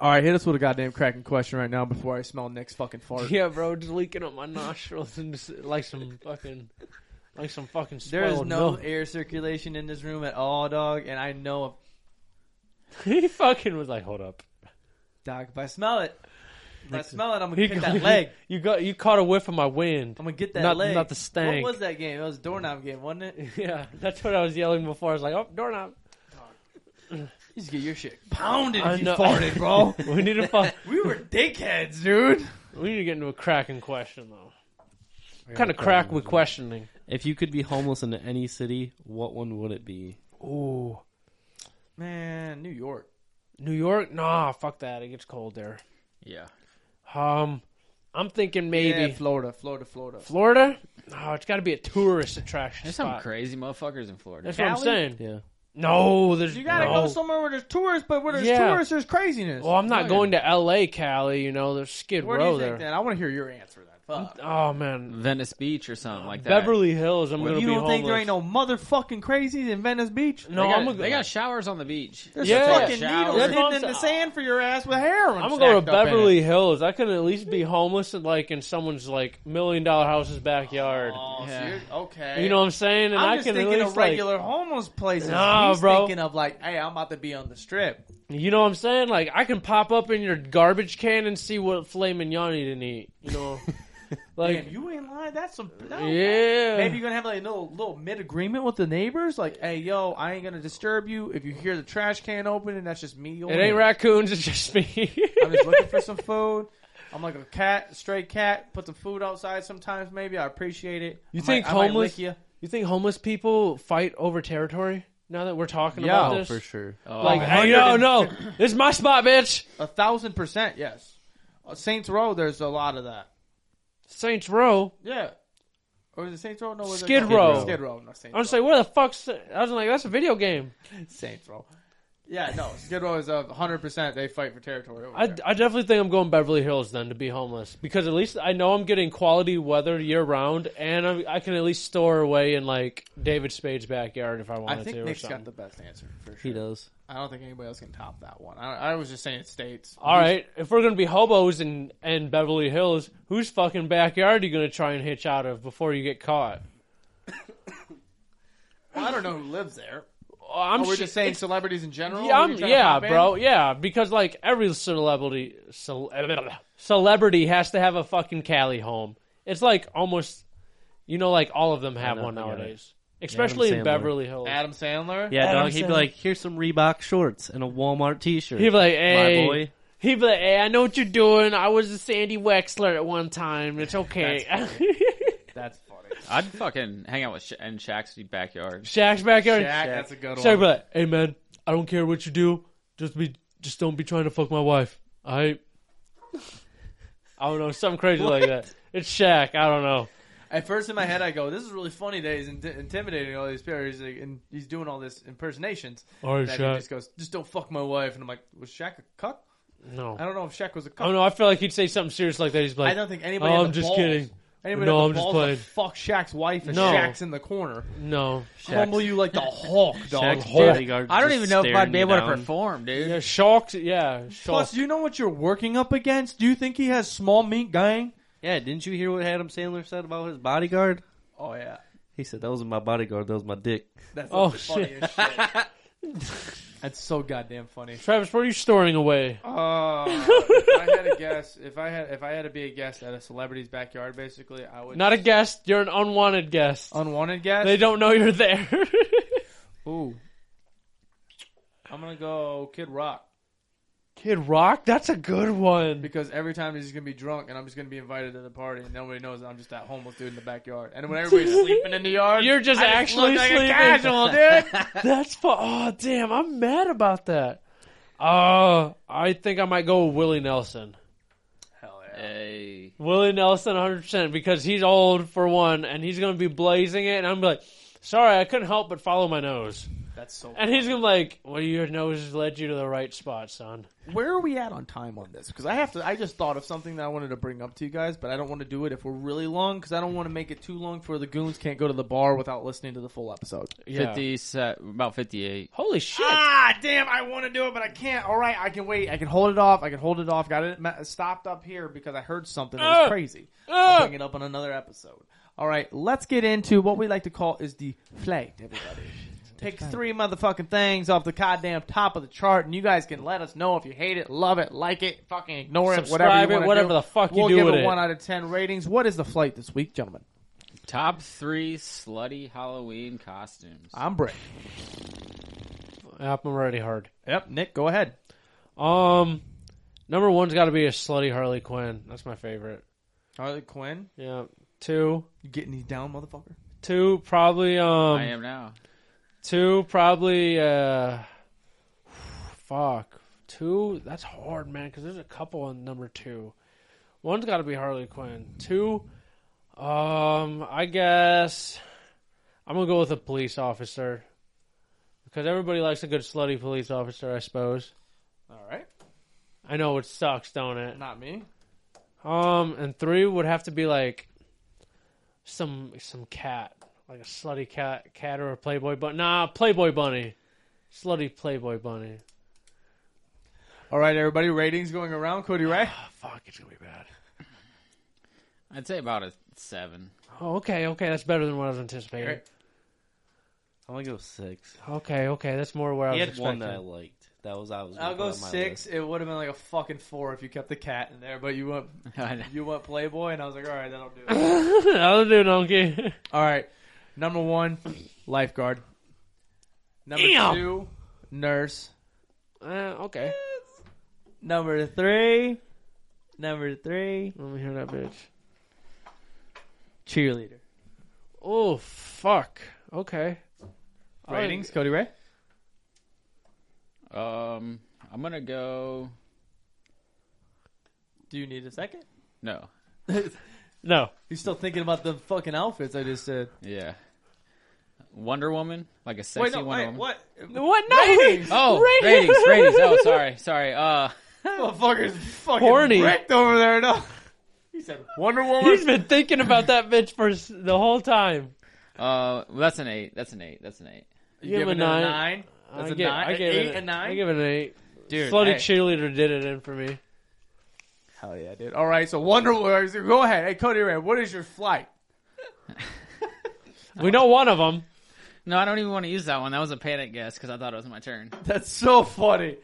[SPEAKER 1] All right, hit us with a goddamn cracking question right now before I smell Nick's fucking fart.
[SPEAKER 3] Yeah, bro, just leaking up my nostrils and just, like some fucking, like some fucking
[SPEAKER 1] There is
[SPEAKER 3] spoiled
[SPEAKER 1] no
[SPEAKER 3] milk.
[SPEAKER 1] air circulation in this room at all, dog. And I know,
[SPEAKER 3] he fucking was like, hold up.
[SPEAKER 1] dog, if I smell it, if I smell it, I'm
[SPEAKER 3] He
[SPEAKER 1] gonna get
[SPEAKER 3] got-
[SPEAKER 1] that leg.
[SPEAKER 3] You got, you caught a whiff of my wind.
[SPEAKER 1] I'm gonna get that
[SPEAKER 3] Not-
[SPEAKER 1] leg.
[SPEAKER 3] not the stank.
[SPEAKER 1] What was that game? It was a doorknob game, wasn't it? You
[SPEAKER 3] Yeah, that's what I was yelling before. I was like, oh, doorknob.
[SPEAKER 1] just get your shit pounded
[SPEAKER 3] I
[SPEAKER 1] if you
[SPEAKER 3] know.
[SPEAKER 1] farted, bro.
[SPEAKER 3] We need to fuck.
[SPEAKER 1] we were dickheads, dude.
[SPEAKER 3] we need to get into a cracking question though. Kind of crack with questioning.
[SPEAKER 4] If you could be homeless in any city, what one would it be?
[SPEAKER 3] Ooh.
[SPEAKER 1] Man, New York.
[SPEAKER 3] New York? Nah, fuck that. It gets cold there.
[SPEAKER 2] Yeah.
[SPEAKER 3] Um, I'm thinking maybe
[SPEAKER 1] Yeah, Florida, Florida, Florida.
[SPEAKER 3] Florida. Oh, it's got to be a tourist attraction
[SPEAKER 2] There's some
[SPEAKER 3] spot.
[SPEAKER 2] crazy motherfuckers in Florida.
[SPEAKER 3] That's what I'm
[SPEAKER 1] Cali?
[SPEAKER 3] saying.
[SPEAKER 4] Yeah.
[SPEAKER 3] No, there's
[SPEAKER 1] You gotta
[SPEAKER 3] no.
[SPEAKER 1] go somewhere where there's tourists, but where there's
[SPEAKER 3] Yeah. Oh,
[SPEAKER 1] tourists, there's craziness.
[SPEAKER 3] Well, I'm not going to L.A., Cali. You know, there's Skid
[SPEAKER 1] where do
[SPEAKER 3] Row
[SPEAKER 1] you think
[SPEAKER 3] there.
[SPEAKER 1] then? I want to hear your answer then. Fuck.
[SPEAKER 3] Oh man,
[SPEAKER 2] Venice Beach or something like that.
[SPEAKER 3] Beverly Hills. I'm gonna
[SPEAKER 1] You
[SPEAKER 3] be
[SPEAKER 1] don't
[SPEAKER 3] homeless.
[SPEAKER 1] think there ain't no motherfucking crazies in Venice Beach?
[SPEAKER 3] No,
[SPEAKER 2] they got,
[SPEAKER 3] I'm gonna.
[SPEAKER 2] they
[SPEAKER 3] go-
[SPEAKER 2] got showers on the beach.
[SPEAKER 1] There's
[SPEAKER 3] Yeah.
[SPEAKER 1] fucking
[SPEAKER 2] Shower.
[SPEAKER 1] needles
[SPEAKER 3] That's what
[SPEAKER 1] hidden
[SPEAKER 3] I'm
[SPEAKER 1] in the
[SPEAKER 3] saying.
[SPEAKER 1] sand for your ass with hair.
[SPEAKER 3] I'm gonna go to
[SPEAKER 1] stacked up in it.
[SPEAKER 3] Beverly Hills. I could at least be homeless in like in someone's like million dollar house's backyard.
[SPEAKER 1] Oh, so
[SPEAKER 2] Yeah.
[SPEAKER 1] you're- okay.
[SPEAKER 3] you know what I'm saying? And
[SPEAKER 1] I'm
[SPEAKER 3] I
[SPEAKER 1] just
[SPEAKER 3] can at
[SPEAKER 1] thinking
[SPEAKER 3] least
[SPEAKER 1] of regular homeless places.
[SPEAKER 3] Nah,
[SPEAKER 1] He's
[SPEAKER 3] bro.
[SPEAKER 1] thinking of like, hey, I'm about to be on the strip.
[SPEAKER 3] like you know what I'm saying? Like I can pop up in your garbage can and see what filet mignon you didn't eat. You know, like
[SPEAKER 1] Damn, you ain't lying. That's some. no.
[SPEAKER 3] yeah,
[SPEAKER 1] Maybe you're gonna have like a little little mid agreement with the neighbors, like, "Hey, yo, I ain't gonna disturb you if you hear the trash can open, and that's just me."
[SPEAKER 3] it ain't raccoons. It's just me.
[SPEAKER 1] I'm just looking for some food. I'm like a cat, stray cat. Put some food outside sometimes. Maybe I appreciate it.
[SPEAKER 3] You
[SPEAKER 1] I
[SPEAKER 3] think
[SPEAKER 1] might, I might
[SPEAKER 3] homeless-
[SPEAKER 1] lick
[SPEAKER 3] you think homeless people fight over territory? Now that we're talking
[SPEAKER 1] Yeah,
[SPEAKER 3] about
[SPEAKER 4] Oh,
[SPEAKER 3] this,
[SPEAKER 4] for sure.
[SPEAKER 2] Oh,
[SPEAKER 3] like hey, no, no, this is my spot, bitch.
[SPEAKER 1] you? A thousand percent, yes. Uh, Saints Row, there's a lot of that.
[SPEAKER 3] Saints Row.
[SPEAKER 1] Yeah. Or is it Saints Row? No, was it-
[SPEAKER 3] Skid
[SPEAKER 1] no,
[SPEAKER 3] Row.
[SPEAKER 1] Skid Row, not Saints
[SPEAKER 3] I was
[SPEAKER 1] Row.
[SPEAKER 3] like, where the fuck's? I was like, that's a video game.
[SPEAKER 1] Saints Row. Yeah, no, Skid Row is a hundred percent. They fight for territory. Over
[SPEAKER 3] I,
[SPEAKER 1] there.
[SPEAKER 3] I definitely think I'm going Beverly Hills then to be homeless because at least I know I'm getting quality weather year round and I, I can at least store away in like David Spade's backyard if I
[SPEAKER 1] I
[SPEAKER 3] wanted
[SPEAKER 1] think
[SPEAKER 3] to
[SPEAKER 1] Nick's
[SPEAKER 3] or
[SPEAKER 1] got
[SPEAKER 3] something.
[SPEAKER 1] the best answer for sure.
[SPEAKER 4] He does.
[SPEAKER 1] I don't think anybody else can top that one. I, I was just saying states.
[SPEAKER 3] All right, if we're gonna be hobos in and Beverly Hills, whose fucking backyard are you gonna try and hitch out of before you get caught?
[SPEAKER 1] I don't know who lives there.
[SPEAKER 3] Oh, I'm
[SPEAKER 1] Oh, we're
[SPEAKER 3] sure-
[SPEAKER 1] just saying celebrities in general.
[SPEAKER 3] Yeah,
[SPEAKER 1] Are you
[SPEAKER 3] I'm-
[SPEAKER 1] trying to
[SPEAKER 3] yeah,
[SPEAKER 1] pop in?
[SPEAKER 3] bro. Yeah, because like every celebrity cel- celebrity has to have a fucking Cali home. It's like almost, you know, like all of them have
[SPEAKER 4] know,
[SPEAKER 3] one
[SPEAKER 4] I get it.
[SPEAKER 3] nowadays, especially in
[SPEAKER 4] Sandler.
[SPEAKER 3] Beverly Hills.
[SPEAKER 1] Adam Sandler.
[SPEAKER 4] Yeah,
[SPEAKER 3] Adam
[SPEAKER 4] dog. He'd
[SPEAKER 3] Sandler.
[SPEAKER 4] be like, "Here's some Reebok shorts and a Walmart T-shirt."
[SPEAKER 3] He'd be like,
[SPEAKER 4] "My
[SPEAKER 3] hey,
[SPEAKER 4] boy."
[SPEAKER 3] he'd be like, hey, I know what you're doing. I was a Sandy Wexler at one time. It's okay.
[SPEAKER 1] that's funny.
[SPEAKER 2] I'd fucking hang out with Sha in Shaq's backyard.
[SPEAKER 3] Shaq's backyard.
[SPEAKER 1] Shaq, that's a good
[SPEAKER 3] Shaq be
[SPEAKER 1] one.
[SPEAKER 3] like, hey man, I don't care what you do. Just be, just don't be trying to fuck my wife. I, I don't know, something crazy like that. It's Shaq. I don't know.
[SPEAKER 1] At first, in my head, I go, "This is really funny." That he's in- intimidating all these people, he's like, and he's doing all this impersonations.
[SPEAKER 3] All right,
[SPEAKER 1] That he just
[SPEAKER 3] Shaq.
[SPEAKER 1] goes, "Just don't fuck my wife," and I'm like, "Was Shaq a cuck?"
[SPEAKER 3] No.
[SPEAKER 1] I don't know if Shaq was a cuck.
[SPEAKER 3] I don't know. I feel like he'd say something serious like that. He's
[SPEAKER 1] I
[SPEAKER 3] like,
[SPEAKER 1] don't think anybody.
[SPEAKER 3] Oh,
[SPEAKER 1] had the
[SPEAKER 3] I'm just
[SPEAKER 1] balls-
[SPEAKER 3] kidding.
[SPEAKER 1] Anybody had
[SPEAKER 3] No,
[SPEAKER 1] the
[SPEAKER 3] I'm just
[SPEAKER 1] balls to
[SPEAKER 3] playing.
[SPEAKER 1] Fuck Shaq's wife and
[SPEAKER 3] No.
[SPEAKER 1] Shaq's in the corner.
[SPEAKER 3] no.
[SPEAKER 1] Humble you like the Hulk, dog.
[SPEAKER 4] Shaq's
[SPEAKER 1] Hulk.
[SPEAKER 4] bodyguard
[SPEAKER 2] I don't
[SPEAKER 4] just
[SPEAKER 2] even know if
[SPEAKER 4] staring
[SPEAKER 2] I'd be
[SPEAKER 4] you
[SPEAKER 2] able to
[SPEAKER 4] down.
[SPEAKER 2] perform, dude.
[SPEAKER 3] Yeah, Shaq. Yeah,
[SPEAKER 1] Plus,
[SPEAKER 3] Shaq.
[SPEAKER 1] you know what you're working up against. Do you think he has small meat gang?
[SPEAKER 4] Yeah, didn't you hear what Adam Sandler said about his bodyguard?
[SPEAKER 1] Oh yeah,
[SPEAKER 4] He said that wasn't my bodyguard, that was my dick.
[SPEAKER 1] that's
[SPEAKER 3] Oh,
[SPEAKER 1] the funniest shit. That's so goddamn funny.
[SPEAKER 3] Travis, what are you storing away?
[SPEAKER 1] Uh, if I had a guess, if I had if I had to be a guest at a celebrity's backyard, basically, I would
[SPEAKER 3] Not a guest. You're an unwanted guest.
[SPEAKER 1] unwanted guest.
[SPEAKER 3] They don't know you're there.
[SPEAKER 1] Ooh, I'm gonna go Kid Rock
[SPEAKER 3] Kid Rock. That's a good one.
[SPEAKER 1] because every time he's gonna be drunk, and I'm just gonna be invited to the party, and nobody knows that I'm just that homeless dude in the backyard. And when everybody's sleeping in the yard,
[SPEAKER 3] You're just
[SPEAKER 1] I
[SPEAKER 3] actually
[SPEAKER 1] look like
[SPEAKER 3] sleeping.
[SPEAKER 1] a casual dude.
[SPEAKER 3] That's fu- oh damn, I'm mad about that. Uh I think I might go with Willie Nelson.
[SPEAKER 1] Hell yeah.
[SPEAKER 2] Hey,
[SPEAKER 3] Willie Nelson 100% because he's old for one and he's going to be blazing it and I'm like, "Sorry, I couldn't help but follow my nose."
[SPEAKER 1] That's so.
[SPEAKER 3] And he's going to be like, "Well, your nose led you to the right spot, son."
[SPEAKER 1] Where are we at on time on this? Because I have to. I just thought of something that I wanted to bring up to you guys, but I don't want to do it if we're really long because I don't want to make it too long for the goons can't go to the bar without listening to the full episode.
[SPEAKER 3] Yeah.
[SPEAKER 2] fifty se- about fifty-eight.
[SPEAKER 3] Holy shit.
[SPEAKER 1] Ah, damn! I want to do it, but I can't. All right, I can wait. I can hold it off. I can hold it off. Got it ma- stopped up here because I heard something that
[SPEAKER 3] Ah!
[SPEAKER 1] was crazy. I'll bring it up on another episode. All right, let's get into what we like to call is the flight, everybody. Pick three motherfucking things off the goddamn top of the chart, and you guys can let us know if you hate it, love it, like it, fucking ignore it, whatever.
[SPEAKER 3] Subscribe
[SPEAKER 1] You
[SPEAKER 3] it,
[SPEAKER 1] wanna
[SPEAKER 3] whatever
[SPEAKER 1] do.
[SPEAKER 3] the fuck you
[SPEAKER 1] we'll
[SPEAKER 3] do
[SPEAKER 1] give
[SPEAKER 3] with
[SPEAKER 1] it
[SPEAKER 3] it.
[SPEAKER 1] one out of ten ratings. What is the flight this week, gentlemen?
[SPEAKER 2] Top three slutty Halloween costumes.
[SPEAKER 1] I'm Brick.
[SPEAKER 3] I'm already hard.
[SPEAKER 1] Yep, Nick, go ahead.
[SPEAKER 3] Um number 1's got to be a slutty Harley Quinn. That's my favorite.
[SPEAKER 1] Harley Quinn,
[SPEAKER 3] Yeah. 2
[SPEAKER 1] you getting these down, motherfucker?
[SPEAKER 3] 2 probably um
[SPEAKER 2] I am now.
[SPEAKER 3] Two, probably. Uh, fuck. Two, that's hard, man, because there's a couple on number two. One's got to be Harley Quinn. Two, um, I guess I'm going to go with a police officer. Because everybody likes a good slutty police officer, I suppose.
[SPEAKER 1] All right,
[SPEAKER 3] I know it sucks, don't it?
[SPEAKER 1] not me.
[SPEAKER 3] Um, and three would have to be like some some cat, like a slutty cat, cat or a Playboy bunny. Nah, Playboy bunny, slutty Playboy bunny.
[SPEAKER 1] All right, everybody, ratings going around. Cody Ray.
[SPEAKER 3] Oh, fuck, it's gonna be bad.
[SPEAKER 2] I'd say about a seven.
[SPEAKER 3] Oh, okay, okay, that's better than what I was anticipating.
[SPEAKER 1] Alright.
[SPEAKER 4] I'm gonna go six.
[SPEAKER 3] Okay, okay, that's more where I
[SPEAKER 4] He
[SPEAKER 3] was
[SPEAKER 4] had one
[SPEAKER 3] expecting.
[SPEAKER 4] that I liked. That was I was. gonna
[SPEAKER 1] I'll
[SPEAKER 4] put
[SPEAKER 1] go
[SPEAKER 4] on my
[SPEAKER 1] six.
[SPEAKER 4] list.
[SPEAKER 1] It would have been like a fucking four if you kept the cat in there, but you went
[SPEAKER 2] Um,
[SPEAKER 1] you went Playboy, and I was like, all right, that'll do. it.
[SPEAKER 3] I'll do donkey.
[SPEAKER 1] all right, number one, lifeguard. Number
[SPEAKER 3] Damn.
[SPEAKER 1] two, nurse.
[SPEAKER 3] uh, okay,
[SPEAKER 1] Number three, number three,
[SPEAKER 3] let me hear that bitch.
[SPEAKER 1] cheerleader.
[SPEAKER 3] Oh fuck. Okay. I like-
[SPEAKER 1] Ratings, Cody Ray.
[SPEAKER 2] um, I'm gonna go
[SPEAKER 1] Do you need a second?
[SPEAKER 2] No.
[SPEAKER 3] No.
[SPEAKER 1] You're still thinking about the fucking outfits I just said.
[SPEAKER 2] Yeah. Wonder Woman, like a sexy Wonder Woman.
[SPEAKER 1] what?
[SPEAKER 3] What? No.
[SPEAKER 1] Ratings.
[SPEAKER 2] Oh,
[SPEAKER 3] Ratings.
[SPEAKER 2] ratings, ratings. Oh, sorry, sorry. Uh,
[SPEAKER 1] Motherfucker's fucking
[SPEAKER 3] Horny.
[SPEAKER 1] wrecked over there. No. He said Wonder Woman.
[SPEAKER 3] He's been thinking about that bitch for s- the whole time.
[SPEAKER 2] uh, that's an eight. That's an eight. That's an eight.
[SPEAKER 1] You
[SPEAKER 3] give
[SPEAKER 1] give it a
[SPEAKER 3] him a nine.
[SPEAKER 1] nine. That's
[SPEAKER 3] I
[SPEAKER 1] a
[SPEAKER 3] give,
[SPEAKER 1] nine.
[SPEAKER 3] I give
[SPEAKER 1] Eight
[SPEAKER 3] it,
[SPEAKER 1] and nine?
[SPEAKER 3] I give it an eight.
[SPEAKER 1] Dude,
[SPEAKER 3] Slutty
[SPEAKER 1] hey.
[SPEAKER 3] cheerleader did it in for me.
[SPEAKER 1] Hell yeah, dude. All right, so Wonder Woman. Go ahead. Hey, Cody Rand, what is your flight?
[SPEAKER 3] We know one of them.
[SPEAKER 2] No, I don't even want to use that one. That was a panic guess because I thought it was my turn.
[SPEAKER 1] That's so funny.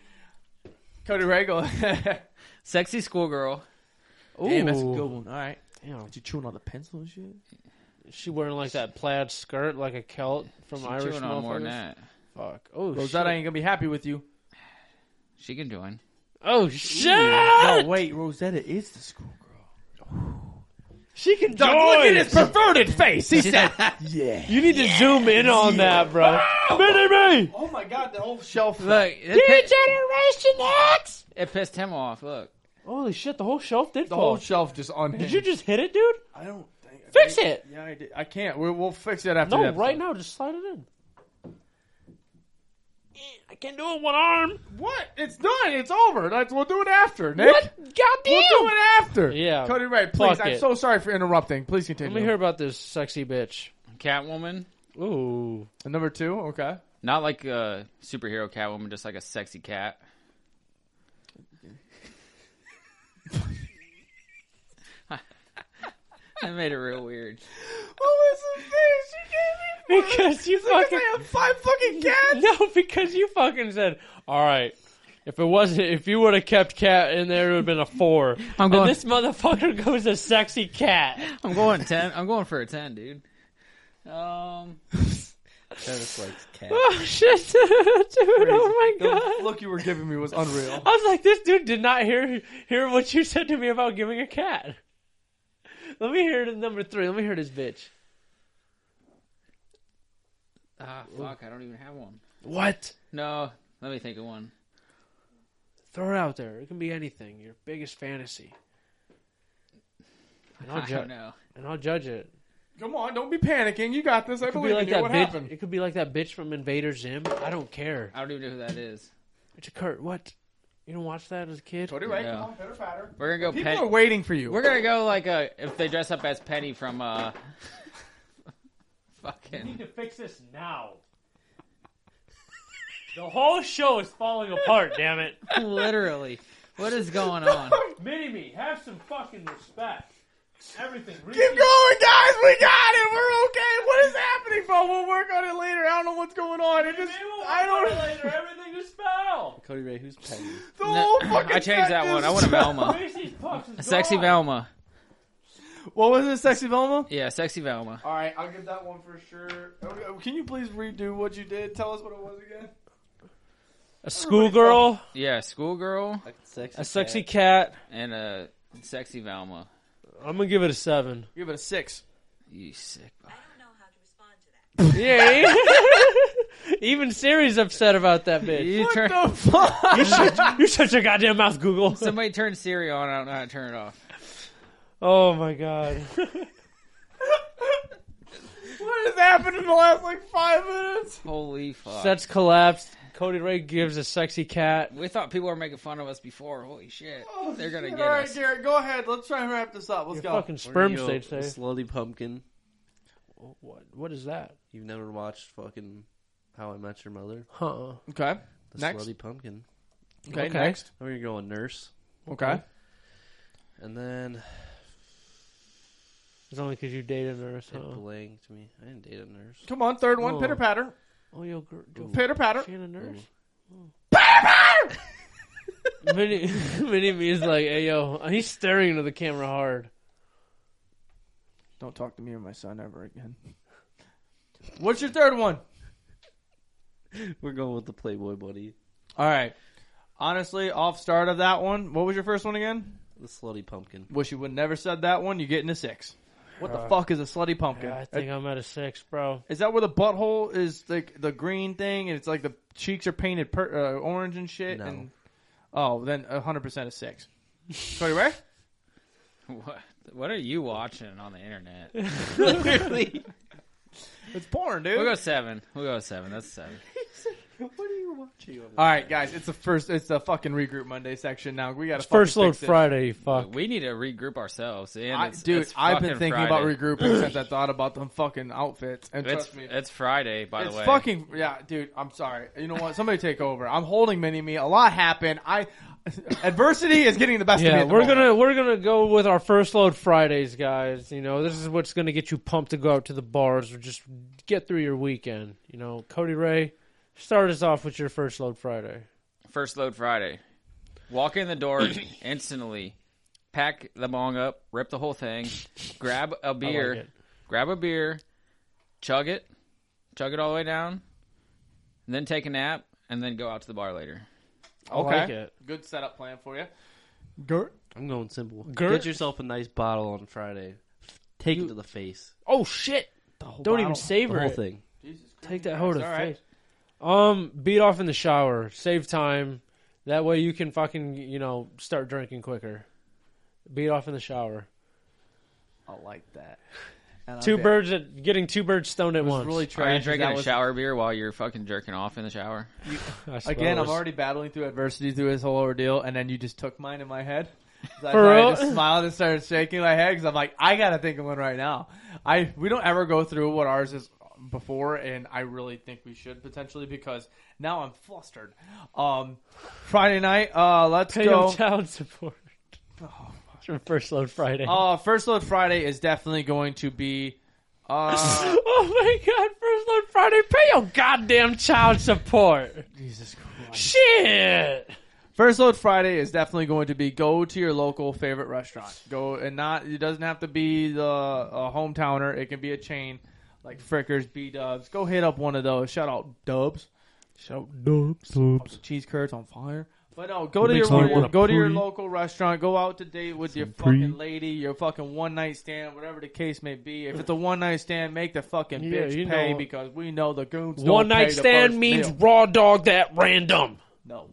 [SPEAKER 1] Cody Rand, go ahead.
[SPEAKER 2] Sexy schoolgirl.
[SPEAKER 3] Ooh,
[SPEAKER 1] Damn, that's a good one. All right.
[SPEAKER 3] Damn.
[SPEAKER 1] you chewing on the pencil and shit?
[SPEAKER 3] She wearing like that plaid skirt, like a Celt from
[SPEAKER 2] She's
[SPEAKER 3] Irish
[SPEAKER 2] chewing on more than
[SPEAKER 3] motherfuckers.
[SPEAKER 2] that.
[SPEAKER 3] Fuck. Oh,
[SPEAKER 1] Rosetta
[SPEAKER 3] shit.
[SPEAKER 1] ain't gonna be happy with you.
[SPEAKER 2] She can join.
[SPEAKER 3] Oh shit!
[SPEAKER 1] No, Oh, wait, Rosetta is the schoolgirl.
[SPEAKER 3] She can
[SPEAKER 1] Dog,
[SPEAKER 3] join.
[SPEAKER 1] Look at his perverted face. He said, "Yeah."
[SPEAKER 3] You need to zoom in on that, bro. Mini me.
[SPEAKER 1] Oh my god, the whole shelf.
[SPEAKER 2] Look, it, pi-
[SPEAKER 3] Generation X.
[SPEAKER 2] it pissed him off. Look,
[SPEAKER 3] Holy shit! The whole shelf did
[SPEAKER 1] The
[SPEAKER 3] fall.
[SPEAKER 1] whole shelf just on
[SPEAKER 3] did you just hit it, dude?
[SPEAKER 1] I don't think.
[SPEAKER 3] Fix it.
[SPEAKER 1] Yeah, I did. I can't. we we'll fix it after.
[SPEAKER 3] No,
[SPEAKER 1] the episode.
[SPEAKER 3] right now, just slide it in. Eh, I can't do it with one arm.
[SPEAKER 1] What? It's done. It's over. That's, we'll do it after, Nick.
[SPEAKER 3] What?
[SPEAKER 1] We'll do
[SPEAKER 3] Goddamn!
[SPEAKER 1] it after.
[SPEAKER 3] Yeah.
[SPEAKER 1] Cody Ray, please.
[SPEAKER 3] Um, Fuck
[SPEAKER 1] I'm
[SPEAKER 3] it.
[SPEAKER 1] so sorry for interrupting. Please
[SPEAKER 3] Let
[SPEAKER 1] continue.
[SPEAKER 3] me hear about this sexy bitch.
[SPEAKER 2] Catwoman.
[SPEAKER 3] Ooh.
[SPEAKER 1] And number two. Okay.
[SPEAKER 2] Not like a superhero Catwoman, just like a sexy cat. I made it real weird.
[SPEAKER 1] Oh, it's a thing.
[SPEAKER 3] Because you fucking
[SPEAKER 1] have five fucking cats.
[SPEAKER 3] no, because you fucking said, all right. If it wasn't, if you would have kept cat in there, it would have been a four.
[SPEAKER 2] I'm going-
[SPEAKER 3] And this motherfucker goes a sexy cat.
[SPEAKER 2] I'm going ten. I'm going for a ten, dude. Um,
[SPEAKER 4] Travis likes cat.
[SPEAKER 3] Oh shit, dude! Oh my god!
[SPEAKER 1] The look you were giving me was unreal.
[SPEAKER 3] I was like, this dude did not hear hear what you said to me about giving a cat. Let me hear the number three. Let me hear this bitch.
[SPEAKER 2] ah, fuck. I don't even have one.
[SPEAKER 3] What?
[SPEAKER 2] No, let me think of one.
[SPEAKER 3] Throw it out there. It can be anything. Your biggest fantasy. And I'll,
[SPEAKER 2] I
[SPEAKER 3] ju-
[SPEAKER 2] don't know.
[SPEAKER 3] and I'll judge it.
[SPEAKER 1] Come on, don't be panicking. You got this. I
[SPEAKER 3] It could be
[SPEAKER 1] believe in
[SPEAKER 3] like
[SPEAKER 1] you.
[SPEAKER 3] that
[SPEAKER 1] What
[SPEAKER 3] bitch.
[SPEAKER 1] happened?
[SPEAKER 3] It could be like that bitch from Invader Zim. I don't care.
[SPEAKER 2] I don't even know who that is.
[SPEAKER 3] It's a Kurt. What? You don't watch that as a kid?
[SPEAKER 1] Cody Ray,
[SPEAKER 2] Yeah.
[SPEAKER 1] come on, pitter patter.
[SPEAKER 2] We're gonna go.
[SPEAKER 1] People
[SPEAKER 2] Pen-
[SPEAKER 1] are waiting for you.
[SPEAKER 2] We're gonna go like uh if they dress up as Penny from uh, fucking.
[SPEAKER 3] to fix this now. The whole show is falling apart. damn it,
[SPEAKER 2] Literally, what is going on?
[SPEAKER 3] Mini Me, have some fucking respect. Everything.
[SPEAKER 1] Keep going, guys. We got it. We're okay. What is happening, bro? We'll work on it later. I don't know what's going on. It just, I don't.
[SPEAKER 3] Everything is foul.
[SPEAKER 4] Cody Ray, who's Peggy?
[SPEAKER 1] The
[SPEAKER 2] No,
[SPEAKER 1] whole fucking.
[SPEAKER 2] I changed that
[SPEAKER 1] set
[SPEAKER 2] one. I
[SPEAKER 1] is-
[SPEAKER 2] want a Velma.
[SPEAKER 3] Reese's Puffs is
[SPEAKER 2] Sexy Velma.
[SPEAKER 1] What was it, sexy Velma?
[SPEAKER 2] Yeah, sexy Velma.
[SPEAKER 1] All right, I'll give that one for sure. Okay, Can you please redo what you did? Tell us what it was again.
[SPEAKER 3] A schoolgirl,
[SPEAKER 2] Yeah, schoolgirl
[SPEAKER 4] A sexy,
[SPEAKER 3] a sexy cat.
[SPEAKER 2] and a sexy Velma.
[SPEAKER 3] I'm gonna give it a seven.
[SPEAKER 1] Give it a six.
[SPEAKER 2] You sick. fuck.
[SPEAKER 5] I don't know how to respond to that.
[SPEAKER 3] Yeah. Even Siri's upset about that bitch.
[SPEAKER 2] You turn
[SPEAKER 1] the fuck?
[SPEAKER 3] You shut, you shut your goddamn mouth, Google.
[SPEAKER 2] somebody turn Siri on. I don't know how to turn it off.
[SPEAKER 3] Oh my god.
[SPEAKER 1] what has happened in the last like five minutes?
[SPEAKER 2] Holy fuck.
[SPEAKER 3] Sets collapsed. Cody Ray gives a sexy cat.
[SPEAKER 2] we thought people were making fun of us before. Holy Oh, shit.
[SPEAKER 3] Oh,
[SPEAKER 2] They're gonna
[SPEAKER 1] Shit,
[SPEAKER 2] get
[SPEAKER 1] All right,
[SPEAKER 2] us.
[SPEAKER 1] Garrett, go ahead. Let's try and wrap this up. Let's
[SPEAKER 3] Your
[SPEAKER 1] go.
[SPEAKER 3] fucking sperm
[SPEAKER 4] Oreo,
[SPEAKER 3] stage there.
[SPEAKER 4] Slutty pumpkin.
[SPEAKER 3] What? What is that?
[SPEAKER 4] You've never watched fucking How I Met Your Mother?
[SPEAKER 3] Huh?
[SPEAKER 1] Okay.
[SPEAKER 4] The
[SPEAKER 1] Next.
[SPEAKER 4] Slutty Pumpkin.
[SPEAKER 1] Okay.
[SPEAKER 3] Okay.
[SPEAKER 1] Next.
[SPEAKER 4] Then we're gonna go with Nurse,
[SPEAKER 1] Okay.
[SPEAKER 4] and then
[SPEAKER 3] It's only because you dated her.
[SPEAKER 4] it
[SPEAKER 3] So.
[SPEAKER 4] blanked me. I didn't date a nurse.
[SPEAKER 1] Come on, third one.
[SPEAKER 3] Oh.
[SPEAKER 1] Pitter patter.
[SPEAKER 3] Oh, yo, girl, yo,
[SPEAKER 1] Pitter patter.
[SPEAKER 3] she ain't a nurse.
[SPEAKER 4] Ooh.
[SPEAKER 3] Mini, Mini Me is like, hey yo, he's staring into the camera hard.
[SPEAKER 1] Don't talk to me or my son ever again. What's your third one?
[SPEAKER 4] We're going with the Playboy Buddy,
[SPEAKER 1] All right. Honestly, off start of that one. What was your first one again?
[SPEAKER 4] the Slutty Pumpkin.
[SPEAKER 1] Wish you would never said that one. You're getting a six. What the fuck is a slutty pumpkin?
[SPEAKER 3] Uh, Yeah, I think I'm at a six, bro.
[SPEAKER 1] Is that where the butthole is like the green thing, and it's like the cheeks are painted per, uh, orange and shit?
[SPEAKER 4] No.
[SPEAKER 1] And, oh, then hundred percent a six. Cody Ray,
[SPEAKER 2] What What are you watching on the internet?
[SPEAKER 4] Literally.
[SPEAKER 1] It's porn, dude.
[SPEAKER 2] We'll go seven. We'll go seven. That's seven.
[SPEAKER 1] what are you watching? All right, guys, it's the first. It's the fucking regroup Monday section. Now we got to
[SPEAKER 3] First load Friday, fuck.
[SPEAKER 2] We need to regroup ourselves. And
[SPEAKER 1] I,
[SPEAKER 2] it's,
[SPEAKER 1] dude,
[SPEAKER 2] it's
[SPEAKER 1] I've been
[SPEAKER 2] fucking
[SPEAKER 1] thinking
[SPEAKER 2] Friday.
[SPEAKER 1] about regrouping since I thought about them fucking outfits. And
[SPEAKER 2] It's
[SPEAKER 1] trust me,
[SPEAKER 2] it's Friday, by
[SPEAKER 1] it's
[SPEAKER 2] the way.
[SPEAKER 1] fucking yeah, dude. I'm sorry. You know what? Somebody take over. I'm holding mini me. A lot happened. I adversity is getting the best of me.
[SPEAKER 3] Yeah,
[SPEAKER 1] at the
[SPEAKER 3] we're
[SPEAKER 1] moment.
[SPEAKER 3] gonna we're gonna go with our first load Fridays, guys. You know, this is what's gonna get you pumped to go out to the bars or just get through your weekend. You know, Cody Ray, start us off with your first load Friday.
[SPEAKER 2] First load Friday. Walk in the door instantly. Pack the bong up. Rip the whole thing. Grab a beer.
[SPEAKER 3] it.
[SPEAKER 2] grab a beer. Chug it. Chug it all the way down. And then take a nap. And then go out to the bar later.
[SPEAKER 1] Okay,
[SPEAKER 3] like it.
[SPEAKER 1] good setup plan for you.
[SPEAKER 4] I'm going simple.
[SPEAKER 3] Gert?
[SPEAKER 4] Get yourself a nice bottle on Friday. Take it to the face.
[SPEAKER 3] Oh shit! Don't even savor
[SPEAKER 4] The whole
[SPEAKER 3] it.
[SPEAKER 4] thing.
[SPEAKER 1] Jesus Christ.
[SPEAKER 3] Take that hoe to the
[SPEAKER 1] All right.
[SPEAKER 3] face. Um, beat off in the shower. Save time. That way you can fucking you know start drinking quicker. Beat off in the shower.
[SPEAKER 1] I like that. And I
[SPEAKER 3] Two
[SPEAKER 1] bet-
[SPEAKER 3] birds at getting two birds stoned at
[SPEAKER 1] I was
[SPEAKER 3] once.
[SPEAKER 1] really
[SPEAKER 2] Are
[SPEAKER 1] trying
[SPEAKER 2] you drinking a
[SPEAKER 1] was,
[SPEAKER 2] shower beer while you're fucking jerking off in the shower?
[SPEAKER 3] I
[SPEAKER 1] Again, I'm
[SPEAKER 3] suppose.
[SPEAKER 1] already battling through adversity through this whole ordeal, and then you just took mine in my head. So I-
[SPEAKER 3] For
[SPEAKER 1] I
[SPEAKER 3] real?
[SPEAKER 1] just smiled and started shaking my head because I'm like, I gotta think of one right now. I we don't ever go through what ours is before, and I really think we should potentially because now I'm flustered. Um, Friday night, uh, let's
[SPEAKER 3] pay
[SPEAKER 1] go.
[SPEAKER 3] no child support. From first load Friday.
[SPEAKER 1] uh, first load Friday is definitely going to be. Uh,
[SPEAKER 3] oh my god, first load Friday, pay your goddamn child support.
[SPEAKER 1] Jesus Christ.
[SPEAKER 3] Shit.
[SPEAKER 1] First load Friday is definitely going to be go to your local favorite restaurant. Go and not it doesn't have to be the a hometowner. It can be a chain like Frickers, B Dubs. Go hit up one of those. Shout out Dubs. Shout out Dubs. Cheese curds on fire. But no, go to your,
[SPEAKER 3] Makes me
[SPEAKER 1] your
[SPEAKER 3] wanna
[SPEAKER 1] go to your
[SPEAKER 3] pee.
[SPEAKER 1] local restaurant. Go out to date with your fucking lady, your fucking one night stand, whatever the case may be. If it's a one night stand, make the fucking
[SPEAKER 3] Yeah,
[SPEAKER 1] bitch
[SPEAKER 3] you
[SPEAKER 1] pay
[SPEAKER 3] know.
[SPEAKER 1] because we know the goons. don't
[SPEAKER 3] One
[SPEAKER 1] pay
[SPEAKER 3] night
[SPEAKER 1] the
[SPEAKER 3] stand
[SPEAKER 1] first
[SPEAKER 3] means
[SPEAKER 1] meal.
[SPEAKER 3] raw dog that random.
[SPEAKER 1] no,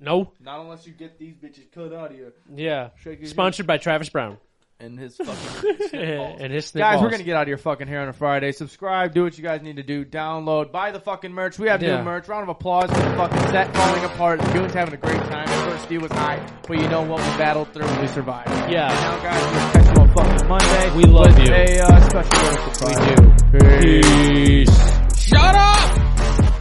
[SPEAKER 3] No.
[SPEAKER 1] not unless you get these bitches cut out of here.
[SPEAKER 3] Yeah.
[SPEAKER 1] Shake your
[SPEAKER 3] Sponsored by Travis Brown
[SPEAKER 1] and his fucking
[SPEAKER 3] and his
[SPEAKER 1] guys. We're
[SPEAKER 3] snitballs.
[SPEAKER 1] gonna get out of your fucking hair on a Friday. Subscribe, do what you guys need to do. Download, buy the fucking merch. We have
[SPEAKER 3] Yeah.
[SPEAKER 1] new merch. Round of applause for the fucking set falling apart. The goons having a great time. The first few was high, but you know what? We battled through and we survived.
[SPEAKER 3] Yeah.
[SPEAKER 1] Now, guys, we'll catch you on fucking Monday.
[SPEAKER 3] We love
[SPEAKER 1] with
[SPEAKER 3] you.
[SPEAKER 1] A uh, special little surprise.
[SPEAKER 3] We do. Peace.
[SPEAKER 1] Shut up.